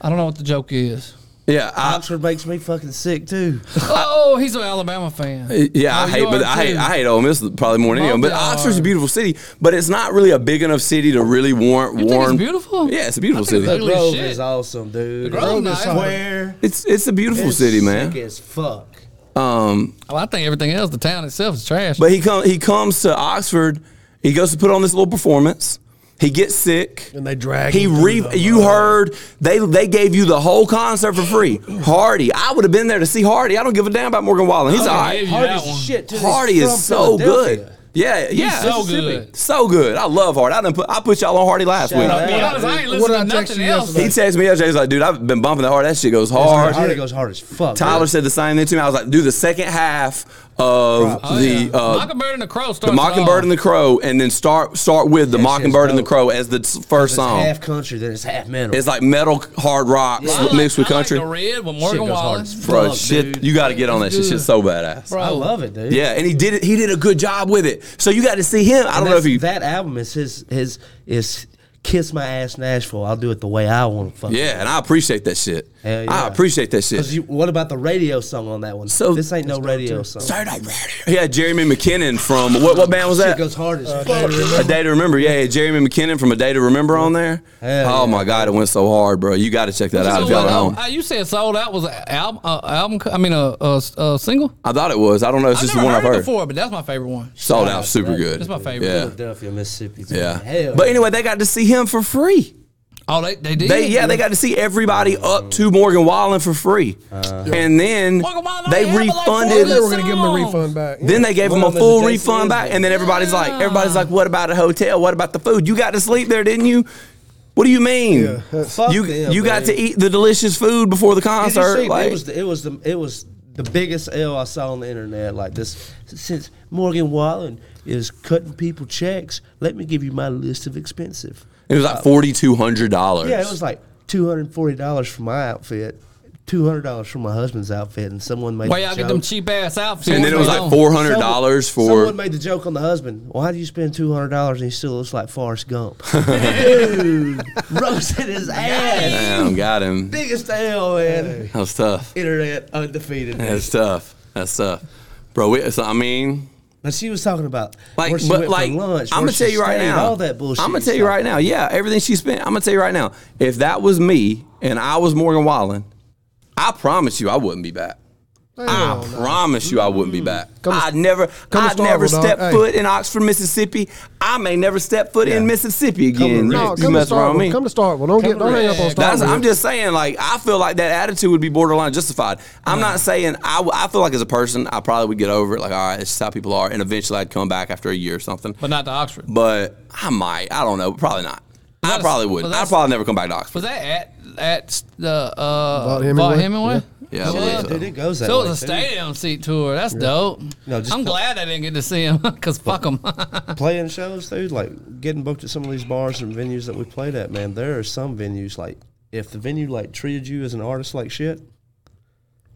S2: I don't know what the joke
S1: [LAUGHS]
S2: is.
S1: Yeah, I,
S3: Oxford makes me fucking sick too.
S2: Oh, he's an Alabama fan.
S1: yeah,
S2: Oh,
S1: I
S2: you
S1: hate, but
S2: are
S1: I hate,
S2: too.
S1: I hate Ole Miss probably more than anyone. But
S2: Both y'all
S1: Oxford's a
S2: are.
S1: beautiful city, but it's not really a big enough city to really warrant
S2: You think
S1: warm.
S2: it's beautiful?
S1: Yeah, it's a beautiful
S2: I think
S1: city.
S2: it's
S3: The
S2: Ugly
S3: Grove
S2: shit.
S3: is awesome, dude.
S2: Grove is nice.
S3: where
S1: It's it's a beautiful
S3: it's
S1: city,
S3: Sick
S1: man.
S3: as fuck.
S1: Um,
S2: Well, I think everything else, the town itself is trash.
S1: but he comes he comes to Oxford. He goes to put on this little performance. He gets sick.
S4: And they drag.
S1: He
S4: him through
S1: re
S4: the-
S1: you heard they they gave you the whole concert for free. Hardy, I would have been there to see Hardy. I don't give a damn about Morgan Wallen. He's all
S2: gave
S1: right.
S2: you
S3: Hard
S2: that
S3: as
S2: one.
S3: shit. Dude.
S1: Hardy
S3: He's
S1: is
S3: from
S1: so good.
S3: Philadelphia.
S1: Yeah, yeah,
S2: so
S1: Mississippi.
S2: good.
S1: so good. I love Hardy. I done put I put y'all on Hardy last
S3: Shout
S1: week.
S3: out.
S2: To be honest, I ain't listening
S4: What did I
S2: to
S4: text
S2: nothing
S4: you
S2: else.
S1: He
S4: yesterday?
S1: texted me yesterday. He's like, dude, I've been bumping that hard. That shit goes hard.
S3: Hardy goes hard as fuck.
S1: Tyler said the same thing to me. I was like, dude, the second half of
S2: Oh,
S1: the
S2: yeah.
S1: uh,
S2: Mockingbird and the Crow starts
S1: the Mockingbird and the Crow, and then start start with the
S3: That shit's
S1: Mockingbird and the
S3: dope.
S1: Crow as the s- first
S3: It's
S1: song.
S3: half country, then it's half metal.
S1: It's like metal, hard rock
S2: I like-
S1: mixed with
S2: I like
S1: country.
S2: the red with Morgan
S3: goes hard
S2: Wallen.
S3: as
S1: Bro,
S3: fuck,
S1: shit,
S3: dude.
S1: you got to get on that shit.
S2: It's
S1: Shit's so badass.
S3: I love it, dude.
S1: Yeah, and he did it. He did a good job with it. So you got to see him. I don't know if
S3: That's-
S1: he.
S3: that album is his his is kiss my ass Nashville. I'll do it the way I want to fuck.
S1: yeah, and I appreciate that shit.
S3: Hell
S1: I
S3: yeah.
S1: appreciate that shit.
S3: Because you, what about the radio song on that one?
S1: So-
S3: this ain't no radio song.
S1: Saturday Radio. Yeah, Jeremy McKinnon from what what band was
S3: Shit
S1: that?
S3: goes hard as
S4: They
S3: fuck.
S4: remember-
S1: A Day to Remember, yeah, yeah, Jeremy McKinnon from A Day to Remember on there.
S3: Hell
S1: oh
S3: yeah.
S1: my God, it went so hard, bro. You got to check that out if
S2: Sold
S1: y'all at
S2: Out.
S1: home.
S2: Uh, you said sold out was an album. Uh, album co- I mean, a, a, a single.
S1: I thought it was. I don't know. It's just
S2: I've
S1: the one
S2: never
S1: I've
S2: heard, it
S1: heard.
S2: before, but that's my favorite one.
S1: Sold out, super good.
S2: That's my favorite.
S1: Yeah,
S3: Philadelphia, Mississippi. dude.
S1: yeah.
S3: Hell.
S1: But anyway, they got to see him for free.
S2: Oh, they they did.
S1: They yeah, they got to see everybody up to Morgan Wallen for free,
S3: Uh,
S1: and then
S2: Morgan Wallen
S1: they
S2: only had, like,
S4: I thought
S1: refunded.
S4: they were going to give him a
S2: songs.
S4: refund back.
S1: Then they gave him
S3: One
S1: a
S3: of them
S1: full
S3: is Jay
S1: refund
S3: Slizzle.
S1: back, and then everybody's like, everybody's like, what about a hotel? What about the food? You got to sleep there, didn't you? What do you mean?
S3: Fuck
S1: you
S3: them,
S1: you got
S3: man.
S1: to eat the delicious food before the
S3: Did you
S1: concert.
S3: see-
S1: like,
S3: it was the, it was the it was the biggest L I saw on the internet. Like this, since Morgan Wallen is cutting people checks, let me give you my list of expensive.
S1: it was like forty two hundred dollars.
S3: Yeah, it was like two hundred and forty dollars for my outfit, two hundred dollars for my husband's outfit, and someone made.
S2: Why
S3: the
S2: y'all
S3: joke.
S2: get them cheap ass outfits?
S1: and then it was like
S2: on?
S1: four hundred dollars
S3: Someone-
S1: for.
S3: Someone made the joke on the husband. Why do you spend two hundred dollars and he still looks like
S1: [LAUGHS]
S3: Forrest Gump? Dude, roasted his ass.
S1: Damn, got him.
S3: Biggest L, man.
S1: That was tough.
S3: Internet undefeated.
S1: That's tough. That's tough, bro. We, so, I mean,
S3: Now she was talking about
S1: like,
S3: where she
S1: but
S3: went
S1: like,
S3: for lunch.
S1: I'm
S3: where
S1: gonna
S3: she
S1: tell you right
S3: stayed,
S1: now.
S3: all that bullshit.
S1: I'm gonna tell you right now. Yeah, everything she spent. I'm gonna tell you right now. If that was me and I was Morgan Wallen, I promise you, I wouldn't be back. I promise you, I wouldn't be back.
S4: Come to-
S1: I'd never,
S4: come to
S1: I'd never
S4: Starville, dog.
S1: step
S4: Hey.
S1: foot in Oxford, Mississippi. I may never step foot in Mississippi again.
S4: No,
S1: You-
S4: come,
S1: you
S4: to
S1: mess around
S4: start
S1: with me.
S4: with, come to start. Well, don't get don't hang up on
S2: Correct.
S4: start.
S1: That's, I'm just saying, like, I feel like that attitude would be borderline justified. I'm not saying, I, w- I feel like as a person, I probably would get over it. Like, all right, this is how people are. And eventually I'd come back after a year or something.
S2: but not the Oxford.
S1: But I might. I don't know. Probably not. I
S2: that's-
S1: probably
S2: but
S1: wouldn't. I'd
S2: that's-
S1: probably never come back to Oxford.
S2: Was that at at the uh, Vaught
S4: Hemingway?
S2: Hemingway? Hemingway?
S1: Yeah, I
S3: Yeah,
S1: believe so.
S3: dude, it goes that
S2: So
S3: way,
S2: it was a
S3: too.
S2: stadium seat tour. That's dope.
S3: No, just
S2: I'm
S3: pl-
S2: glad I didn't get to see him [LAUGHS] because fuck him.
S3: playing shows, dude, like getting booked at some of these bars and venues that we played at, man, there are some venues like if the venue like treated you as an artist like shit,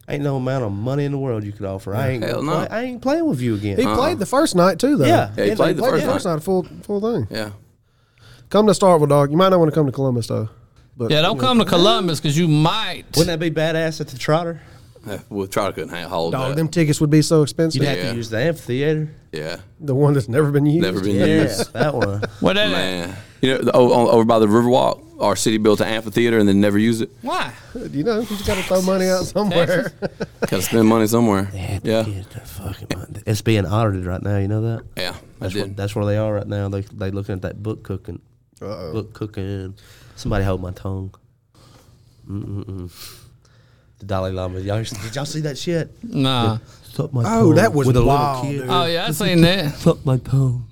S3: ain't no amount of money in the world you could offer. I ain't
S1: Hell
S3: gonna
S1: no.
S3: play- I ain't playing with you again.
S4: He played the first night too, though.
S3: yeah,
S1: Uh-huh. Yeah, he
S3: and
S1: played the
S4: Played
S1: first
S4: the first
S1: night.
S4: night, full full thing.
S1: Yeah.
S4: Come to Starkville, dog. You might not want to come to Columbus though. But
S2: yeah, don't come to Columbus because you might.
S3: Wouldn't that be badass at the Trotter?
S1: Yeah, We'll try to couldn't hang- hold
S4: dog,
S1: that.
S4: them tickets would be so expensive.
S3: You'd have
S1: Yeah.
S3: to use the amphitheater.
S1: Yeah.
S4: The one that's never been used.
S1: Never been
S3: Yeah,
S1: used.
S3: that one.
S2: Where that at?
S1: Man. You know, the, o- o- over by the Riverwalk, our city built an amphitheater and then never used it.
S2: Why?
S4: You know, you just got to throw money out somewhere. [LAUGHS]
S1: Got to spend money somewhere. Yeah.
S3: Get the fucking money. It's being audited right now. You know that.
S1: Yeah. I
S3: That's,
S1: did.
S3: where, that's where they are right now. They they looking at that book cooking. Book cooking. Somebody hold my tongue. Mm-mm-mm. The Dalai Lama. Y'all, did y'all see that shit?
S2: Nah.
S3: Suck my
S4: Oh, that was
S3: with a little
S4: wild,
S3: kid.
S4: dude.
S2: Oh yeah, I seen that.
S3: Suck my tongue.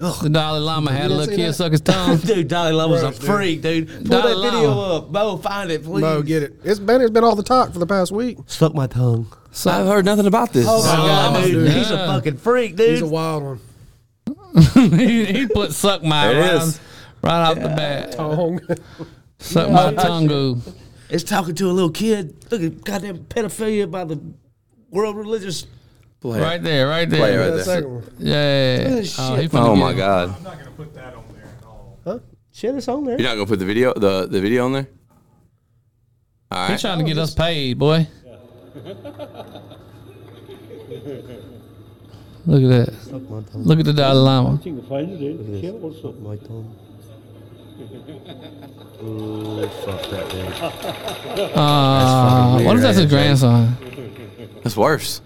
S2: The Dalai Lama had a
S4: didn't
S2: little
S4: see
S2: kid
S4: that?
S2: suck his tongue.
S3: Dude, Dalai Lama's a freak, dude. Pull
S2: Dalai
S3: that video
S2: Lama.
S3: up. Bo, find it, please.
S4: Bo, get it. It's been it's been all the talk for the past week.
S3: Suck my tongue.
S1: I've heard nothing about this.
S3: Oh, my God, dude.
S2: dude.
S3: He's a
S2: Yeah.
S3: fucking freak, dude.
S4: He's a wild one.
S2: [LAUGHS] he, he put suck my
S1: It
S2: right,
S1: is.
S2: right off the bat.
S4: Long.
S2: Suck my tongue. ooh.
S3: it's talking to a little kid. Look at goddamn pedophilia by the world religious.
S1: Play it.
S2: Right there, right there.
S1: Play it right
S4: That
S1: there.
S4: [LAUGHS] second one.
S2: Yeah.
S3: Oh,
S2: Oh,
S3: shit.
S2: he finna
S1: Oh
S2: get
S1: my
S2: it.
S1: God!
S5: I'm not going to put that on there at all.
S3: Shit, it's on there.
S1: You're not gonna put the video the, the video on there? All
S2: He
S1: right.
S2: trying to get us paid, boy. Look at that.
S3: Suck my tongue.
S2: Look at the Dalai Lama.
S6: Think the final day, here also.
S3: My [LAUGHS] tongue. Ooh, fuck that dude.
S2: Uh, what if that's his grandson?
S1: That's worse.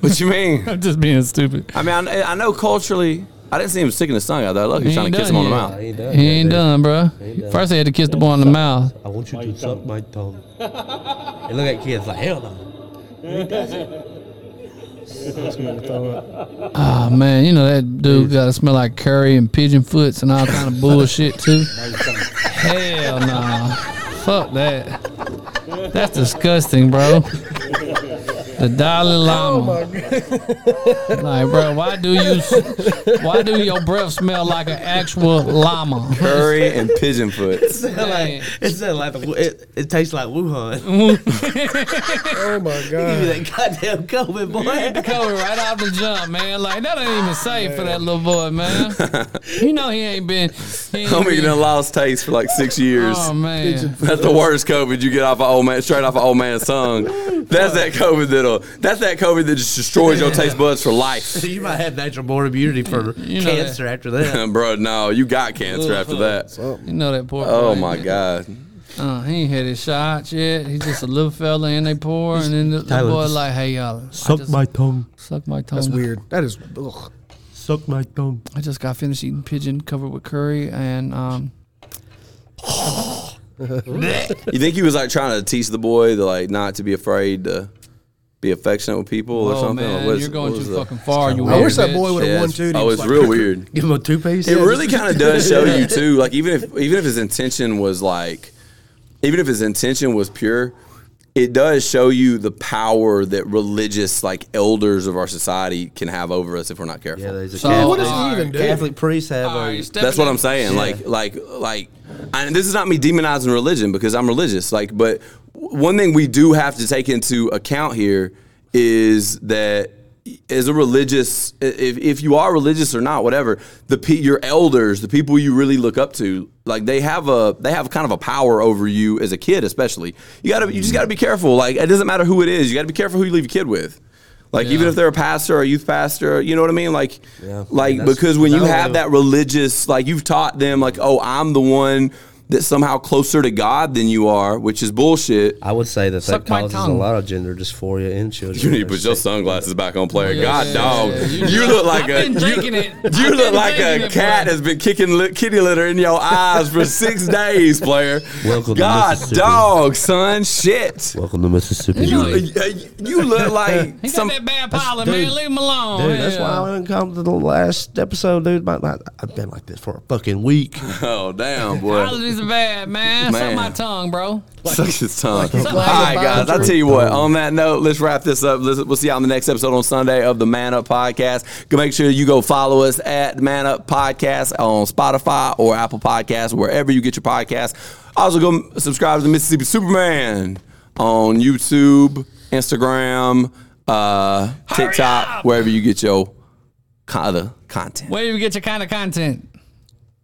S1: what you mean?
S2: I'm just being stupid.
S1: I mean, I, I know culturally. I didn't see him sticking his tongue out. though. Look, he's
S2: He
S1: trying to
S2: ain't
S1: kiss him on
S2: done
S1: the
S2: yet.
S1: mouth.
S3: ain't
S2: He ain't done, bro.
S3: done.
S2: First, he had to kiss the boy in the mouth.
S3: I want you
S6: My
S3: to suck
S6: tongue.
S3: my tongue. and look at kids like, hell
S2: [LAUGHS]
S3: no.
S2: Oh man, you know that dude gotta smell like curry and pigeon foots and all [LAUGHS] kind of bullshit too. Hell no, fuck that. That's disgusting, bro. The Dalai Lama. like, bro, why do you? s- Why do your breath smell like an actual llama? [LAUGHS]
S1: Curry and pigeon foots.
S2: Man.
S3: It's not like the, it, it tastes like Wuhan.
S4: [LAUGHS] Oh my
S3: [LAUGHS] Give me
S4: god.
S3: that goddamn COVID, boy.
S2: Kobe right off the jump, man. Like that ain't even safe for that little boy, man. You know he ain't been. He
S1: [LAUGHS]
S2: ain't
S1: Homie
S2: been
S1: done lost taste for like six years.
S2: oh man.
S1: That's the worst COVID you get off an old man, straight off an old man's tongue. That's that COVID that'll. That's that COVID that just destroys your taste buds for life, [LAUGHS]
S3: [LAUGHS] you might have natural born immunity for
S2: [LAUGHS] You know
S3: cancer after that.
S2: [LAUGHS]
S1: bro. No, you got cancer after that.
S2: You know that poor.
S1: Oh
S2: boy,
S1: my
S2: man.
S1: god.
S2: Uh, he ain't had his shots yet. He's just a little fella, and they poor, and then the, the
S3: Tyler,
S2: boy
S3: just
S2: like, "Hey y'all, I just,
S3: tongue.
S2: suck my tongue."
S4: That's weird. That is. Ugh.
S3: Suck my tongue.
S2: I just got finished eating pigeon covered with curry, and um,
S1: You think he was like trying to teach the boy to like not to be afraid to be affectionate with people or
S2: Oh
S1: something.
S2: man,
S1: What is-
S2: you're going
S1: what
S2: too
S1: is the-
S2: fucking far. You
S4: I wish
S2: weird
S4: that boy
S2: bitch.
S4: would have
S1: Yeah,
S4: won
S1: it's-
S4: too. and he
S1: Oh,
S4: was
S1: it's
S4: like,
S1: real weird.
S3: Give him a two piece.
S1: It really kind of does show you too. Like even if even if his intention was like, even if his intention was pure, it does show you the power that religious like elders of our society can have over us if we're not careful.
S3: Yeah, there's a
S2: So-
S3: Catholic,
S4: What does
S2: All
S4: he even
S2: right,
S4: do?
S3: Catholic priests have
S2: All
S3: a.
S2: right, stepping
S1: That's what
S2: in-
S1: I'm saying. Like, like, like, and this is not me demonizing religion because I'm religious. Like, but one thing we do have to take into account here is that as a religious, if, if you are religious or not, whatever, the pe- your elders, the people you really look up to, like they have a they have kind of a power over you as a kid, especially. You gotta you just gotta be careful. Like it doesn't matter who it is, you gotta be careful who you leave your kid with. Like even
S2: Yeah.
S1: if they're a pastor or a youth pastor, you know what I mean? Like,
S3: Yeah.
S1: like
S3: That's-
S1: because when you
S3: that's
S1: have
S3: how-
S1: that religious like you've taught them like oh i'm the one that's somehow closer to god than you are which is bullshit
S3: I would say that
S2: Suck
S3: that
S2: my
S3: causes a
S2: tongue.
S3: lot of gender dysphoria in children.
S1: you need to put your sunglasses back on player
S2: Yeah,
S1: god
S2: yeah,
S1: dog
S2: yeah,
S1: you,
S2: yeah.
S1: look like a
S2: been drinking
S1: you,
S2: it.
S1: you
S2: I've
S1: look
S2: been
S1: like
S2: drinking
S1: a
S2: it,
S1: cat
S2: bro.
S1: that's been kicking li- kitty litter in your eyes for
S2: [LAUGHS]
S1: six days player
S3: Welcome to
S1: god
S3: Mississippi.
S1: dog son shit
S3: Welcome to Mississippi.
S2: You know,
S1: you, you look like
S2: [LAUGHS] He got
S1: some
S2: that bad pilot,
S3: dude.
S2: man. Leave him alone.
S3: Dude, that's
S2: Yeah.
S3: why I didn't come to the last episode, dude. My, my, I've been like this for a fucking week.
S1: oh damn boy
S2: Allergies are bad, man. Suck
S1: Man.
S2: my tongue, bro.
S1: Suck his tongue. All
S2: like
S1: right,
S2: a
S1: guys. I'll tell you what. On that note, let's wrap this up. Let's, we'll see you on the next episode on Sunday of the Man Up Podcast. Go make sure you go follow us at Man Up Podcast on Spotify or Apple Podcasts, wherever you get your podcast. Also, go subscribe to the Mississippi Superman on YouTube, Instagram, uh, TikTok, wherever you get your kind of content.
S2: Where do you get your kind of content?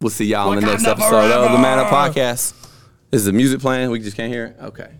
S1: We'll see y'all on the
S2: Wakanda
S1: next episode of the Man Up
S2: forever.
S1: Podcast. Is the music playing? We just can't hear it? Okay.